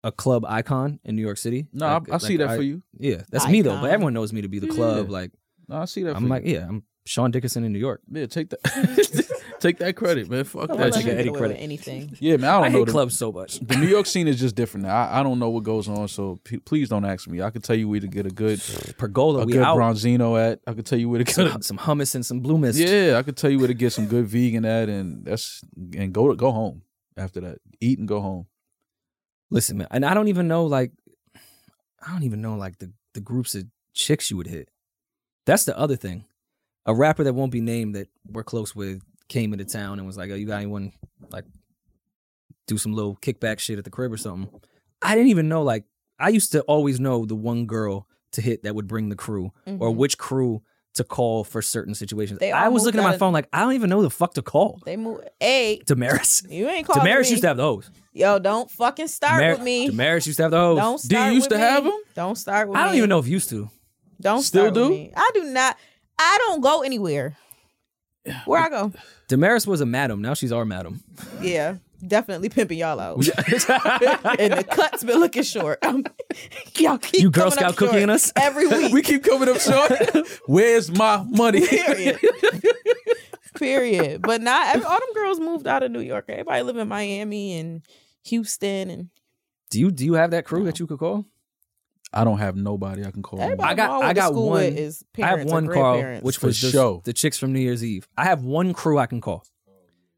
Speaker 2: a club icon in New York City.
Speaker 3: No,
Speaker 2: Like-
Speaker 3: I, I see
Speaker 2: like,
Speaker 3: that for you.
Speaker 2: Yeah, that's me though.
Speaker 1: Icon.
Speaker 2: But everyone knows me to be the club.
Speaker 3: Yeah.
Speaker 2: Like
Speaker 3: No, I see that.
Speaker 2: I'm
Speaker 3: for
Speaker 2: like
Speaker 3: you.
Speaker 2: yeah, I'm Sean Dickerson in New York.
Speaker 3: yeah, take that, take that credit, man. Fuck
Speaker 1: Don't
Speaker 3: that
Speaker 1: let
Speaker 2: take
Speaker 1: me
Speaker 2: Eddie
Speaker 1: get
Speaker 3: shit.
Speaker 1: away
Speaker 2: credit.
Speaker 1: with anything.
Speaker 3: Yeah, man. I
Speaker 2: I,
Speaker 3: don't know
Speaker 2: hate
Speaker 3: the,
Speaker 2: clubs so much.
Speaker 3: the New York scene is just different now. I, I don't know what goes on, so p- please don't ask me. I could tell you where to get a good,
Speaker 2: Pergola,
Speaker 3: a
Speaker 2: we
Speaker 3: good
Speaker 2: out.
Speaker 3: bronzino at. I could tell you where to get.
Speaker 2: Some, some hummus and some blue mist.
Speaker 3: Yeah, I could tell you where to get some good vegan at, and that's and go go home after that. Eat and go home.
Speaker 2: Listen, man, and I don't even know like I don't even know like the the groups of chicks you would hit. That's the other thing. A rapper that won't be named that we're close with came into town and was like, "Oh, you got anyone like do some little kickback shit at the crib or something?" I didn't even know like I used to always know the one girl to hit that would bring the crew or
Speaker 1: Mhm.
Speaker 2: which crew to call for certain situations.
Speaker 1: They
Speaker 2: I
Speaker 1: all
Speaker 2: was
Speaker 1: moved
Speaker 2: looking at
Speaker 1: out
Speaker 2: my
Speaker 1: of-
Speaker 2: phone like I don't even know who the fuck to call.
Speaker 1: They move. Hey,
Speaker 2: Damaris.
Speaker 1: you ain't calling
Speaker 2: Damaris
Speaker 1: me.
Speaker 2: used to have those.
Speaker 1: Yo, don't fucking start
Speaker 2: Damar-
Speaker 1: with me.
Speaker 2: Damaris used to have those.
Speaker 1: Don't
Speaker 3: Do you
Speaker 1: start
Speaker 3: used
Speaker 1: with
Speaker 3: to
Speaker 1: me.
Speaker 3: have 'em?
Speaker 1: Don't start with
Speaker 2: I don't
Speaker 1: me.
Speaker 2: even know if used to.
Speaker 1: Don't
Speaker 3: Still
Speaker 1: start with
Speaker 3: do?
Speaker 1: me. I do not. I don't go anywhere. Where I go?
Speaker 2: Damaris was a madam. Now she's our madam.
Speaker 1: Yeah, definitely pimping y'all out. and the cut's been looking short. Um, y'all keep
Speaker 2: You Girl
Speaker 1: coming up
Speaker 2: Scout cooking
Speaker 1: short
Speaker 2: us?
Speaker 1: every week.
Speaker 3: We keep coming up short. Where's my money?
Speaker 1: period. period. But not every, all them girls moved out of New York. Everybody live in Miami and Houston and
Speaker 2: do you do you have that crew that you could call?
Speaker 3: I don't have nobody I can call.
Speaker 1: everybody.
Speaker 2: I got-
Speaker 1: who went
Speaker 2: I
Speaker 1: to
Speaker 2: got
Speaker 1: school
Speaker 2: one-
Speaker 1: with Is
Speaker 2: I have
Speaker 1: parents or
Speaker 2: one Carl,
Speaker 1: grandparents.
Speaker 2: which
Speaker 3: For
Speaker 2: was the,
Speaker 3: sure.
Speaker 2: the chicks from New Year's Eve. I have one crew I can call.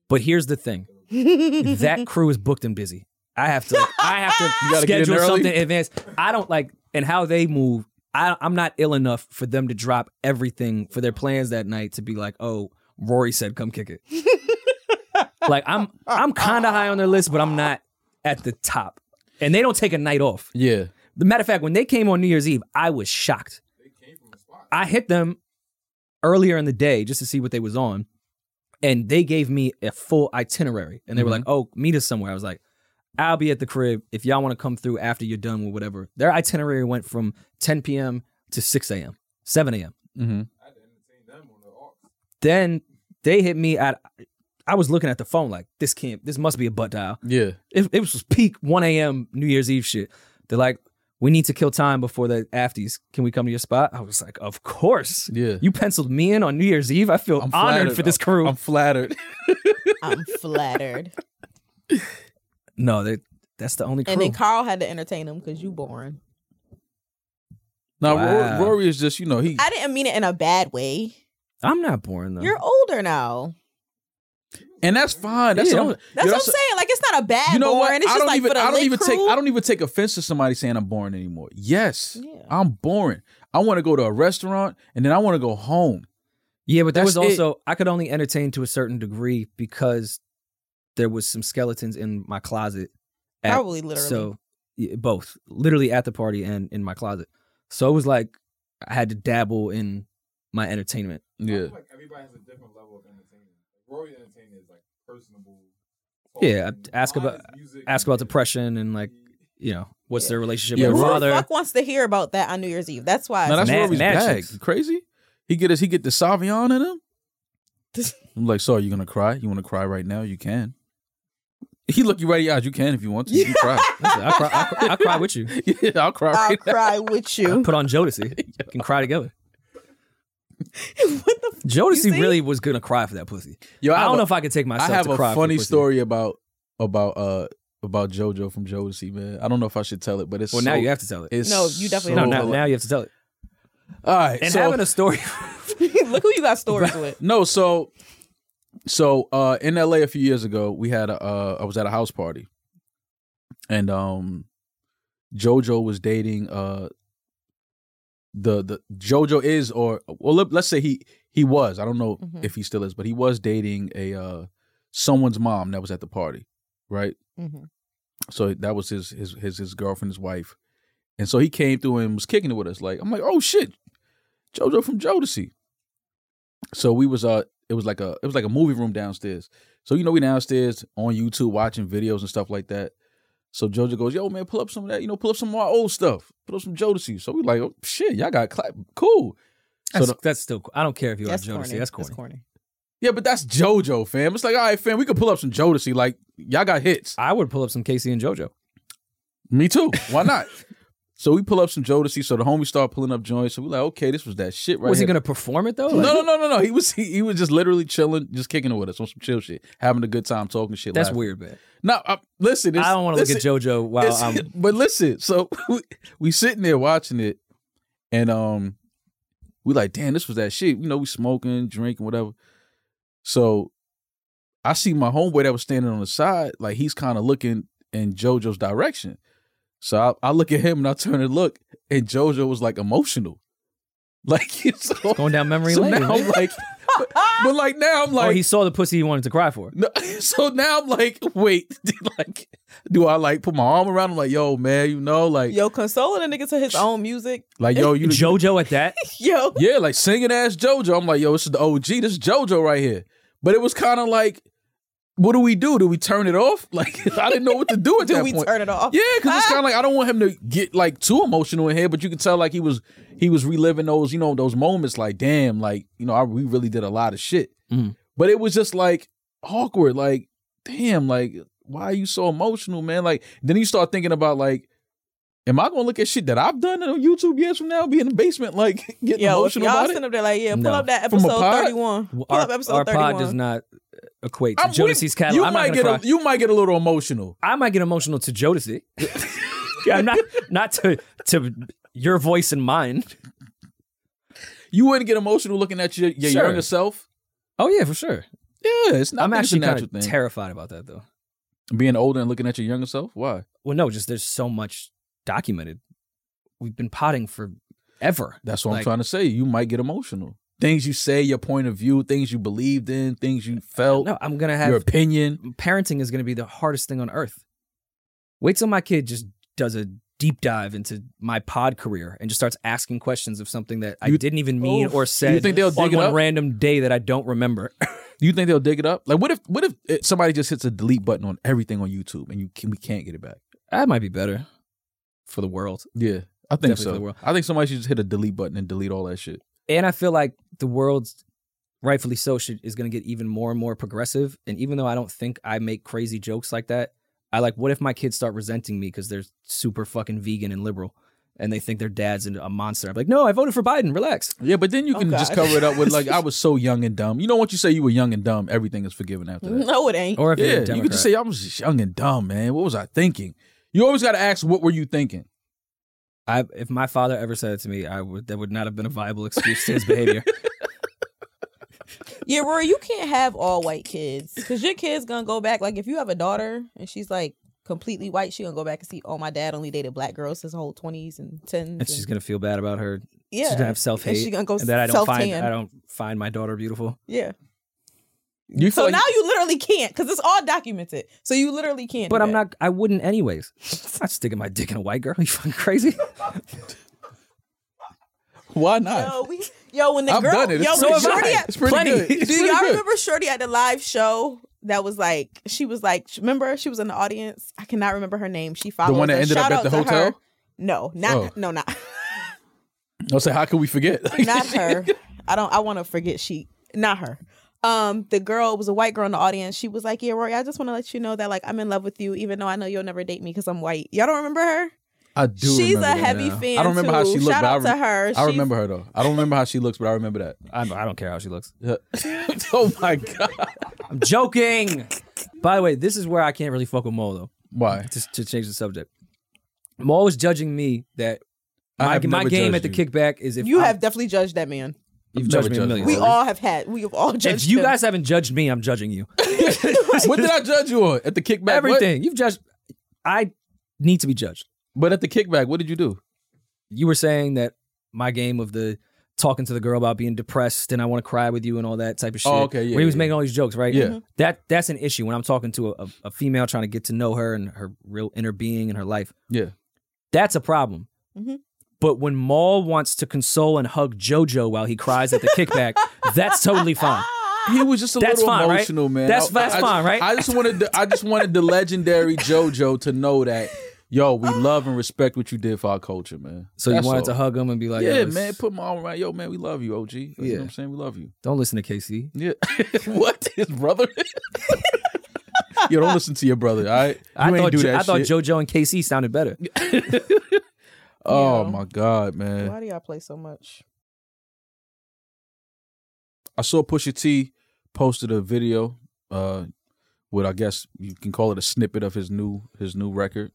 Speaker 2: But here's the thing. that crew is booked and busy. I have to I have
Speaker 3: You
Speaker 2: to
Speaker 3: gotta get in
Speaker 2: schedule
Speaker 3: early?
Speaker 2: something in advance. I don't like and how they move. I, I'm not ill enough for them to drop everything for their plans that night to be like, oh, Rory said come kick it. like I'm I'm kind of high on their list, but I'm not at the top. And they don't take a night off.
Speaker 3: Yeah.
Speaker 2: The matter of fact, when they came on New Year's Eve, I was shocked. I hit them earlier in the day just to see what they was on, and they gave me a full itinerary. And they were
Speaker 3: Mhm.
Speaker 2: like, "Oh, meet us somewhere." I was like, "I'll be at the crib if y'all want to come through after you're done with whatever." Their itinerary went from 10 p.m. to 6 a.m., 7 a.m.
Speaker 3: Mm-hmm.
Speaker 2: Then they hit me at. I was looking at the phone like, "This can't. This must be a butt dial."
Speaker 3: Yeah.
Speaker 2: It, it was peak 1 a.m. New Year's Eve shit. They're like, we need to kill time before the afties. Can we come to your spot? I was like, of course.
Speaker 3: Yeah.
Speaker 2: You penciled me in on New Year's Eve. I feel honored for this crew.
Speaker 3: I'm flattered.
Speaker 1: I'm flattered.
Speaker 2: no, they, that's the only crew.
Speaker 1: And then Carl had to entertain him because you boring.
Speaker 3: Now
Speaker 2: Wow.
Speaker 3: Rory, Rory is just you know he
Speaker 1: I didn't mean it in a bad way.
Speaker 2: I'm not boring though.
Speaker 1: You're older now.
Speaker 3: and that's fine. That's
Speaker 2: Yeah.
Speaker 3: what I'm,
Speaker 1: That's
Speaker 3: yo,
Speaker 1: what I'm saying. Like it's not a bad
Speaker 3: You know
Speaker 1: boring.
Speaker 3: what?
Speaker 1: It's
Speaker 3: I
Speaker 1: just
Speaker 3: don't
Speaker 1: like
Speaker 3: even
Speaker 1: for the
Speaker 3: I don't
Speaker 1: lit
Speaker 3: even
Speaker 1: crew.
Speaker 3: take I don't even take offense to somebody saying I'm boring anymore. Yes,
Speaker 1: Yeah.
Speaker 3: I'm boring. I want to go to a restaurant and then I want to go home.
Speaker 2: yeah, but there
Speaker 3: That's
Speaker 2: was also I could only entertain to a certain degree because there was some skeletons in my closet. at-
Speaker 1: Probably literally.
Speaker 2: So yeah, both, literally at the party and in my closet. So it was like I had to dabble in my entertainment.
Speaker 3: Yeah,
Speaker 5: like everybody has a different level of entertainment. Rory entertainment is like personable.
Speaker 2: Yeah,
Speaker 5: talking,
Speaker 2: ask
Speaker 5: honest
Speaker 2: about-
Speaker 5: music,
Speaker 2: Ask about depression and like you know what's their relationship
Speaker 3: Yeah,
Speaker 2: with
Speaker 1: Who
Speaker 2: their
Speaker 3: Rory-
Speaker 1: the
Speaker 2: father.
Speaker 1: fuck wants to hear about that on New Year's Eve? That's why.
Speaker 3: now that's
Speaker 2: mad-
Speaker 3: Rory's
Speaker 2: mad
Speaker 3: bag.
Speaker 2: chicks.
Speaker 3: Crazy. He get his he get the Savion in him. I'm like, so are you gonna cry? You want to cry right now? You can. He look you right in the eyes. You can if you want to. You try.
Speaker 2: Listen, I cry, I cry, I cry with you.
Speaker 3: yeah, I'll cry.
Speaker 1: I'll
Speaker 3: Right
Speaker 2: Uh,
Speaker 3: now.
Speaker 1: cry with
Speaker 2: I
Speaker 1: you.
Speaker 2: put on Jodeci. We can cry together.
Speaker 1: what the? F-
Speaker 2: Jodeci
Speaker 1: see?
Speaker 2: really was gonna cry for that pussy.
Speaker 3: Yo,
Speaker 2: I,
Speaker 3: have
Speaker 2: don't
Speaker 3: a-
Speaker 2: know if I could take myself.
Speaker 3: I have
Speaker 2: to
Speaker 3: a
Speaker 2: cry for
Speaker 3: funny
Speaker 2: pussy.
Speaker 3: story about about uh about JoJo from Jodeci, man. I don't know if I should tell it, but it's
Speaker 2: Well,
Speaker 3: so,
Speaker 2: now you have to tell it.
Speaker 3: It's
Speaker 1: No, you definitely
Speaker 3: so
Speaker 2: no, now,
Speaker 3: hila-
Speaker 2: now you have to tell it.
Speaker 3: All right,
Speaker 2: And
Speaker 3: so,
Speaker 2: having a story.
Speaker 1: Look who you got stories with.
Speaker 3: no, so so uh in LA a few years ago, we had a uh I was at a house party. And um JoJo was dating uh the the JoJo is or well let, us say he he was. I don't know
Speaker 1: Mhm.
Speaker 3: if he still is, but he was dating a uh someone's mom that was at the party, right?
Speaker 1: Mhm.
Speaker 3: So that was his his his his girlfriend, his wife. And so he came through and was kicking it with us. Like, I'm like, oh shit, JoJo from Jodeci. So we was uh it was like a it was like a movie room downstairs. So you know, we downstairs on YouTube watching videos and stuff like that. So JoJo goes, yo man, pull up some of that, you know, pull up some of our old stuff. Pull up some Jodeci. So we like, oh shit, y'all got clap cool.
Speaker 2: That's,
Speaker 3: So the,
Speaker 2: that's still. I don't care if you like
Speaker 1: That's
Speaker 2: Jodeci.
Speaker 1: corny.
Speaker 2: That's corny.
Speaker 3: yeah, but that's JoJo, fam. It's like, all right, fam, we could pull up some Jodeci. Like, y'all got hits.
Speaker 2: I would pull up some Casey and JoJo.
Speaker 3: Me too. Why not? so we pull up some Jodeci. So the homie start pulling up joints. So we like, okay, this was that shit right
Speaker 2: was he
Speaker 3: here.
Speaker 2: gonna perform it though?
Speaker 3: No,
Speaker 2: Like,
Speaker 3: no, no, no, no. He was he, he was just literally chilling, just kicking it with us on some chill shit, having a good time, talking shit.
Speaker 2: That's
Speaker 3: laughing.
Speaker 2: weird, man.
Speaker 3: No, I, listen. It's,
Speaker 2: I don't want to look at
Speaker 3: listen,
Speaker 2: JoJo while
Speaker 3: it's-
Speaker 2: I'm.
Speaker 3: But listen, so we, we sitting there watching it, and um, we like, damn, this was that shit. You know, we smoking, drinking, whatever. So, I see my homeboy that was standing on the side, like he's kind of looking in JoJo's direction. So I, I look at him and I turn and look, and JoJo was like emotional, like it's
Speaker 2: Going down memory
Speaker 3: so
Speaker 2: lane.
Speaker 3: now I'm like, but, but like now I'm
Speaker 2: oh,
Speaker 3: like,
Speaker 2: he saw the pussy he wanted to cry for.
Speaker 3: no, so now I'm like, wait, like, do I like put my arm around him? Like, yo, man, you know, like,
Speaker 1: Yo, consoling a nigga to his own music.
Speaker 3: like, yo, you,
Speaker 2: JoJo at that.
Speaker 1: Yo,
Speaker 3: yeah, like singing ass JoJo. I'm like, yo, this is the OG. This is JoJo right here. But it was kind of like, what do we do? Do we turn it off? Like, I didn't know what to do at
Speaker 1: do
Speaker 3: that
Speaker 1: we
Speaker 3: point.
Speaker 1: turn it off?
Speaker 3: Yeah, because it's kind of like I don't want him to get like too emotional in here, but you can tell like he was he was reliving those you know those moments like damn like you know I we really did a lot of shit,
Speaker 2: Mhm.
Speaker 3: but it was just like awkward like damn like why are you so emotional man like then you start thinking about like am I gonna look at shit that I've done on YouTube years from now be in the basement like getting
Speaker 1: Yo, if
Speaker 3: emotional
Speaker 1: y'all
Speaker 3: about
Speaker 1: sitting
Speaker 3: it.
Speaker 1: up there like, yeah, pull
Speaker 2: No.
Speaker 1: up that
Speaker 3: From a
Speaker 1: episode
Speaker 3: pod?
Speaker 1: 31. Pull
Speaker 2: Our,
Speaker 1: up episode
Speaker 2: our
Speaker 1: 31.
Speaker 2: pod does not uh, equate to
Speaker 3: I'm- what if-
Speaker 2: Jodeci's catalog.
Speaker 3: You
Speaker 2: I'm not
Speaker 3: might
Speaker 2: gonna
Speaker 3: get
Speaker 2: cry.
Speaker 3: a, you might get a little emotional.
Speaker 2: I might get emotional to Jodeci. yeah, I'm not not to to your voice and mine.
Speaker 3: You wouldn't get emotional looking at your, your
Speaker 2: Sure.
Speaker 3: younger self.
Speaker 2: Oh yeah, for sure.
Speaker 3: Yeah, it's not.
Speaker 2: I'm
Speaker 3: I think it's a
Speaker 2: actually kind
Speaker 3: natural
Speaker 2: of
Speaker 3: thing.
Speaker 2: terrified about that though.
Speaker 3: Being older and looking at your younger self. Why?
Speaker 2: Well, no, just there's so much documented. We've been potting for ever.
Speaker 3: That's what
Speaker 2: Like-
Speaker 3: I'm trying to say. You might get emotional. Things you say, your point of view, things you believed in, things you felt,
Speaker 2: No, I'm gonna
Speaker 3: your
Speaker 2: have
Speaker 3: opinion.
Speaker 2: parenting is gonna be the hardest thing on earth. Wait till my kid just does a deep dive into my pod career and just starts asking questions of something that I
Speaker 3: You- Oh,
Speaker 2: didn't even mean
Speaker 1: Oof.
Speaker 2: or said
Speaker 3: You think they'll
Speaker 2: on
Speaker 3: dig it
Speaker 2: one
Speaker 3: up?
Speaker 2: random day that I don't remember.
Speaker 3: you think they'll dig it up? Like, what if what if it- somebody just hits a delete button on everything on YouTube and you can, we can't get it back?
Speaker 2: that might be better for the world.
Speaker 3: Yeah, I think
Speaker 2: Definitely for the
Speaker 3: so.
Speaker 2: world.
Speaker 3: I think somebody should just hit a delete button and delete all that shit.
Speaker 2: and I feel like the world's rightfully so should, is going to get even more and more progressive. And even though I don't think I make crazy jokes like that, I like what if my kids start resenting me because they're super fucking vegan and liberal, and they think their dad's an- a monster. I'm like, no, I voted for Biden. Relax.
Speaker 3: Yeah, but then you
Speaker 1: Oh,
Speaker 3: can just
Speaker 1: God.
Speaker 3: cover it up with like, I was so young and dumb. You know, once you say you were young and dumb, everything is forgiven after that.
Speaker 1: No, it ain't.
Speaker 2: Or if you're a
Speaker 3: Yeah, you
Speaker 2: Democrat,
Speaker 3: could just say I was just young and dumb, man. What was I thinking? You always got to ask, what were you thinking?
Speaker 2: I, if my father ever said it to me, I would that would not have been a viable excuse to his behavior.
Speaker 1: Yeah, Rory, you can't have all white kids because your kids gonna go back. Like, if you have a daughter and she's like completely white, she gonna go back and see. Oh, my dad only dated black girls his whole twenties and tens.
Speaker 2: and she's gonna feel bad about her.
Speaker 1: yeah,
Speaker 2: She's gonna have self
Speaker 1: and she
Speaker 2: hate,
Speaker 1: gonna go
Speaker 2: and that I don't
Speaker 1: self
Speaker 2: find I
Speaker 1: tan.
Speaker 2: don't find my daughter beautiful.
Speaker 1: Yeah.
Speaker 3: You
Speaker 1: So
Speaker 3: feel like-
Speaker 1: now you literally can't because it's all documented. So you literally can't.
Speaker 2: But
Speaker 1: do
Speaker 2: I'm
Speaker 1: that.
Speaker 2: not. I wouldn't anyways. I'm not sticking my dick in a white girl. You fucking crazy.
Speaker 3: Why not?
Speaker 1: Yo, we, yo, when the
Speaker 3: I've
Speaker 1: girl,
Speaker 3: done it. It's
Speaker 1: yo,
Speaker 3: pretty
Speaker 1: when
Speaker 2: good.
Speaker 1: Shorty at,
Speaker 3: It's pretty
Speaker 2: Plenty.
Speaker 3: good. It's
Speaker 1: Do
Speaker 3: pretty
Speaker 1: y'all
Speaker 3: good.
Speaker 1: remember Shorty at the live show? That was like she was like remember she was in the audience. I cannot remember her name. She followed
Speaker 3: one that
Speaker 1: us.
Speaker 3: ended up
Speaker 1: Shout
Speaker 3: at
Speaker 1: out
Speaker 3: the
Speaker 1: to
Speaker 3: hotel?
Speaker 1: her. No, not
Speaker 3: Oh.
Speaker 1: no, not
Speaker 3: I was like, how could we forget?
Speaker 1: not her. I don't. I want to forget she. Not her. um the girl it was a white girl in the audience she was like yeah rory i just want to let you know that like i'm in love with you even though i know you'll never date me because i'm white y'all don't remember her
Speaker 3: I do.
Speaker 1: she's
Speaker 3: remember
Speaker 1: a
Speaker 3: that
Speaker 1: heavy
Speaker 3: now.
Speaker 1: fan
Speaker 3: I don't remember how
Speaker 1: too.
Speaker 3: she looked,
Speaker 1: shout
Speaker 3: but I,
Speaker 1: out
Speaker 3: rem-
Speaker 1: to her
Speaker 3: I
Speaker 1: She's-
Speaker 3: remember her though. I don't remember how she looks, but I remember that.
Speaker 2: I, I don't care how she looks.
Speaker 3: oh my god!
Speaker 2: I'm joking. By the way, this is where I can't really fuck with Mo though.
Speaker 3: Why?
Speaker 2: Just to change the subject, Mo was judging me that
Speaker 3: I
Speaker 2: my,
Speaker 3: have
Speaker 2: my
Speaker 3: never
Speaker 2: game
Speaker 3: judged
Speaker 2: at the
Speaker 3: you.
Speaker 2: kickback is if
Speaker 1: you
Speaker 2: I'm-
Speaker 1: have definitely judged that man
Speaker 2: you've
Speaker 3: I've never
Speaker 2: judged me a
Speaker 3: judged
Speaker 2: million.
Speaker 3: Mo.
Speaker 1: we
Speaker 2: times.
Speaker 1: all have had we have all judged
Speaker 2: If you
Speaker 1: him.
Speaker 2: guys haven't judged me, I'm judging you.
Speaker 3: what did I judge you on at the kickback? What-
Speaker 2: Everything you've judged, I need to be judged.
Speaker 3: But at the kickback, what did you do?
Speaker 2: You were saying that my game of the talking to the girl about being depressed and I want to cry with you and all that type of shit.
Speaker 3: Oh, okay, yeah,
Speaker 2: Where he was
Speaker 3: yeah,
Speaker 2: making all these jokes, right?
Speaker 3: Yeah. Mhm.
Speaker 2: That that's an issue when I'm talking to a, a, a female trying to get to know her and her real inner being and her life.
Speaker 3: Yeah.
Speaker 2: That's a problem.
Speaker 1: Mhm.
Speaker 2: But when Maul wants to console and hug JoJo while he cries at the kickback, that's totally fine.
Speaker 3: He was just a
Speaker 2: That's
Speaker 3: little
Speaker 2: fine, right?
Speaker 3: emotional, man.
Speaker 2: That's-
Speaker 3: I-
Speaker 2: that's
Speaker 3: I- I
Speaker 2: fine,
Speaker 3: just-
Speaker 2: right?
Speaker 3: I just wanted, the, I just wanted the legendary JoJo to know that, yo, we love and respect what you did for our culture, man.
Speaker 2: So
Speaker 3: That's
Speaker 2: you wanted
Speaker 3: all.
Speaker 2: to hug him and be like,
Speaker 3: yeah,
Speaker 2: "Yo,
Speaker 3: man.
Speaker 2: it's-
Speaker 3: Put my arm around, yo, man. We love you, OG. Like, You
Speaker 2: Yeah.
Speaker 3: know what I'm saying? We love you.
Speaker 2: don't listen to KC.
Speaker 3: Yeah. what his brother? yo, don't listen to your brother. All right, you
Speaker 2: I
Speaker 3: ain't
Speaker 2: thought
Speaker 3: do
Speaker 2: Jo-
Speaker 3: that
Speaker 2: I thought
Speaker 3: shit.
Speaker 2: JoJo and KC sounded better.
Speaker 3: oh
Speaker 1: Yo.
Speaker 3: my god, man.
Speaker 1: why do y'all play so much
Speaker 3: I saw Pusha T posted a video uh with I guess you can call it a snippet of his new his new record.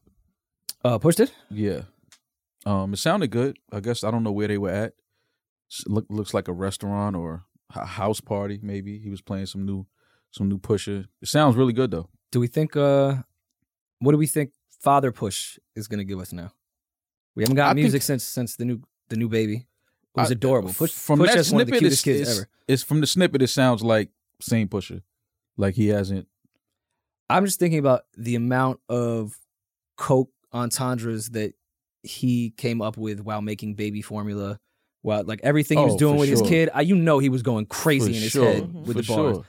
Speaker 2: Uh, pushed it.
Speaker 3: Yeah. Um it sounded good. I guess I don't know where they were at. S- Look looks like a restaurant or a house party maybe. He was playing some new some new Pusha. It sounds really good though.
Speaker 2: Do we think? uh What do we think? Father Push is gonna give us now. We haven't
Speaker 3: I
Speaker 2: got
Speaker 3: think-
Speaker 2: music since since the new the new baby. It was
Speaker 3: I-
Speaker 2: adorable. Push
Speaker 3: from
Speaker 2: Push
Speaker 3: that
Speaker 2: is one of the
Speaker 3: snippet,
Speaker 2: cutest
Speaker 3: it's,
Speaker 2: kids
Speaker 3: it's-
Speaker 2: ever.
Speaker 3: it's from the snippet. It sounds like same Pusha, like he hasn't.
Speaker 2: I'm just thinking about the amount of coke entendres that he came up with while making baby formula. While like everything he was
Speaker 3: Oh,
Speaker 2: doing
Speaker 3: for
Speaker 2: with his
Speaker 3: sure.
Speaker 2: kid, I, you know he was going crazy
Speaker 3: for
Speaker 2: in his
Speaker 3: sure, Mm-hmm.
Speaker 2: head with
Speaker 3: for
Speaker 2: the bars.
Speaker 3: sure.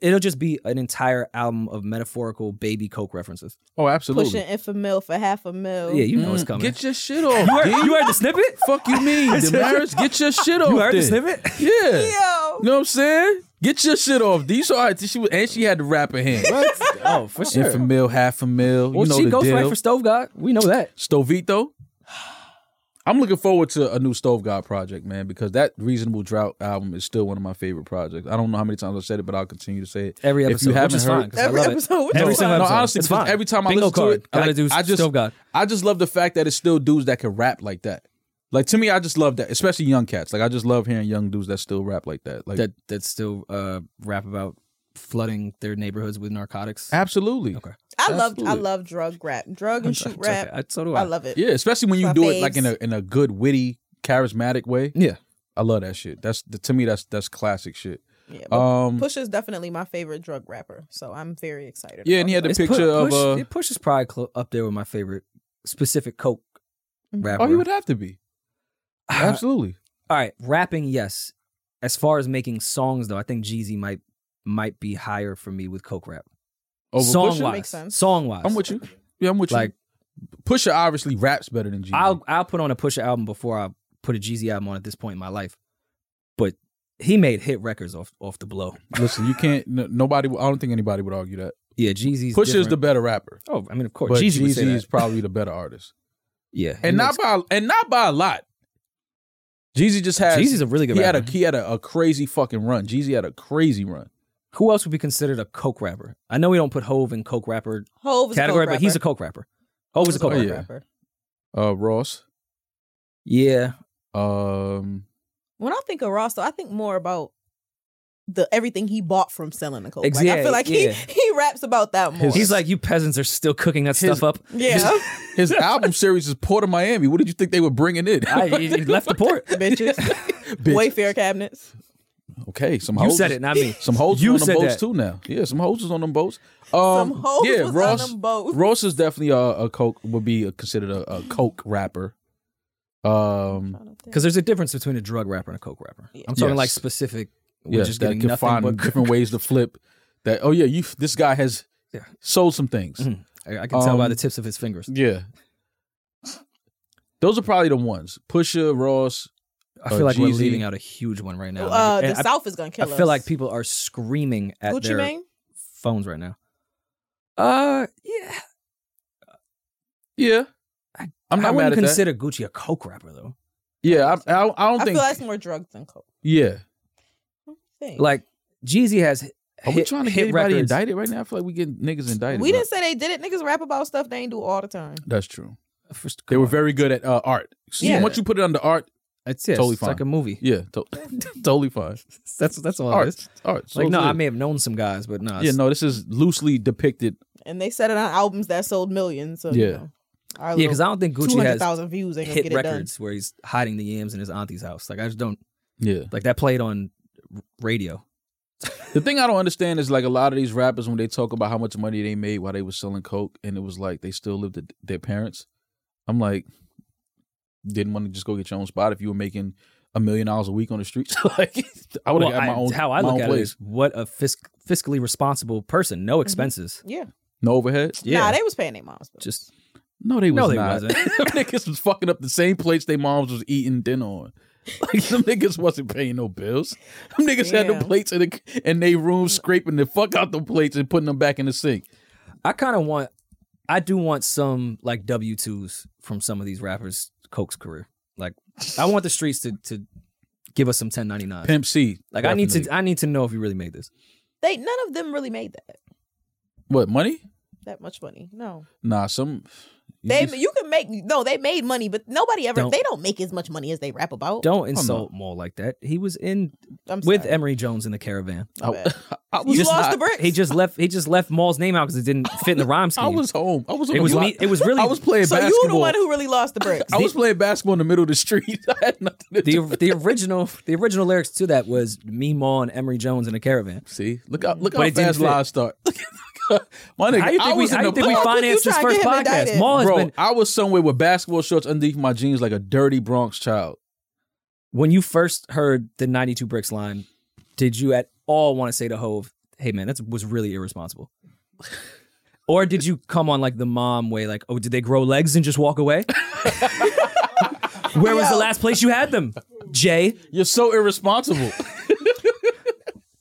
Speaker 2: It'll just be an entire album of metaphorical baby coke references.
Speaker 3: Oh, absolutely.
Speaker 1: pushing if a mil for half a mil
Speaker 2: Yeah, you know it's
Speaker 3: Mm,
Speaker 2: coming.
Speaker 3: Get your shit off.
Speaker 2: you, heard,
Speaker 3: D.
Speaker 2: you heard the snippet?
Speaker 3: Fuck you mean, Damaris? Get your shit off.
Speaker 2: You heard the
Speaker 3: then.
Speaker 2: snippet?
Speaker 3: Yeah.
Speaker 1: Yo.
Speaker 3: You know what I'm saying? Get your shit off. D. So all right, she was, and she had the rapper hand.
Speaker 2: oh, for sure.
Speaker 3: Half a mil, half a mil.
Speaker 2: well,
Speaker 3: you know
Speaker 2: she
Speaker 3: the
Speaker 2: goes
Speaker 3: deal.
Speaker 2: right for Stove God. We know that.
Speaker 3: Stovito. I'm looking forward to a new Stove God project, man, because that Reasonable Drought album is still one of my favorite projects. I don't know how many times I've said it, but I'll continue to say it.
Speaker 2: Every
Speaker 3: If you
Speaker 2: episode, which
Speaker 3: haven't
Speaker 2: is
Speaker 3: heard-
Speaker 2: fine, 'cause
Speaker 1: Every
Speaker 2: I love
Speaker 1: episode,
Speaker 2: it.
Speaker 1: which
Speaker 2: Every
Speaker 1: is
Speaker 2: single
Speaker 1: fine.
Speaker 2: episode.
Speaker 3: No, honestly,
Speaker 2: it's
Speaker 3: because
Speaker 2: fine.
Speaker 3: every time I
Speaker 2: Bingo
Speaker 3: listen to
Speaker 2: card.
Speaker 3: it, I
Speaker 2: gotta
Speaker 3: like-
Speaker 2: do
Speaker 3: I just-
Speaker 2: Stove God.
Speaker 3: I just love the fact that it's still dudes that can rap like that. Like to me, I just love that, especially young cats. Like I just love hearing young dudes that still rap like that. Like
Speaker 2: that that still uh, rap about flooding their neighborhoods with narcotics.
Speaker 3: absolutely,
Speaker 2: Okay.
Speaker 1: I love I
Speaker 3: Absolutely.
Speaker 1: love drug rap, drug and shoot
Speaker 2: It's okay.
Speaker 1: rap.
Speaker 2: I, so do I.
Speaker 1: I love it.
Speaker 3: yeah. Especially when you
Speaker 1: My
Speaker 3: do
Speaker 1: faves.
Speaker 3: it like in a in a good, witty, charismatic way.
Speaker 2: Yeah.
Speaker 3: I love that shit. That's to me, that's that's classic shit.
Speaker 1: Yeah, but
Speaker 3: Um,
Speaker 1: Pusha is definitely my favorite drug rapper, so I'm very excited.
Speaker 3: yeah, and he had
Speaker 1: about
Speaker 3: the
Speaker 2: It's pu-
Speaker 3: picture of.
Speaker 2: push,
Speaker 3: Uh,
Speaker 2: it pushes probably clo- up there with my favorite specific Coke
Speaker 1: Mhm.
Speaker 2: rapper.
Speaker 3: oh, he would have to be
Speaker 2: All
Speaker 3: absolutely.
Speaker 2: right, rapping yes. As far as making songs though, I think Jeezy might might be higher for me with Coke rap.
Speaker 3: Over
Speaker 2: song
Speaker 3: Pusha?
Speaker 2: wise,
Speaker 1: Makes sense.
Speaker 2: song wise,
Speaker 3: I'm with you. Yeah, I'm with
Speaker 2: Like-
Speaker 3: you. Pusha obviously raps better than G.
Speaker 2: I'll I'll put on a Pusha album before I put a Jeezy album on at this point in my life. But he made hit records off off the blow.
Speaker 3: Listen, you can't. No, nobody. I don't think anybody would argue that.
Speaker 2: Yeah, Jeezy's
Speaker 3: Pusha is the
Speaker 2: different.
Speaker 3: better rapper.
Speaker 2: oh, I mean of course
Speaker 3: But
Speaker 2: Jeezy,
Speaker 3: Jeezy,
Speaker 2: would say that.
Speaker 3: is probably the better artist,
Speaker 2: yeah, he
Speaker 3: and
Speaker 2: makes-
Speaker 3: not by and not by a lot. Jeezy just has.
Speaker 2: Jeezy's a really good
Speaker 3: he
Speaker 2: rapper.
Speaker 3: had a he had a, a crazy fucking run. Jeezy had a crazy run.
Speaker 2: Who else would be considered a coke rapper? I know we don't put Hove in coke rapper
Speaker 1: Hove is
Speaker 2: category,
Speaker 1: a
Speaker 2: but he's a coke rapper. Hove is a coke
Speaker 3: Oh,
Speaker 2: rapper.
Speaker 3: yeah.
Speaker 1: rapper.
Speaker 3: Uh, Ross.
Speaker 2: Yeah,
Speaker 3: Um,
Speaker 1: When I think of Ross, though, I think more about the everything he bought from selling the coke.
Speaker 2: Ex-
Speaker 1: Like, I
Speaker 2: yeah,
Speaker 1: feel like
Speaker 2: yeah.
Speaker 1: he he raps about that more.
Speaker 3: His-
Speaker 2: he's like you peasants are still cooking that
Speaker 3: His-
Speaker 2: stuff up.
Speaker 1: yeah,
Speaker 3: his album series is Port of Miami. What did you think they were bringing in?
Speaker 2: I he left the port.
Speaker 1: bitches,
Speaker 3: Bitch.
Speaker 1: Wayfair cabinets.
Speaker 3: Okay, some
Speaker 2: You
Speaker 3: hoes
Speaker 2: said
Speaker 3: is-
Speaker 2: it, not me.
Speaker 3: Some hoes
Speaker 2: You
Speaker 3: was on
Speaker 2: said
Speaker 3: them boats
Speaker 2: that.
Speaker 3: too now. Yeah, some hoes was on them boats. Um,
Speaker 1: Some hoes
Speaker 3: yeah,
Speaker 1: was on
Speaker 3: Ross,
Speaker 1: them boats.
Speaker 3: Ross is definitely a, a coke would be a, considered a, a coke rapper. Um,
Speaker 2: Because there's a difference between a drug rapper and a coke rapper. I'm talking
Speaker 3: Yes.
Speaker 2: like specific. We're
Speaker 3: yeah,
Speaker 2: just
Speaker 3: that
Speaker 2: getting
Speaker 3: can
Speaker 2: nothing
Speaker 3: find
Speaker 2: but
Speaker 3: different ways to flip. That oh yeah, you this guy has
Speaker 2: Yeah.
Speaker 3: sold some things.
Speaker 2: Mhm. I, I can tell by
Speaker 3: Um,
Speaker 2: the tips of his fingers.
Speaker 3: Yeah, those are probably the ones. Pusha, Ross,
Speaker 2: I
Speaker 3: Uh,
Speaker 2: feel like we're
Speaker 3: Jeezy.
Speaker 2: leaving out a huge one right now.
Speaker 1: uh,
Speaker 2: Like,
Speaker 1: the
Speaker 2: and I,
Speaker 1: South is gonna
Speaker 2: I
Speaker 1: kill us.
Speaker 2: feel like people are screaming at
Speaker 1: Gucci
Speaker 2: their
Speaker 1: Mane.
Speaker 2: phones right now. Uh, yeah.
Speaker 3: Yeah,
Speaker 2: I-
Speaker 3: I'm
Speaker 2: I
Speaker 3: not
Speaker 2: wouldn't
Speaker 3: mad at that.
Speaker 2: consider Gucci a coke rapper though.
Speaker 3: Yeah, I, I, I don't
Speaker 1: I
Speaker 3: think.
Speaker 1: feel that's more drug than coke.
Speaker 3: yeah,
Speaker 1: Thing.
Speaker 2: Like Jeezy has. Hit,
Speaker 3: are we trying to get
Speaker 2: hit
Speaker 3: anybody
Speaker 2: records.
Speaker 3: indicted right now? I feel like we getting niggas indicted.
Speaker 1: we
Speaker 3: bro.
Speaker 1: didn't say they did it. Niggas rap about stuff they ain't do all the time.
Speaker 3: That's true.
Speaker 2: First,
Speaker 3: They were very good at uh, art. So
Speaker 2: Yeah.
Speaker 3: Once you put it under art,
Speaker 2: It's, yeah,
Speaker 3: totally
Speaker 2: it's like
Speaker 3: fine.
Speaker 2: a movie.
Speaker 3: yeah, to- totally fine.
Speaker 2: That's that's all it
Speaker 3: Art,
Speaker 2: is.
Speaker 3: art. So
Speaker 2: like no,
Speaker 3: good.
Speaker 2: I uh, may have known some guys, but no.
Speaker 3: yeah,
Speaker 2: it's-
Speaker 3: no, this is loosely depicted.
Speaker 1: And they said it on albums that sold millions. So
Speaker 3: Yeah.
Speaker 1: you know, our
Speaker 2: yeah,
Speaker 1: little
Speaker 2: because I don't think Gucci has
Speaker 1: 200,000 views ain't gonna
Speaker 2: hit
Speaker 1: get it done.
Speaker 2: records where he's hiding the yams in his auntie's house. Like I just don't
Speaker 3: Yeah.
Speaker 2: like that played on r- radio.
Speaker 3: The thing I don't understand is like a lot of these rappers when they talk about how much money they made while they was selling coke, and it was like they still lived at their parents. I'm like, didn't want to just go get your own spot if you were making a million dollars a week on the streets. like, I would have
Speaker 2: Well,
Speaker 3: got my
Speaker 2: I-
Speaker 3: own.
Speaker 2: how I
Speaker 3: my
Speaker 2: look
Speaker 3: own
Speaker 2: at it
Speaker 3: place.
Speaker 2: is what a fisc- fiscally responsible person,
Speaker 3: Mm-hmm.
Speaker 2: no expenses.
Speaker 1: Yeah.
Speaker 3: no overhead.
Speaker 2: Yeah,
Speaker 1: Nah, they was paying their moms. bills.
Speaker 2: just
Speaker 3: No, they was
Speaker 2: No, they
Speaker 3: not.
Speaker 2: wasn't.
Speaker 3: them niggas was fucking up the same place they moms was eating dinner on. Like them niggas wasn't paying no bills. Them niggas had
Speaker 1: Damn.
Speaker 3: the plates in the in their room, scraping the fuck out the plates and putting them back in the sink.
Speaker 2: I kind of want, I do want some like W twos from some of these rappers' Coke's career. Like, I want the streets to to give us some ten ninety nine.
Speaker 3: Pimp C.
Speaker 2: Like, I need
Speaker 3: definitely.
Speaker 2: to, I need to know if you really made this.
Speaker 1: They none of them really made that
Speaker 3: what money?
Speaker 1: that much money. No,
Speaker 3: Nah, some. you
Speaker 1: they
Speaker 3: just-
Speaker 1: you can make no. They made money, but nobody ever.
Speaker 2: Don't-
Speaker 1: They don't make as much money as they rap about.
Speaker 2: Don't insult Maul like that. He was in
Speaker 1: I'm
Speaker 2: with
Speaker 1: sorry.
Speaker 2: Emery Jones in the caravan.
Speaker 1: My bad.
Speaker 3: I
Speaker 1: you
Speaker 3: was
Speaker 1: lost
Speaker 3: not-
Speaker 1: the bricks.
Speaker 2: He just left. He just left Maul's name out because it didn't fit in the rhyme scheme.
Speaker 3: I was home. I was. On
Speaker 2: It
Speaker 3: the
Speaker 2: was
Speaker 3: block.
Speaker 2: me- it was really-
Speaker 3: I was playing
Speaker 1: so
Speaker 3: basketball.
Speaker 1: you the one who really lost the bricks.
Speaker 3: I was playing basketball in the middle of the street. I had nothing to
Speaker 2: the
Speaker 3: do.
Speaker 2: the original the original lyrics to that was me Maul and Emery Jones in a caravan.
Speaker 3: See, look out! Look
Speaker 2: But
Speaker 3: how
Speaker 2: it didn't
Speaker 3: fast
Speaker 2: fit.
Speaker 3: lives start. My nigga,
Speaker 2: How you
Speaker 3: I
Speaker 2: think we,
Speaker 3: was
Speaker 2: how
Speaker 3: in
Speaker 2: you
Speaker 3: the
Speaker 2: think we
Speaker 3: block.
Speaker 2: financed
Speaker 1: you
Speaker 2: this
Speaker 1: trying
Speaker 2: first
Speaker 1: to get him
Speaker 2: podcast?
Speaker 1: indicted?
Speaker 2: Maul has
Speaker 3: Bro,
Speaker 2: Oh, been
Speaker 3: I was somewhere with basketball shorts underneath my jeans like a dirty Bronx child.
Speaker 2: when you first heard the 92 bricks line, did you at all want to say to Hove, hey man, that was really irresponsible? or did you come on like the mom way, like, oh, did they grow legs and just walk away? Where was the
Speaker 1: Yo.
Speaker 2: last place you had them? Jay.
Speaker 3: You're so irresponsible.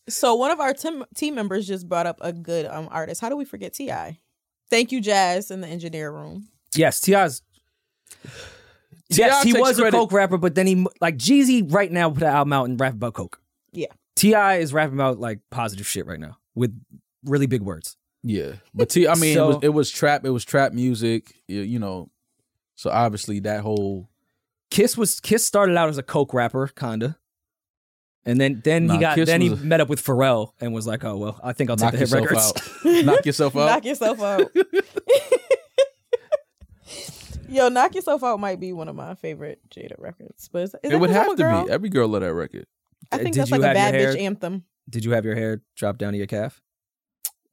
Speaker 1: So one of our team team members just brought up a good um artist. How do we forget Ti? Thank you, Jazz, in the engineer room.
Speaker 2: Yes, T.I.'s. Yes,
Speaker 3: T.I.
Speaker 2: he
Speaker 3: takes
Speaker 2: was
Speaker 3: credit.
Speaker 2: a Coke rapper, but then he, like, Jeezy right now put an album out and rap about Coke.
Speaker 1: Yeah.
Speaker 2: T.I. is rapping about like positive shit right now with really big words.
Speaker 3: yeah, but T. I mean,
Speaker 2: So-
Speaker 3: it, was, it was trap. It was trap music. You, you know, so obviously that whole
Speaker 2: Kiss was Kiss started out as a coke rapper, kinda, and then then
Speaker 3: Nah,
Speaker 2: he got
Speaker 3: Kiss
Speaker 2: then he
Speaker 3: was a-
Speaker 2: met up with Pharrell and was like, oh well, I think I'll take
Speaker 3: knock
Speaker 2: the hit
Speaker 3: yourself
Speaker 2: records.
Speaker 3: out. knock yourself out.
Speaker 1: knock yourself out. Yo, knock yourself out might be one of my favorite Jada records. But is, is
Speaker 3: it
Speaker 1: that
Speaker 3: would
Speaker 1: the
Speaker 3: have
Speaker 1: one,
Speaker 3: to
Speaker 1: girl?
Speaker 3: be. Uh, Every girl love that record.
Speaker 1: I think
Speaker 2: Did
Speaker 1: that's
Speaker 2: you
Speaker 1: like a
Speaker 2: have your
Speaker 1: bad bitch
Speaker 2: hair-
Speaker 1: anthem.
Speaker 2: Did you have your hair drop down to your calf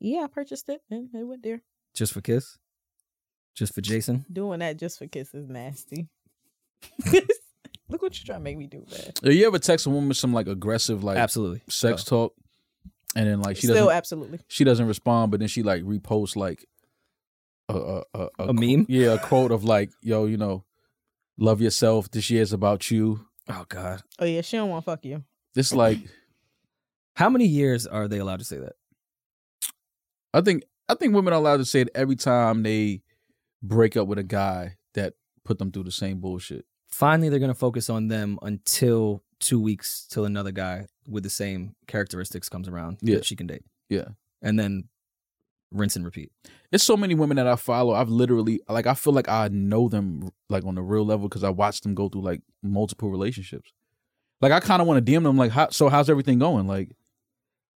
Speaker 1: Yeah, I purchased it and it went there.
Speaker 2: just for Kiss, just for Jason?
Speaker 1: Doing that just for kiss is nasty. Look what you trying to make me do, man.
Speaker 3: If you ever text a woman some like aggressive like
Speaker 2: Absolutely.
Speaker 3: sex talk, and then like she doesn't
Speaker 1: Still, absolutely.
Speaker 3: she doesn't respond, but then she like reposts like a a a, a,
Speaker 2: A meme?
Speaker 3: Yeah, a quote of like, "Yo, you know, love yourself. This year's about you."
Speaker 2: Oh God,
Speaker 1: Oh yeah, she don't want to fuck you.
Speaker 3: This like,
Speaker 2: how many years are they allowed to say that?
Speaker 3: I think I think women are allowed to say it every time they break up with a guy that put them through the same bullshit.
Speaker 2: Finally, they're gonna focus on them until two weeks till another guy with the same characteristics comes around
Speaker 3: Yeah.
Speaker 2: that she can date.
Speaker 3: Yeah.
Speaker 2: and then rinse and repeat.
Speaker 3: There's so many women that I follow. I've literally like I feel like I know them like on the real level because I watched them go through like multiple relationships. Like I kind of want to DM them like, how, so how's everything going? Like,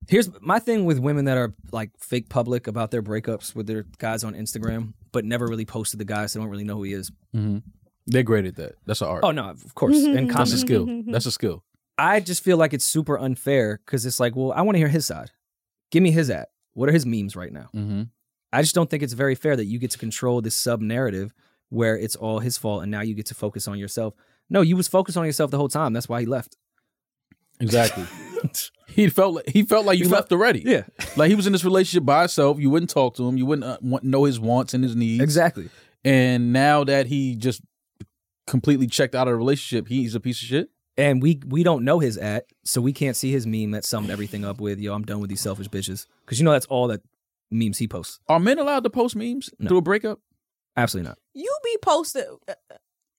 Speaker 2: Here's my thing with women that are like fake public about their breakups with their guys on Instagram, but never really posted the guy, so they don't really know who he is.
Speaker 3: Mm-hmm. they're great at that. That's an art.
Speaker 2: Oh no, of course, and
Speaker 3: That's a
Speaker 2: comments.
Speaker 3: skill. That's a skill.
Speaker 2: I just feel like it's super unfair because it's like, well, I want to hear his side. Give me his at. What are his memes right now?
Speaker 3: Mm-hmm.
Speaker 2: I just don't think it's very fair that you get to control this sub narrative where it's all his fault, and now you get to focus on yourself. No, you was focused on yourself the whole time. That's why he left.
Speaker 3: Exactly. he felt like he felt like you,
Speaker 2: felt-
Speaker 3: left already. Like he was in this relationship by himself. You wouldn't talk to him. You wouldn't uh, want, know his wants and his needs.
Speaker 2: exactly.
Speaker 3: And now that he just completely checked out of the relationship, he's a piece of shit.
Speaker 2: and we we don't know his at, so we can't see his meme that summed everything up with "Yo, I'm done with these selfish bitches." Because you know that's all that memes he posts.
Speaker 3: Are men allowed to post memes
Speaker 2: No.
Speaker 3: through a breakup?
Speaker 2: Absolutely not.
Speaker 1: You be posted.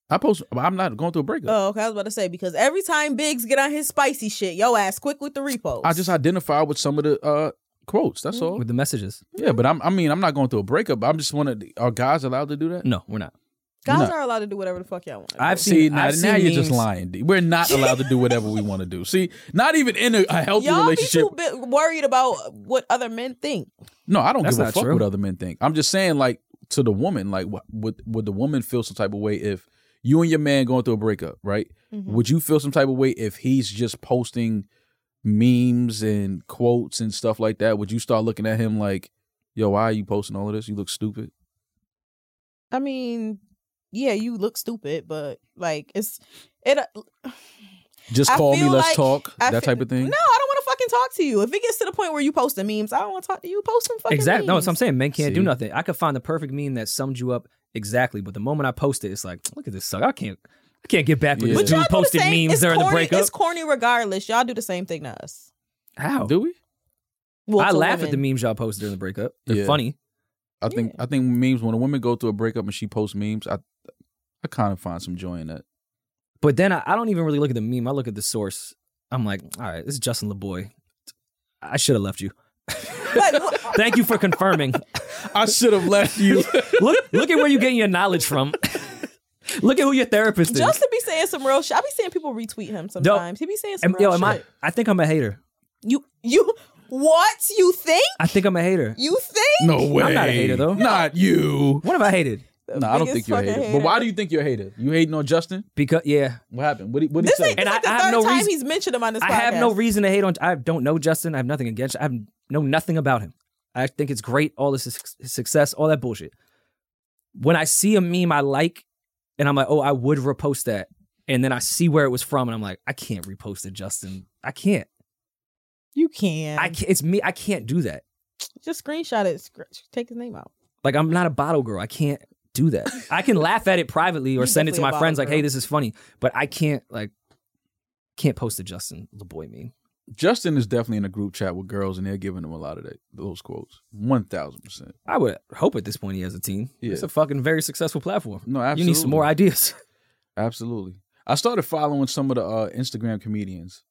Speaker 3: I post. I'm not going through a breakup.
Speaker 1: Oh, okay. I was about to say because every time Biggs get on his spicy shit, yo ass quick with the repost.
Speaker 3: I just identify with some of the uh, quotes. That's all.
Speaker 2: With the messages,
Speaker 3: Yeah, but I'm, I mean, I'm not going through a breakup. I'm just one of. the- Are guys allowed to do that?
Speaker 2: no, we're not.
Speaker 1: guys
Speaker 3: No.
Speaker 1: are allowed to do whatever the fuck y'all want.
Speaker 2: Mm. I've seen.
Speaker 3: See, now,
Speaker 2: I've
Speaker 3: now
Speaker 2: seen
Speaker 3: you're just
Speaker 2: memes-
Speaker 3: lying. D. We're not allowed to do whatever we want to do. See, not even in a, a healthy
Speaker 1: y'all be
Speaker 3: relationship.
Speaker 1: too bit worried about what other men think.
Speaker 3: No, I don't
Speaker 2: That's
Speaker 3: give a
Speaker 2: not
Speaker 3: fuck
Speaker 2: true.
Speaker 3: what other men think. I'm just saying, like to the woman, like what would would the woman feel some type of way if you and your man going through a breakup, right?
Speaker 1: Mm-hmm.
Speaker 2: Mm-hmm.
Speaker 3: Would you feel some type of way if he's just posting memes and quotes and stuff like that? Would you start looking at him like, "Yo, why are you posting all of this? You look stupid."
Speaker 1: I mean, yeah, you look stupid, but like it's it. uh,
Speaker 3: Just
Speaker 1: I
Speaker 3: call me.
Speaker 1: feel
Speaker 3: Let's
Speaker 1: like-
Speaker 3: talk.
Speaker 1: I
Speaker 3: that
Speaker 1: fe-
Speaker 3: type of thing.
Speaker 1: No, I don't want to fucking talk to you. If it gets to the point where you posting memes, I don't want to talk to you. Post some fucking
Speaker 2: Exactly. No,
Speaker 1: memes.
Speaker 2: that's what I'm saying. Men can't do
Speaker 3: See?
Speaker 2: nothing. I could find the perfect meme that summed you up exactly, but the moment I post it, it's like, look at this suck. I can't. I can't get back with
Speaker 3: Yeah.
Speaker 2: this
Speaker 1: But y'all
Speaker 2: dude
Speaker 1: do
Speaker 2: posted
Speaker 1: the same.
Speaker 2: memes
Speaker 1: it's
Speaker 2: during
Speaker 1: corny,
Speaker 2: the breakup.
Speaker 1: It's corny regardless. Y'all do the same thing to us.
Speaker 2: How?
Speaker 3: Do we?
Speaker 1: Well,
Speaker 2: I
Speaker 1: to
Speaker 2: laugh at
Speaker 1: women.
Speaker 2: the memes y'all post during the breakup. They're
Speaker 3: Yeah.
Speaker 2: funny.
Speaker 3: I think I think memes. When a woman go through a breakup and she posts memes, I I kind of find some joy in that.
Speaker 2: But then I, I don't even really look at the meme. I look at the source. I'm like, all right, this is Justin LeBoy. I should have left you.
Speaker 1: But wh-
Speaker 2: Thank you for confirming.
Speaker 3: I should have left you.
Speaker 2: look, look at where you're getting your knowledge from. look at who your therapist is.
Speaker 1: Justin be saying some real shit. I be seeing people retweet him sometimes. he be saying some
Speaker 2: Am- yo,
Speaker 1: real
Speaker 2: am
Speaker 1: shit.
Speaker 2: I? I think I'm a hater.
Speaker 1: You you what you think?
Speaker 2: I think I'm a hater.
Speaker 1: You think?
Speaker 3: No way.
Speaker 2: I'm not a hater, though.
Speaker 3: Not you.
Speaker 2: What have I hated?
Speaker 1: The
Speaker 3: No, I don't
Speaker 1: biggest
Speaker 3: think you're a
Speaker 1: fucking
Speaker 3: hater. But why do you think you're a hater? You hating on Justin?
Speaker 2: Because yeah,
Speaker 3: What happened? What did, what did
Speaker 1: This
Speaker 3: he say?
Speaker 1: ain't this
Speaker 2: And
Speaker 1: like
Speaker 2: I-
Speaker 1: the
Speaker 2: I have
Speaker 1: third
Speaker 2: no
Speaker 1: time
Speaker 2: reason-
Speaker 1: he's mentioned him on this.
Speaker 2: I have no
Speaker 1: podcast.
Speaker 2: reason to hate on. I don't know Justin. I have nothing against. I have, know nothing about him. I think it's great. All this is- success, all that bullshit. When I see a meme I like, and I'm like, oh, I would repost that, and then I see where it was from, and I'm like, I can't repost it, Justin. I can't.
Speaker 1: You can.
Speaker 2: I can't. It's me. I can't do that.
Speaker 1: just screenshot it. Scr- Take his name out.
Speaker 2: Like I'm not a bottle girl. I can't do that. I can laugh at it privately or
Speaker 1: You're
Speaker 2: send it to
Speaker 1: definitely a
Speaker 2: my friends
Speaker 1: bottle
Speaker 2: like, hey,
Speaker 1: girl.
Speaker 2: this is funny. But I can't like can't post a Justin LeBoy meme.
Speaker 3: Justin is definitely in a group chat with girls, and they're giving him a lot of that, those quotes. One thousand percent.
Speaker 2: I would hope at this point he has a team.
Speaker 3: Yeah.
Speaker 2: It's a fucking very successful platform.
Speaker 3: No, absolutely.
Speaker 2: You need some more ideas.
Speaker 3: Absolutely. I started following some of the uh, Instagram comedians.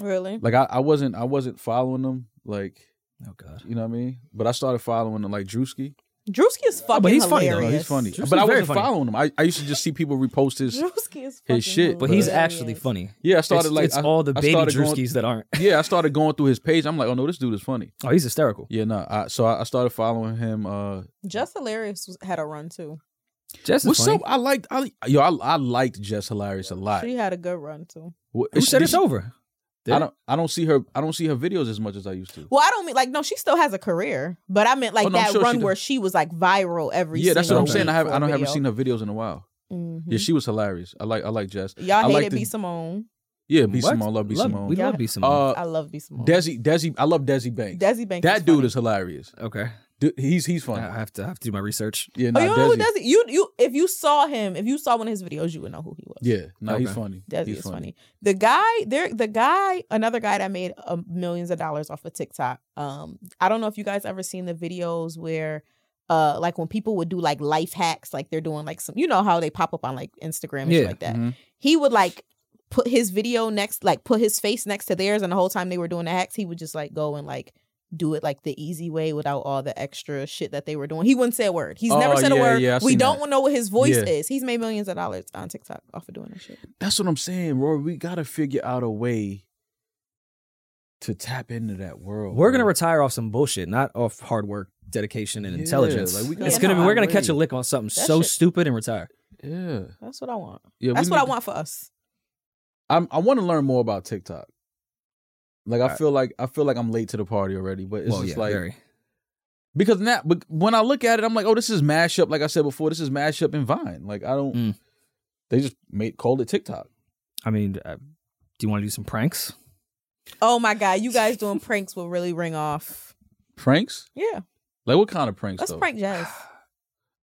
Speaker 1: Really?
Speaker 3: Like I, I wasn't, I wasn't following them. Like
Speaker 2: Oh god.
Speaker 3: you know what I mean. But I started following them, like Drewski.
Speaker 1: Drewski is fucking
Speaker 2: but he's funny, though.
Speaker 1: hilarious.
Speaker 3: No, he's funny.
Speaker 2: Drewski's
Speaker 3: but I
Speaker 2: very
Speaker 3: wasn't
Speaker 2: funny.
Speaker 3: following them. I, I used to just see people repost his.
Speaker 1: Drewski is fucking
Speaker 3: shit,
Speaker 2: But he's
Speaker 1: hilarious.
Speaker 2: actually funny.
Speaker 3: Yeah, I started
Speaker 2: it's,
Speaker 3: like
Speaker 2: it's
Speaker 3: I-
Speaker 2: all the
Speaker 3: I
Speaker 2: baby
Speaker 3: started going-
Speaker 2: Drewskis that aren't.
Speaker 3: yeah, I started going through his page. I'm like, oh no, this dude is funny.
Speaker 2: Oh, he's hysterical.
Speaker 3: Yeah, no. I, so I, I started following him. Uh,
Speaker 1: Just hilarious was, had a run too.
Speaker 2: Jess is
Speaker 3: what's
Speaker 2: funny.
Speaker 3: up? I liked. I, yo, I, I liked Jess Hilarious a lot.
Speaker 1: She had a good run too.
Speaker 3: Who
Speaker 2: Who said it's over?
Speaker 3: I don't. I don't see her. I don't see her videos as much as I used to.
Speaker 1: Well, I don't mean like no, she still has a career, but I meant like
Speaker 3: Oh, no, I'm
Speaker 1: that
Speaker 3: sure she
Speaker 1: run
Speaker 3: does.
Speaker 1: where she was like viral every.
Speaker 3: yeah, that's what I'm
Speaker 1: single
Speaker 3: saying. I
Speaker 1: week
Speaker 3: have.
Speaker 1: for
Speaker 3: I
Speaker 1: a
Speaker 3: don't haven't
Speaker 1: video.
Speaker 3: seen her videos in a while.
Speaker 1: Mhm.
Speaker 3: Yeah, she was hilarious. I like. I like Jess.
Speaker 1: Y'all
Speaker 3: I
Speaker 1: hated
Speaker 3: like the-
Speaker 1: B Simone.
Speaker 3: Yeah, B
Speaker 2: What?
Speaker 3: Simone. Love B Simone.
Speaker 2: We
Speaker 1: Yeah.
Speaker 2: love B Simone.
Speaker 3: uh,
Speaker 1: I love B Simone.
Speaker 3: Desi. Desi. I love Desi Banks.
Speaker 1: Desi Banks.
Speaker 3: that dude
Speaker 1: funny.
Speaker 3: is hilarious.
Speaker 2: okay.
Speaker 3: Dude, he's he's
Speaker 2: I
Speaker 3: funny.
Speaker 2: I have to I have to do my research.
Speaker 3: yeah,
Speaker 1: Oh,
Speaker 3: nah,
Speaker 1: you don't know who
Speaker 3: Desi.
Speaker 1: Desi? You you if you saw him, if you saw one of his videos, you would know who he was.
Speaker 3: Yeah, no, he's
Speaker 2: Okay.
Speaker 3: funny.
Speaker 1: Desi
Speaker 3: he's
Speaker 1: is funny. The guy there, the guy, another guy that made uh, millions of dollars off of TikTok. Um, I don't know if you guys ever seen the videos where, uh, like when people would do like life hacks, like they're doing like some, you know how they pop up on like Instagram and
Speaker 2: Yeah.
Speaker 1: shit like that.
Speaker 3: Mhm.
Speaker 1: He would like put his video next, like put his face next to theirs, and the whole time they were doing the hacks, he would just like go and like do it like the easy way without all the extra shit that they were doing. He wouldn't say a word. He's never
Speaker 3: Oh,
Speaker 1: said
Speaker 3: yeah,
Speaker 1: a word.
Speaker 3: yeah, I
Speaker 1: we
Speaker 3: seen
Speaker 1: don't
Speaker 3: that.
Speaker 1: know what his voice
Speaker 3: Yeah.
Speaker 1: is. He's made millions of dollars on TikTok off of doing that shit.
Speaker 3: That's what I'm saying, Roy. We gotta figure out a way to tap into that world.
Speaker 2: We're gonna
Speaker 3: bro.
Speaker 2: retire off some bullshit, not off hard work, dedication, and
Speaker 3: Yeah,
Speaker 2: intelligence.
Speaker 3: like, we gotta
Speaker 2: it's gonna be
Speaker 1: find
Speaker 2: we're
Speaker 1: a
Speaker 2: gonna
Speaker 3: way.
Speaker 2: catch a lick on something
Speaker 1: That
Speaker 2: so
Speaker 1: shit-
Speaker 2: stupid and retire.
Speaker 3: yeah,
Speaker 1: That's what I want.
Speaker 3: yeah. we
Speaker 1: That's what I
Speaker 3: need-
Speaker 1: want for us.
Speaker 3: I'm, I want to learn more about TikTok. Like I
Speaker 2: Alright.
Speaker 3: feel like I feel like I'm late to the party already, but it's
Speaker 2: well,
Speaker 3: just
Speaker 2: yeah,
Speaker 3: like
Speaker 2: very.
Speaker 3: because now but when I look at it, I'm like, oh, this is mashup. Like I said before, this is mashup and Vine. Like I don't.
Speaker 2: Mm.
Speaker 3: They just made called it TikTok.
Speaker 2: I mean, uh, do you want to do some pranks?
Speaker 1: Oh my god, you guys doing pranks will really ring off.
Speaker 3: Pranks?
Speaker 1: Yeah,
Speaker 3: Like what kind of pranks?
Speaker 1: let's
Speaker 3: though?
Speaker 1: prank Jazz.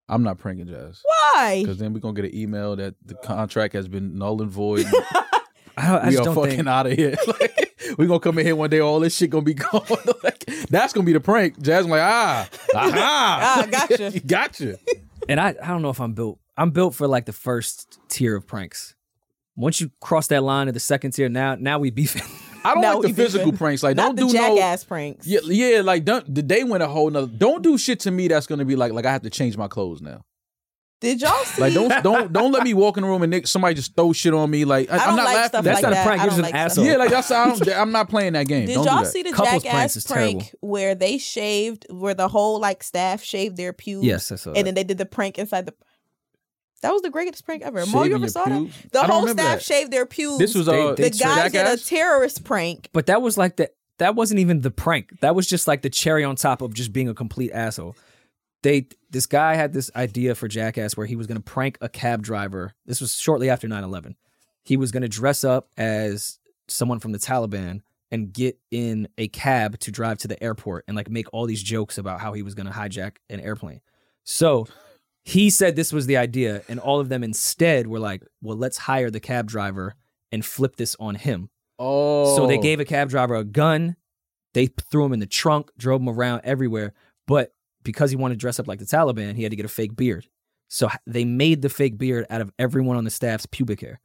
Speaker 3: I'm not pranking Jazz
Speaker 1: Why?
Speaker 3: because then we're gonna get an email that the contract has been null and void.
Speaker 2: I, don't, I
Speaker 3: we
Speaker 2: just
Speaker 3: are
Speaker 2: don't
Speaker 3: fucking
Speaker 2: think.
Speaker 3: out of here. like, we gonna come in here one day, all this shit gonna be gone. like, that's gonna be the prank. Jasmine, like, ah, aha,
Speaker 1: Ah, gotcha.
Speaker 3: gotcha.
Speaker 2: And I, I don't know if I'm built. I'm built for like the first tier of pranks. Once you cross that line to the second tier, now now we beefing.
Speaker 3: I don't
Speaker 1: Now
Speaker 3: like the
Speaker 1: we
Speaker 3: physical
Speaker 1: beefing.
Speaker 3: pranks. Like,
Speaker 1: Not
Speaker 3: don't
Speaker 1: the
Speaker 3: do no.
Speaker 1: jackass pranks.
Speaker 3: Yeah, yeah, like don't. The day went a whole nother. Don't do shit to me that's gonna be like, like I have to change my clothes now.
Speaker 1: Did y'all see?
Speaker 3: Like don't don't don't let me walk in the room and Nick, somebody just throw shit on me. Like I,
Speaker 1: I
Speaker 3: am
Speaker 1: don't
Speaker 3: not
Speaker 1: like
Speaker 3: laughing.
Speaker 1: stuff
Speaker 2: That's
Speaker 1: like
Speaker 2: not a
Speaker 1: that.
Speaker 2: prank,
Speaker 1: I
Speaker 2: you're
Speaker 1: don't
Speaker 2: just an
Speaker 1: like
Speaker 2: asshole.
Speaker 1: stuff.
Speaker 3: yeah, like that's I don't, I'm not playing that game.
Speaker 1: Did
Speaker 3: don't
Speaker 1: y'all
Speaker 3: do that.
Speaker 1: see the
Speaker 2: Couples pranks
Speaker 1: jackass
Speaker 2: is
Speaker 1: prank
Speaker 2: terrible.
Speaker 1: where they shaved, where the whole like staff shaved their pubes,
Speaker 2: yes, that's all.
Speaker 1: and then they did the prank inside the. That was the greatest prank ever. Mo,
Speaker 3: Shaving
Speaker 1: you ever
Speaker 3: your
Speaker 1: saw
Speaker 3: pubes?
Speaker 1: that? The
Speaker 3: I don't
Speaker 1: whole
Speaker 3: remember
Speaker 1: staff
Speaker 3: that.
Speaker 1: shaved their pubes.
Speaker 3: This was
Speaker 2: They-
Speaker 3: uh,
Speaker 2: they
Speaker 1: the
Speaker 2: It's
Speaker 1: guy did a
Speaker 3: Jackass?
Speaker 1: terrorist prank.
Speaker 2: But that was like the that wasn't even the prank. That was just like the cherry on top of just being a complete asshole. They this guy had this idea for Jackass where he was going to prank a cab driver. This was shortly after 9/11. He was going to dress up as someone from the Taliban and get in a cab to drive to the airport and like make all these jokes about how he was going to hijack an airplane. So he said this was the idea and all of them instead were like, "Well, let's hire the cab driver and flip this on him."
Speaker 3: Oh,
Speaker 2: So they gave a cab driver a gun. They threw him in the trunk, drove him around everywhere. But because he wanted to dress up like the Taliban, he had to get a fake beard. So h- they made the fake beard out of everyone on the staff's pubic hair,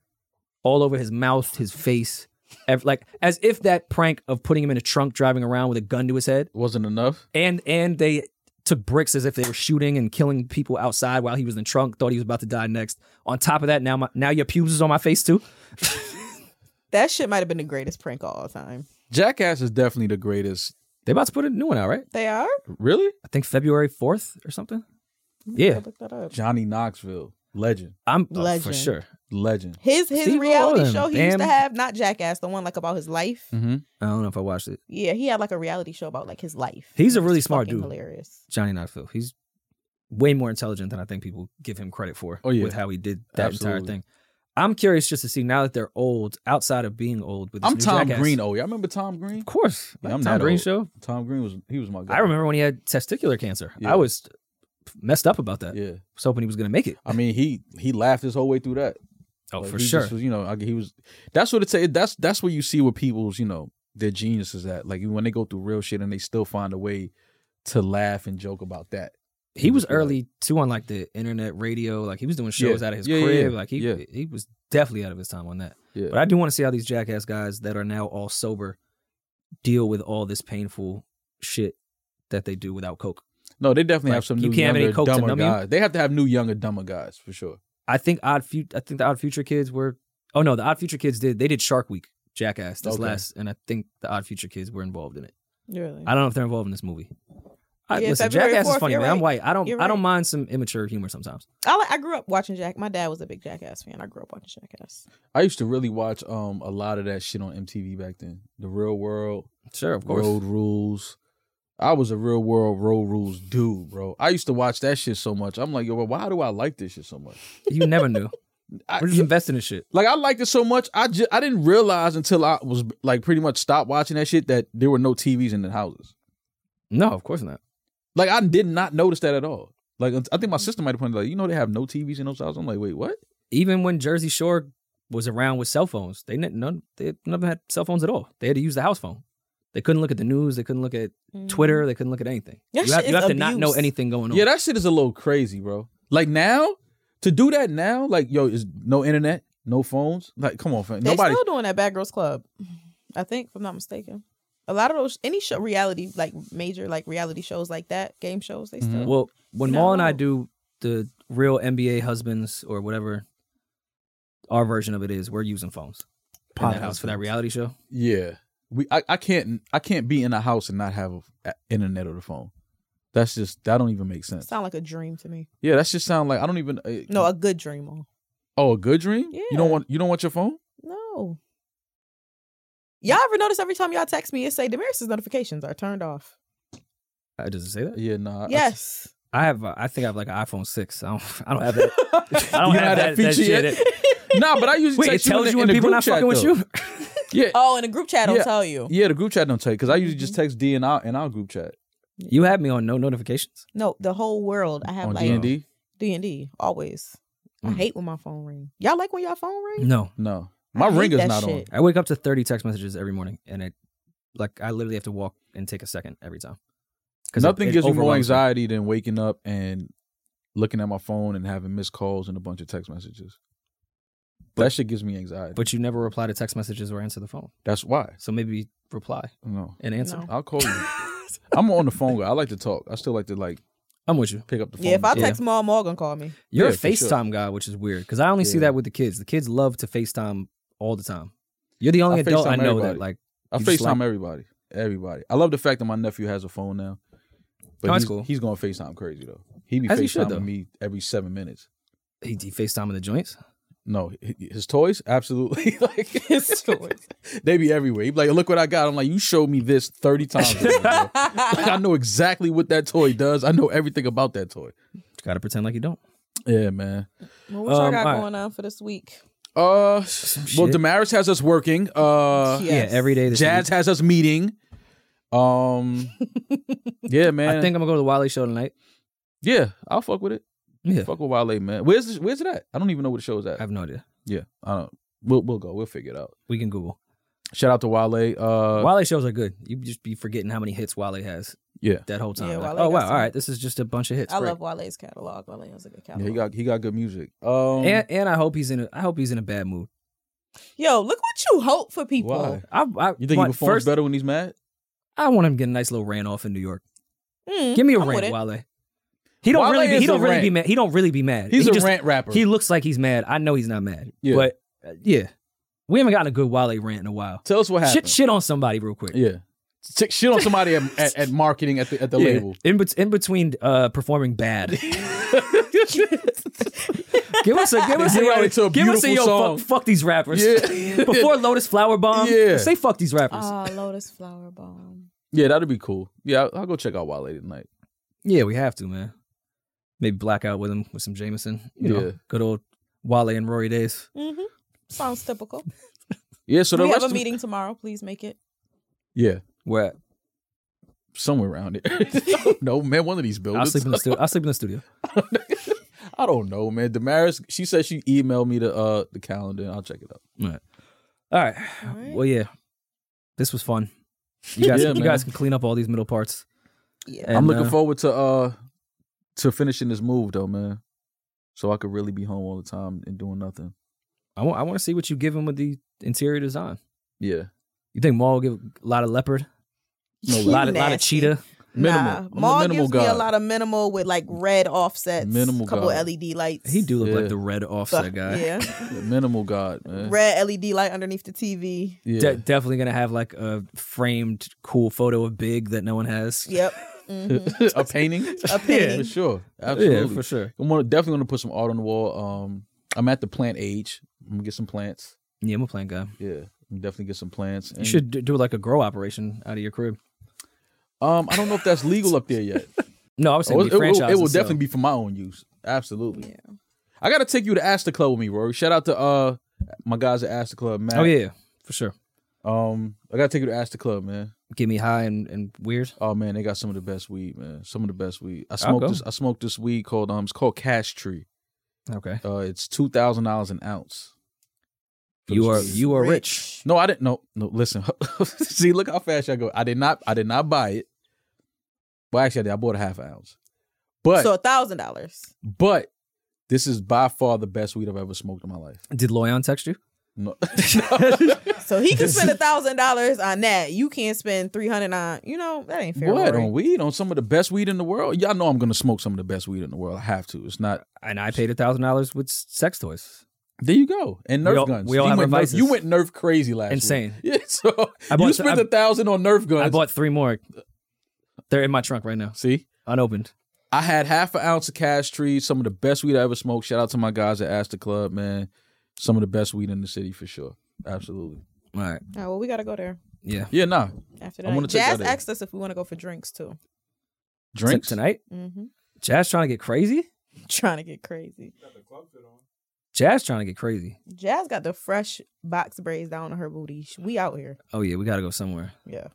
Speaker 2: all over his mouth, his face, ev- like as if that prank of putting him in a trunk, driving around with a gun to his head,
Speaker 3: wasn't enough.
Speaker 2: and and they took bricks as if they were shooting and killing people outside while he was in the trunk. Thought he was about to die next. On top of that, now my now your pubes is on my face too.
Speaker 1: That shit might have been the greatest prank of all time.
Speaker 3: Jackass is definitely the greatest.
Speaker 2: They about to put a new one out, right?
Speaker 1: They are.
Speaker 3: Really, Mm-hmm.
Speaker 2: I think February 4th or something. Yeah,
Speaker 1: Look that up.
Speaker 3: Johnny Knoxville, legend,
Speaker 2: I'm oh, for
Speaker 1: Legend.
Speaker 2: sure.
Speaker 3: legend.
Speaker 1: His his
Speaker 2: Steve
Speaker 1: reality
Speaker 2: Irwin,
Speaker 1: show he used to
Speaker 2: Bam.
Speaker 1: have, not Jackass, the one like about his life.
Speaker 3: Mm-hmm.
Speaker 2: I don't know if I watched it.
Speaker 1: Yeah, he had like a reality show about like his life.
Speaker 2: He's a
Speaker 1: It
Speaker 2: really
Speaker 1: was
Speaker 2: smart
Speaker 1: fucking
Speaker 2: dude.
Speaker 1: Hilarious.
Speaker 2: Johnny Knoxville. He's way more intelligent than I think people give him credit for.
Speaker 3: Oh, yeah.
Speaker 2: with how he did that entire
Speaker 3: Absolutely.
Speaker 2: thing. I'm curious just to see now that they're old, outside of being old. With this
Speaker 3: I'm
Speaker 2: new
Speaker 3: Tom
Speaker 2: Jackass.
Speaker 3: Green. Oh, y'all remember Tom Green?
Speaker 2: of course.
Speaker 3: Yeah,
Speaker 2: Like
Speaker 3: I'm
Speaker 2: Tom
Speaker 3: that
Speaker 2: Green
Speaker 3: old.
Speaker 2: show.
Speaker 3: Tom Green was he was my guy.
Speaker 2: I remember when he had testicular cancer.
Speaker 3: Yeah.
Speaker 2: I was messed up about that.
Speaker 3: Yeah,
Speaker 2: was hoping he was going to make it.
Speaker 3: I mean he he laughed his whole way through that.
Speaker 2: Oh,
Speaker 3: Like,
Speaker 2: for
Speaker 3: he
Speaker 2: sure.
Speaker 3: just was, you know, I, he was. That's what it's. That's that's where you see what people's you know their genius is at. Like when they go through real shit and they still find a way to laugh and joke about that.
Speaker 2: he was
Speaker 3: just be like-
Speaker 2: early too on like the internet radio. Like he was doing shows
Speaker 3: Yeah.
Speaker 2: out of his
Speaker 3: Yeah, yeah,
Speaker 2: crib.
Speaker 3: yeah.
Speaker 2: Like he
Speaker 3: Yeah.
Speaker 2: he was definitely out of his time on that.
Speaker 3: Yeah.
Speaker 2: But I do want to see how these jackass guys that are now all sober deal with all this painful shit that they do without coke.
Speaker 3: No, they definitely
Speaker 2: Like,
Speaker 3: have some
Speaker 2: you
Speaker 3: new
Speaker 2: can't have any
Speaker 3: younger,
Speaker 2: Coke to
Speaker 3: dumber
Speaker 2: numb you?
Speaker 3: guys. They have to have new younger, dumber guys for sure.
Speaker 2: I think Odd Future. I think the Odd Future kids were. Oh no, the Odd Future kids did. They did Shark Week Jackass this
Speaker 3: Okay.
Speaker 2: last, and I think the Odd Future kids were involved in it.
Speaker 1: Really?
Speaker 2: I don't know if they're involved in this movie. I,
Speaker 1: Yeah,
Speaker 2: listen,
Speaker 1: February
Speaker 2: Jackass is
Speaker 1: 4th,
Speaker 2: funny,
Speaker 1: you're
Speaker 2: man. I'm
Speaker 1: right.
Speaker 2: white. I don't.
Speaker 1: You're
Speaker 2: I don't
Speaker 1: right.
Speaker 2: mind some immature humor sometimes.
Speaker 1: I, li- I grew up watching Jack. My dad was a big Jackass fan. I grew up watching Jackass.
Speaker 3: I used to really watch um a lot of that shit on MTV back then. The Real World,
Speaker 2: Sure, of course.
Speaker 3: Road Rules. I was a Real World Road Rules dude, bro. I used to watch that shit so much. I'm like, yo, but why do I like this shit so much?
Speaker 2: You never knew.
Speaker 3: I,
Speaker 2: We're just investing in shit.
Speaker 3: like I liked it so much. I just I didn't realize until I was like pretty much stopped watching that shit that there were no TVs in the houses.
Speaker 2: No, of course not.
Speaker 3: Like I did not notice that at all. Like I think my
Speaker 1: Mm-hmm.
Speaker 3: sister might have pointed like, you know, they have no TVs in those houses. I'm like, wait, what?
Speaker 2: Even when Jersey Shore was around with cell phones, they didn't, none they never had cell phones at all. They had to use the house phone. They couldn't look at the news. They couldn't look at
Speaker 1: Mm-hmm.
Speaker 2: Twitter. They couldn't look at anything.
Speaker 1: Mm. That
Speaker 2: you have,
Speaker 1: shit
Speaker 2: you
Speaker 1: is
Speaker 2: have to not know
Speaker 1: abuse.
Speaker 2: anything going on.
Speaker 3: Yeah, that shit is a little crazy, bro. Like now, to do that now, like yo, is no internet, no phones. Like, come on, fam.
Speaker 1: They
Speaker 3: Nobody.
Speaker 1: still doing that Bad Girls Club, I think, if I'm not mistaken. A lot of those any show reality like major like reality shows like that game shows they still.
Speaker 2: Well, when Maul and I
Speaker 1: No.
Speaker 2: do the real NBA husbands or whatever our version of it is, we're using phones in that house for that reality show.
Speaker 3: Yeah, we. I, I can't. I can't be in a house and not have a, a- internet or the phone. That's just that don't even make sense.
Speaker 1: Sound like a dream to me.
Speaker 3: Yeah, that just sound like I don't even. Uh,
Speaker 1: No, a good dream. All.
Speaker 3: Oh, a good dream. You
Speaker 1: Yeah.
Speaker 3: don't want. You don't want your phone.
Speaker 1: No. Y'all ever notice every time y'all text me, it say Damaris's notifications are turned off.
Speaker 2: Uh, Does it say that?
Speaker 3: Yeah, nah. I-
Speaker 1: yes. I
Speaker 2: I have. uh, I think I have like an iPhone six. I don't. I don't have that. I don't
Speaker 3: You
Speaker 2: have, that, that
Speaker 3: feature
Speaker 2: shit.
Speaker 3: yet? nah, but I usually
Speaker 2: Wait, it
Speaker 3: text you in
Speaker 2: tells
Speaker 3: the-
Speaker 2: you
Speaker 3: in
Speaker 2: when
Speaker 3: the
Speaker 2: people
Speaker 3: group
Speaker 2: not
Speaker 3: chat,
Speaker 2: fucking with
Speaker 3: though.
Speaker 2: you.
Speaker 3: Yeah,
Speaker 1: oh, in a group chat, I'll
Speaker 3: Yeah.
Speaker 1: tell you.
Speaker 3: yeah. The group chat don't tell you because I usually just
Speaker 1: Mm-hmm.
Speaker 3: text D and our in our group chat
Speaker 2: You had me on no notifications.
Speaker 1: No, the whole world. I have
Speaker 3: on D
Speaker 1: like
Speaker 3: and D.
Speaker 1: D and D always. I
Speaker 2: Mm.
Speaker 1: hate when my phone ring. Y'all like when y'all phone ring?
Speaker 2: No,
Speaker 3: No, My
Speaker 1: hate
Speaker 3: ring is
Speaker 1: that
Speaker 3: not
Speaker 1: shit.
Speaker 2: I wake up to 30 text messages every morning and it like I literally have to walk and take a second every time.
Speaker 3: on.
Speaker 2: it-
Speaker 3: Nothing
Speaker 2: it
Speaker 3: gives me more
Speaker 2: overwhelms
Speaker 3: anxiety than waking up and looking at my phone and having missed calls and a bunch of text messages. that shit gives me anxiety.
Speaker 2: But you never reply to text messages or answer the phone.
Speaker 3: That's why.
Speaker 2: So maybe reply
Speaker 3: No,
Speaker 2: and answer.
Speaker 1: No.
Speaker 3: I'll call you. I'm on the phone. Guy. I like to talk. I still like to like
Speaker 2: I'm with you.
Speaker 3: pick up the phone.
Speaker 1: Yeah, if I
Speaker 3: and talk.
Speaker 1: text Maul, Maul gonna call me.
Speaker 2: You're
Speaker 3: Yeah,
Speaker 2: a
Speaker 3: for sure.
Speaker 2: FaceTime guy, which is weird because I only see
Speaker 3: Yeah.
Speaker 2: that with the kids. The kids love to FaceTime all the time. You're the only
Speaker 3: I
Speaker 2: adult I
Speaker 3: FaceTime
Speaker 2: know
Speaker 3: everybody.
Speaker 2: that like.
Speaker 3: I
Speaker 2: You just
Speaker 3: FaceTime
Speaker 2: like-
Speaker 3: everybody. Everybody. I love the fact that my nephew has a phone now. But
Speaker 2: Oh,
Speaker 3: he's,
Speaker 2: that's cool.
Speaker 3: he's going FaceTime crazy though. He be
Speaker 2: As he should,
Speaker 3: FaceTiming
Speaker 2: though.
Speaker 3: me every seven minutes.
Speaker 2: Hey, do you FaceTime in the joints?
Speaker 3: No, hi- his toys absolutely like
Speaker 1: His toys.
Speaker 3: they be everywhere. He be like, look what I got. I'm like, you showed me this thirty times. already, bro." like, I know exactly what that toy does. I know everything about that toy.
Speaker 2: Just gotta pretend like you don't.
Speaker 3: Yeah, man.
Speaker 1: Well, what y'all
Speaker 2: Um,
Speaker 1: got
Speaker 2: all right.
Speaker 1: going on for this week?
Speaker 3: Uh, well,
Speaker 2: shit.
Speaker 3: Damaris has us working. Uh,
Speaker 1: Yes.
Speaker 2: Yeah, every day. This
Speaker 3: Jazz
Speaker 2: week.
Speaker 3: has us meeting. Um, yeah, man.
Speaker 2: I think I'm gonna go to the Wiley show tonight.
Speaker 3: yeah, I'll fuck with it.
Speaker 2: Yeah,
Speaker 3: Fuck with Wale, man. Where's this, where's it at? I don't even know where the show is
Speaker 2: I
Speaker 3: at.
Speaker 2: have no idea.
Speaker 3: yeah, I don't. We'll we'll go. We'll figure it out.
Speaker 2: We can Google.
Speaker 3: Shout out to Wale. Uh,
Speaker 2: Wale shows are good. You just be forgetting how many hits Wale has
Speaker 3: yeah,
Speaker 2: that whole time.
Speaker 1: Yeah,
Speaker 2: Like,
Speaker 1: Wale
Speaker 2: oh
Speaker 1: got
Speaker 2: wow,
Speaker 1: some-
Speaker 2: all right, this is just a bunch of hits.
Speaker 1: I
Speaker 2: Great.
Speaker 1: love Wale's catalog. Wale has a good
Speaker 3: yeah.
Speaker 1: catalog.
Speaker 3: He got he got good music. Um,
Speaker 2: and and I hope he's in a I hope he's in a bad mood.
Speaker 1: Yo, look what you hope for people.
Speaker 3: why?
Speaker 2: I, I
Speaker 3: You think
Speaker 2: want-
Speaker 3: he performs
Speaker 2: first,
Speaker 3: better when he's mad?
Speaker 2: I want him to get a nice little rant off in New York.
Speaker 1: Mm,
Speaker 2: Give me a
Speaker 1: I'm with
Speaker 2: rant,
Speaker 1: it.
Speaker 2: Wale. He don't
Speaker 3: Wale
Speaker 2: really be,
Speaker 3: is
Speaker 2: he
Speaker 3: a
Speaker 2: don't really be
Speaker 3: rant.
Speaker 2: mad. He don't really be mad.
Speaker 3: He's
Speaker 2: he
Speaker 3: a
Speaker 2: just-
Speaker 3: rant rapper.
Speaker 2: He looks like he's mad. I know he's not mad.
Speaker 3: Yeah.
Speaker 2: But uh, yeah, we haven't gotten a good Wale rant in a while.
Speaker 3: Tell us what happened.
Speaker 2: Shit, shit on somebody real quick.
Speaker 3: Yeah, Tick shit on somebody at, at, at marketing at the at the
Speaker 2: Yeah.
Speaker 3: label.
Speaker 2: In, bet- in between uh, performing bad. give us a give us a,
Speaker 3: Get right into a
Speaker 2: give us a
Speaker 3: beautiful
Speaker 2: yo
Speaker 3: song.
Speaker 2: fuck, fuck these rappers.
Speaker 3: Yeah.
Speaker 2: Before Lotus Flower Bomb,
Speaker 3: Yeah.
Speaker 2: say fuck these rappers.
Speaker 1: Ah, Lotus Flower Bomb.
Speaker 3: Yeah, that'd be cool. Yeah, I'll, I'll go check out Wale tonight.
Speaker 2: yeah, we have to, man. Maybe blackout with him with some Jameson. You
Speaker 3: Yeah.
Speaker 2: know, good old Wale and Rory days.
Speaker 1: hmm Sounds typical.
Speaker 3: Yeah, so the
Speaker 1: we
Speaker 3: rest
Speaker 1: have
Speaker 3: of-
Speaker 1: a meeting tomorrow. Please make it.
Speaker 3: Yeah,
Speaker 2: Where at?
Speaker 3: somewhere around it. no man, one of these
Speaker 2: I'll
Speaker 3: buildings.
Speaker 2: sleep in the studio. I'll sleep in the studio.
Speaker 3: I don't know, man. Damaris, she said she emailed me the uh the calendar. I'll check it out.
Speaker 2: All right.
Speaker 1: All right.
Speaker 2: Well, yeah. This was fun. You guys,
Speaker 3: Yeah,
Speaker 2: you
Speaker 3: man.
Speaker 2: guys can clean up all these middle parts.
Speaker 1: Yeah.
Speaker 2: And,
Speaker 3: I'm looking
Speaker 2: uh,
Speaker 3: forward to uh to finishing this move though, man. So I could really be home all the time and doing nothing.
Speaker 2: I want. I want to see what you give him with the interior design.
Speaker 3: Yeah.
Speaker 2: You think Maul will give a lot of leopard, a lot of lot of
Speaker 1: Nasty.
Speaker 2: cheetah?
Speaker 3: Minimal.
Speaker 1: Nah,
Speaker 3: I'm a
Speaker 1: Maul
Speaker 3: minimal
Speaker 1: gives me a
Speaker 3: guy.
Speaker 1: lot of minimal with like red offsets,
Speaker 3: Minimal
Speaker 1: couple
Speaker 3: guy.
Speaker 1: LED lights.
Speaker 2: He do look
Speaker 3: Yeah.
Speaker 2: like the red offset
Speaker 1: Fuck,
Speaker 2: guy.
Speaker 1: Yeah,
Speaker 3: Yeah, minimal God, man.
Speaker 1: red LED light underneath the TV.
Speaker 3: yeah.
Speaker 2: De- definitely gonna have like a framed cool photo of Big that no one has.
Speaker 1: Yep. Mhm.
Speaker 3: a painting?
Speaker 1: A painting.
Speaker 3: For sure.
Speaker 2: yeah,
Speaker 3: Absolutely.
Speaker 2: for sure.
Speaker 3: I'm gonna, definitely gonna put some art on the wall. Um I'm at the plant age. I'm gonna get some plants.
Speaker 2: Yeah, I'm a plant guy.
Speaker 3: Yeah. I'm definitely get some plants.
Speaker 2: You
Speaker 3: And,
Speaker 2: should d- do like a grow operation out of your crib.
Speaker 3: um I don't know if that's legal up there yet.
Speaker 2: No, I was saying
Speaker 3: Oh, it,
Speaker 2: be
Speaker 3: it will- it will,
Speaker 2: franchises, so-
Speaker 3: definitely be for my own use. Absolutely.
Speaker 1: Yeah.
Speaker 3: I gotta take you to Ask the Club with me, Rory. Shout out to uh my guys at Ask the Club, Matt.
Speaker 2: Oh yeah, for sure.
Speaker 3: Um, I gotta take you to Ask the Club, man.
Speaker 2: Get me high and, and weird.
Speaker 3: Oh man, they got some of the best weed, man. Some of the best weed. I
Speaker 2: I'll
Speaker 3: smoked
Speaker 2: go.
Speaker 3: this. I smoked this weed called um. It's called Cash Tree.
Speaker 2: Okay.
Speaker 3: Uh, it's two thousand dollars an ounce.
Speaker 2: You are
Speaker 3: Jeez.
Speaker 2: you are rich.
Speaker 3: No, I didn't. No, no. Listen, see, look how fast I go. I did not. I did not buy it. Well, actually, I did. I bought a half ounce. But
Speaker 1: so a thousand dollars.
Speaker 3: but this is by far the best weed I've ever smoked in my life.
Speaker 2: Did Loyon text you?
Speaker 3: No.
Speaker 1: So he can spend a thousand dollars on that. You can't spend three hundred on. You know that ain't fair.
Speaker 3: What Oh.
Speaker 1: Rory.
Speaker 3: on weed? On some of the best weed in the world? Y'all know I'm gonna smoke some of the best weed in the world. I have to. It's not.
Speaker 2: And I paid a thousand dollars with s- sex toys.
Speaker 3: There you go. And Nerf
Speaker 2: We all-
Speaker 3: guns.
Speaker 2: we all
Speaker 3: you,
Speaker 2: have our
Speaker 3: went Nerf,
Speaker 2: vices.
Speaker 3: you went Nerf crazy last
Speaker 2: Insane.
Speaker 3: week. Yeah. So
Speaker 2: I bought
Speaker 3: you
Speaker 2: th-
Speaker 3: spent
Speaker 2: I-
Speaker 3: a thousand on Nerf guns.
Speaker 2: I bought three more. They're in my trunk right now,
Speaker 3: See,
Speaker 2: unopened.
Speaker 3: I had half an ounce of Cash Tree. Some of the best weed I ever smoked. Shout out to my guys at Asta Club, man. Some of the best weed in the city for sure. Absolutely.
Speaker 2: All right.
Speaker 1: All right, well, we gotta go there
Speaker 2: Yeah.
Speaker 3: Yeah. Nah.
Speaker 1: after
Speaker 3: I wanna
Speaker 1: that.
Speaker 3: take
Speaker 1: Jazz
Speaker 3: that in.
Speaker 1: asked us if we want to go for drinks too.
Speaker 3: Drinks
Speaker 2: T- tonight.
Speaker 1: hmm
Speaker 2: Jazz trying to get crazy.
Speaker 1: Trying to get crazy.
Speaker 5: Got the club fit on.
Speaker 2: Jazz trying to get crazy.
Speaker 1: Jazz got the fresh box braids down on her booty. Sh- We out here.
Speaker 2: Oh yeah, we gotta go somewhere.
Speaker 1: Yeah.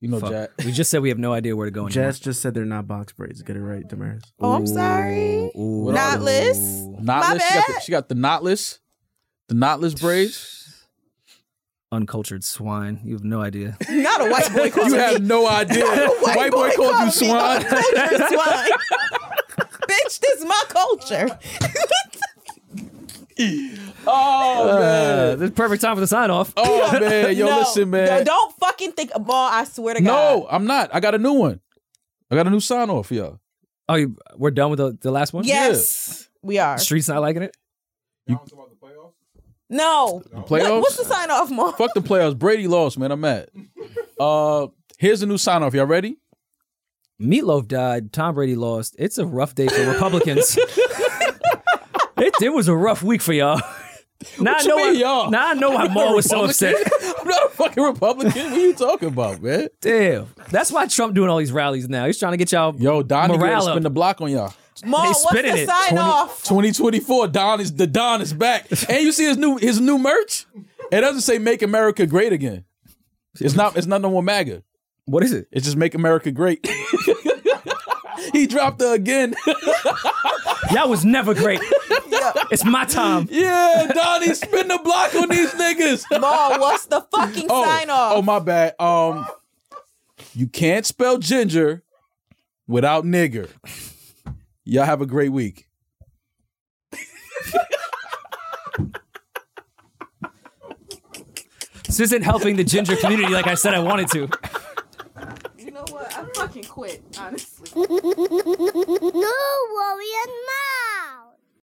Speaker 3: You know,
Speaker 2: Fuck.
Speaker 3: Jack.
Speaker 2: We just said we have no idea where to go. anymore.
Speaker 4: Jazz just said they're not box braids. Get it right, Damaris.
Speaker 1: Oh, I'm sorry.
Speaker 2: Ooh, ooh.
Speaker 3: What are
Speaker 1: Knotless.
Speaker 2: Ooh.
Speaker 3: Knotless. She got, the,
Speaker 1: bad.
Speaker 3: she got the knotless, the knotless braids.
Speaker 2: uncultured swine. You have no idea.
Speaker 1: Not a white boy calling
Speaker 3: You have
Speaker 1: me.
Speaker 3: no idea.
Speaker 1: White, boy,
Speaker 3: called you
Speaker 1: swine.
Speaker 3: swine.
Speaker 1: swine. Bitch, this is my culture.
Speaker 3: Oh
Speaker 2: Uh,
Speaker 3: man.
Speaker 2: this is perfect time for the sign off.
Speaker 3: Oh man. Yo,
Speaker 1: No,
Speaker 3: listen,
Speaker 1: no,
Speaker 3: man.
Speaker 1: Don't fucking think of ball. I swear to God.
Speaker 3: No, I'm not. I got a new one. I got a new sign off for y'all.
Speaker 2: Oh, you, we're done with the, the last one.
Speaker 1: Yes, we are.
Speaker 2: Streets not liking it.
Speaker 5: Y'all don't talk about the playoffs?
Speaker 1: No.
Speaker 5: No.
Speaker 3: Play- Playoffs?
Speaker 1: What- what's the sign off, Mom?
Speaker 3: Fuck the playoffs. Brady lost, man. I'm mad. Uh, here's a new sign off. Y'all ready?
Speaker 2: Meatloaf died. Tom Brady lost. It's a rough day for Republicans. it, it was a rough week for y'all. Now I
Speaker 3: What you
Speaker 2: know why,
Speaker 3: mean, y'all?
Speaker 2: Now I know why Maul was so upset.
Speaker 3: I'm not a fucking Republican. What are you talking about, man?
Speaker 2: Damn. That's why Trump doing all these rallies now. He's trying to get y'all.
Speaker 3: Yo, Donnie
Speaker 2: Morale
Speaker 3: gonna
Speaker 2: up.
Speaker 3: spin the block on y'all.
Speaker 1: Mom,
Speaker 2: They
Speaker 1: what's
Speaker 2: spitting
Speaker 1: the
Speaker 2: it.
Speaker 1: sign
Speaker 3: 20
Speaker 1: off?
Speaker 3: 2024, Don is the Don is back. And you see his new his new merch? It doesn't say make America great again. It's not it's not no more MAGA.
Speaker 2: What is it?
Speaker 3: It's just make America great. he dropped the again.
Speaker 2: Y'all was never great. It's my time.
Speaker 3: yeah, Donnie spin the block on these niggas.
Speaker 1: Mom, what's the fucking
Speaker 3: Oh,
Speaker 1: sign off?
Speaker 3: oh my bad. Um you can't spell ginger without nigger. Y'all have a great week.
Speaker 2: This isn't helping the ginger community like I said I wanted to.
Speaker 6: You know what? I fucking quit, honestly.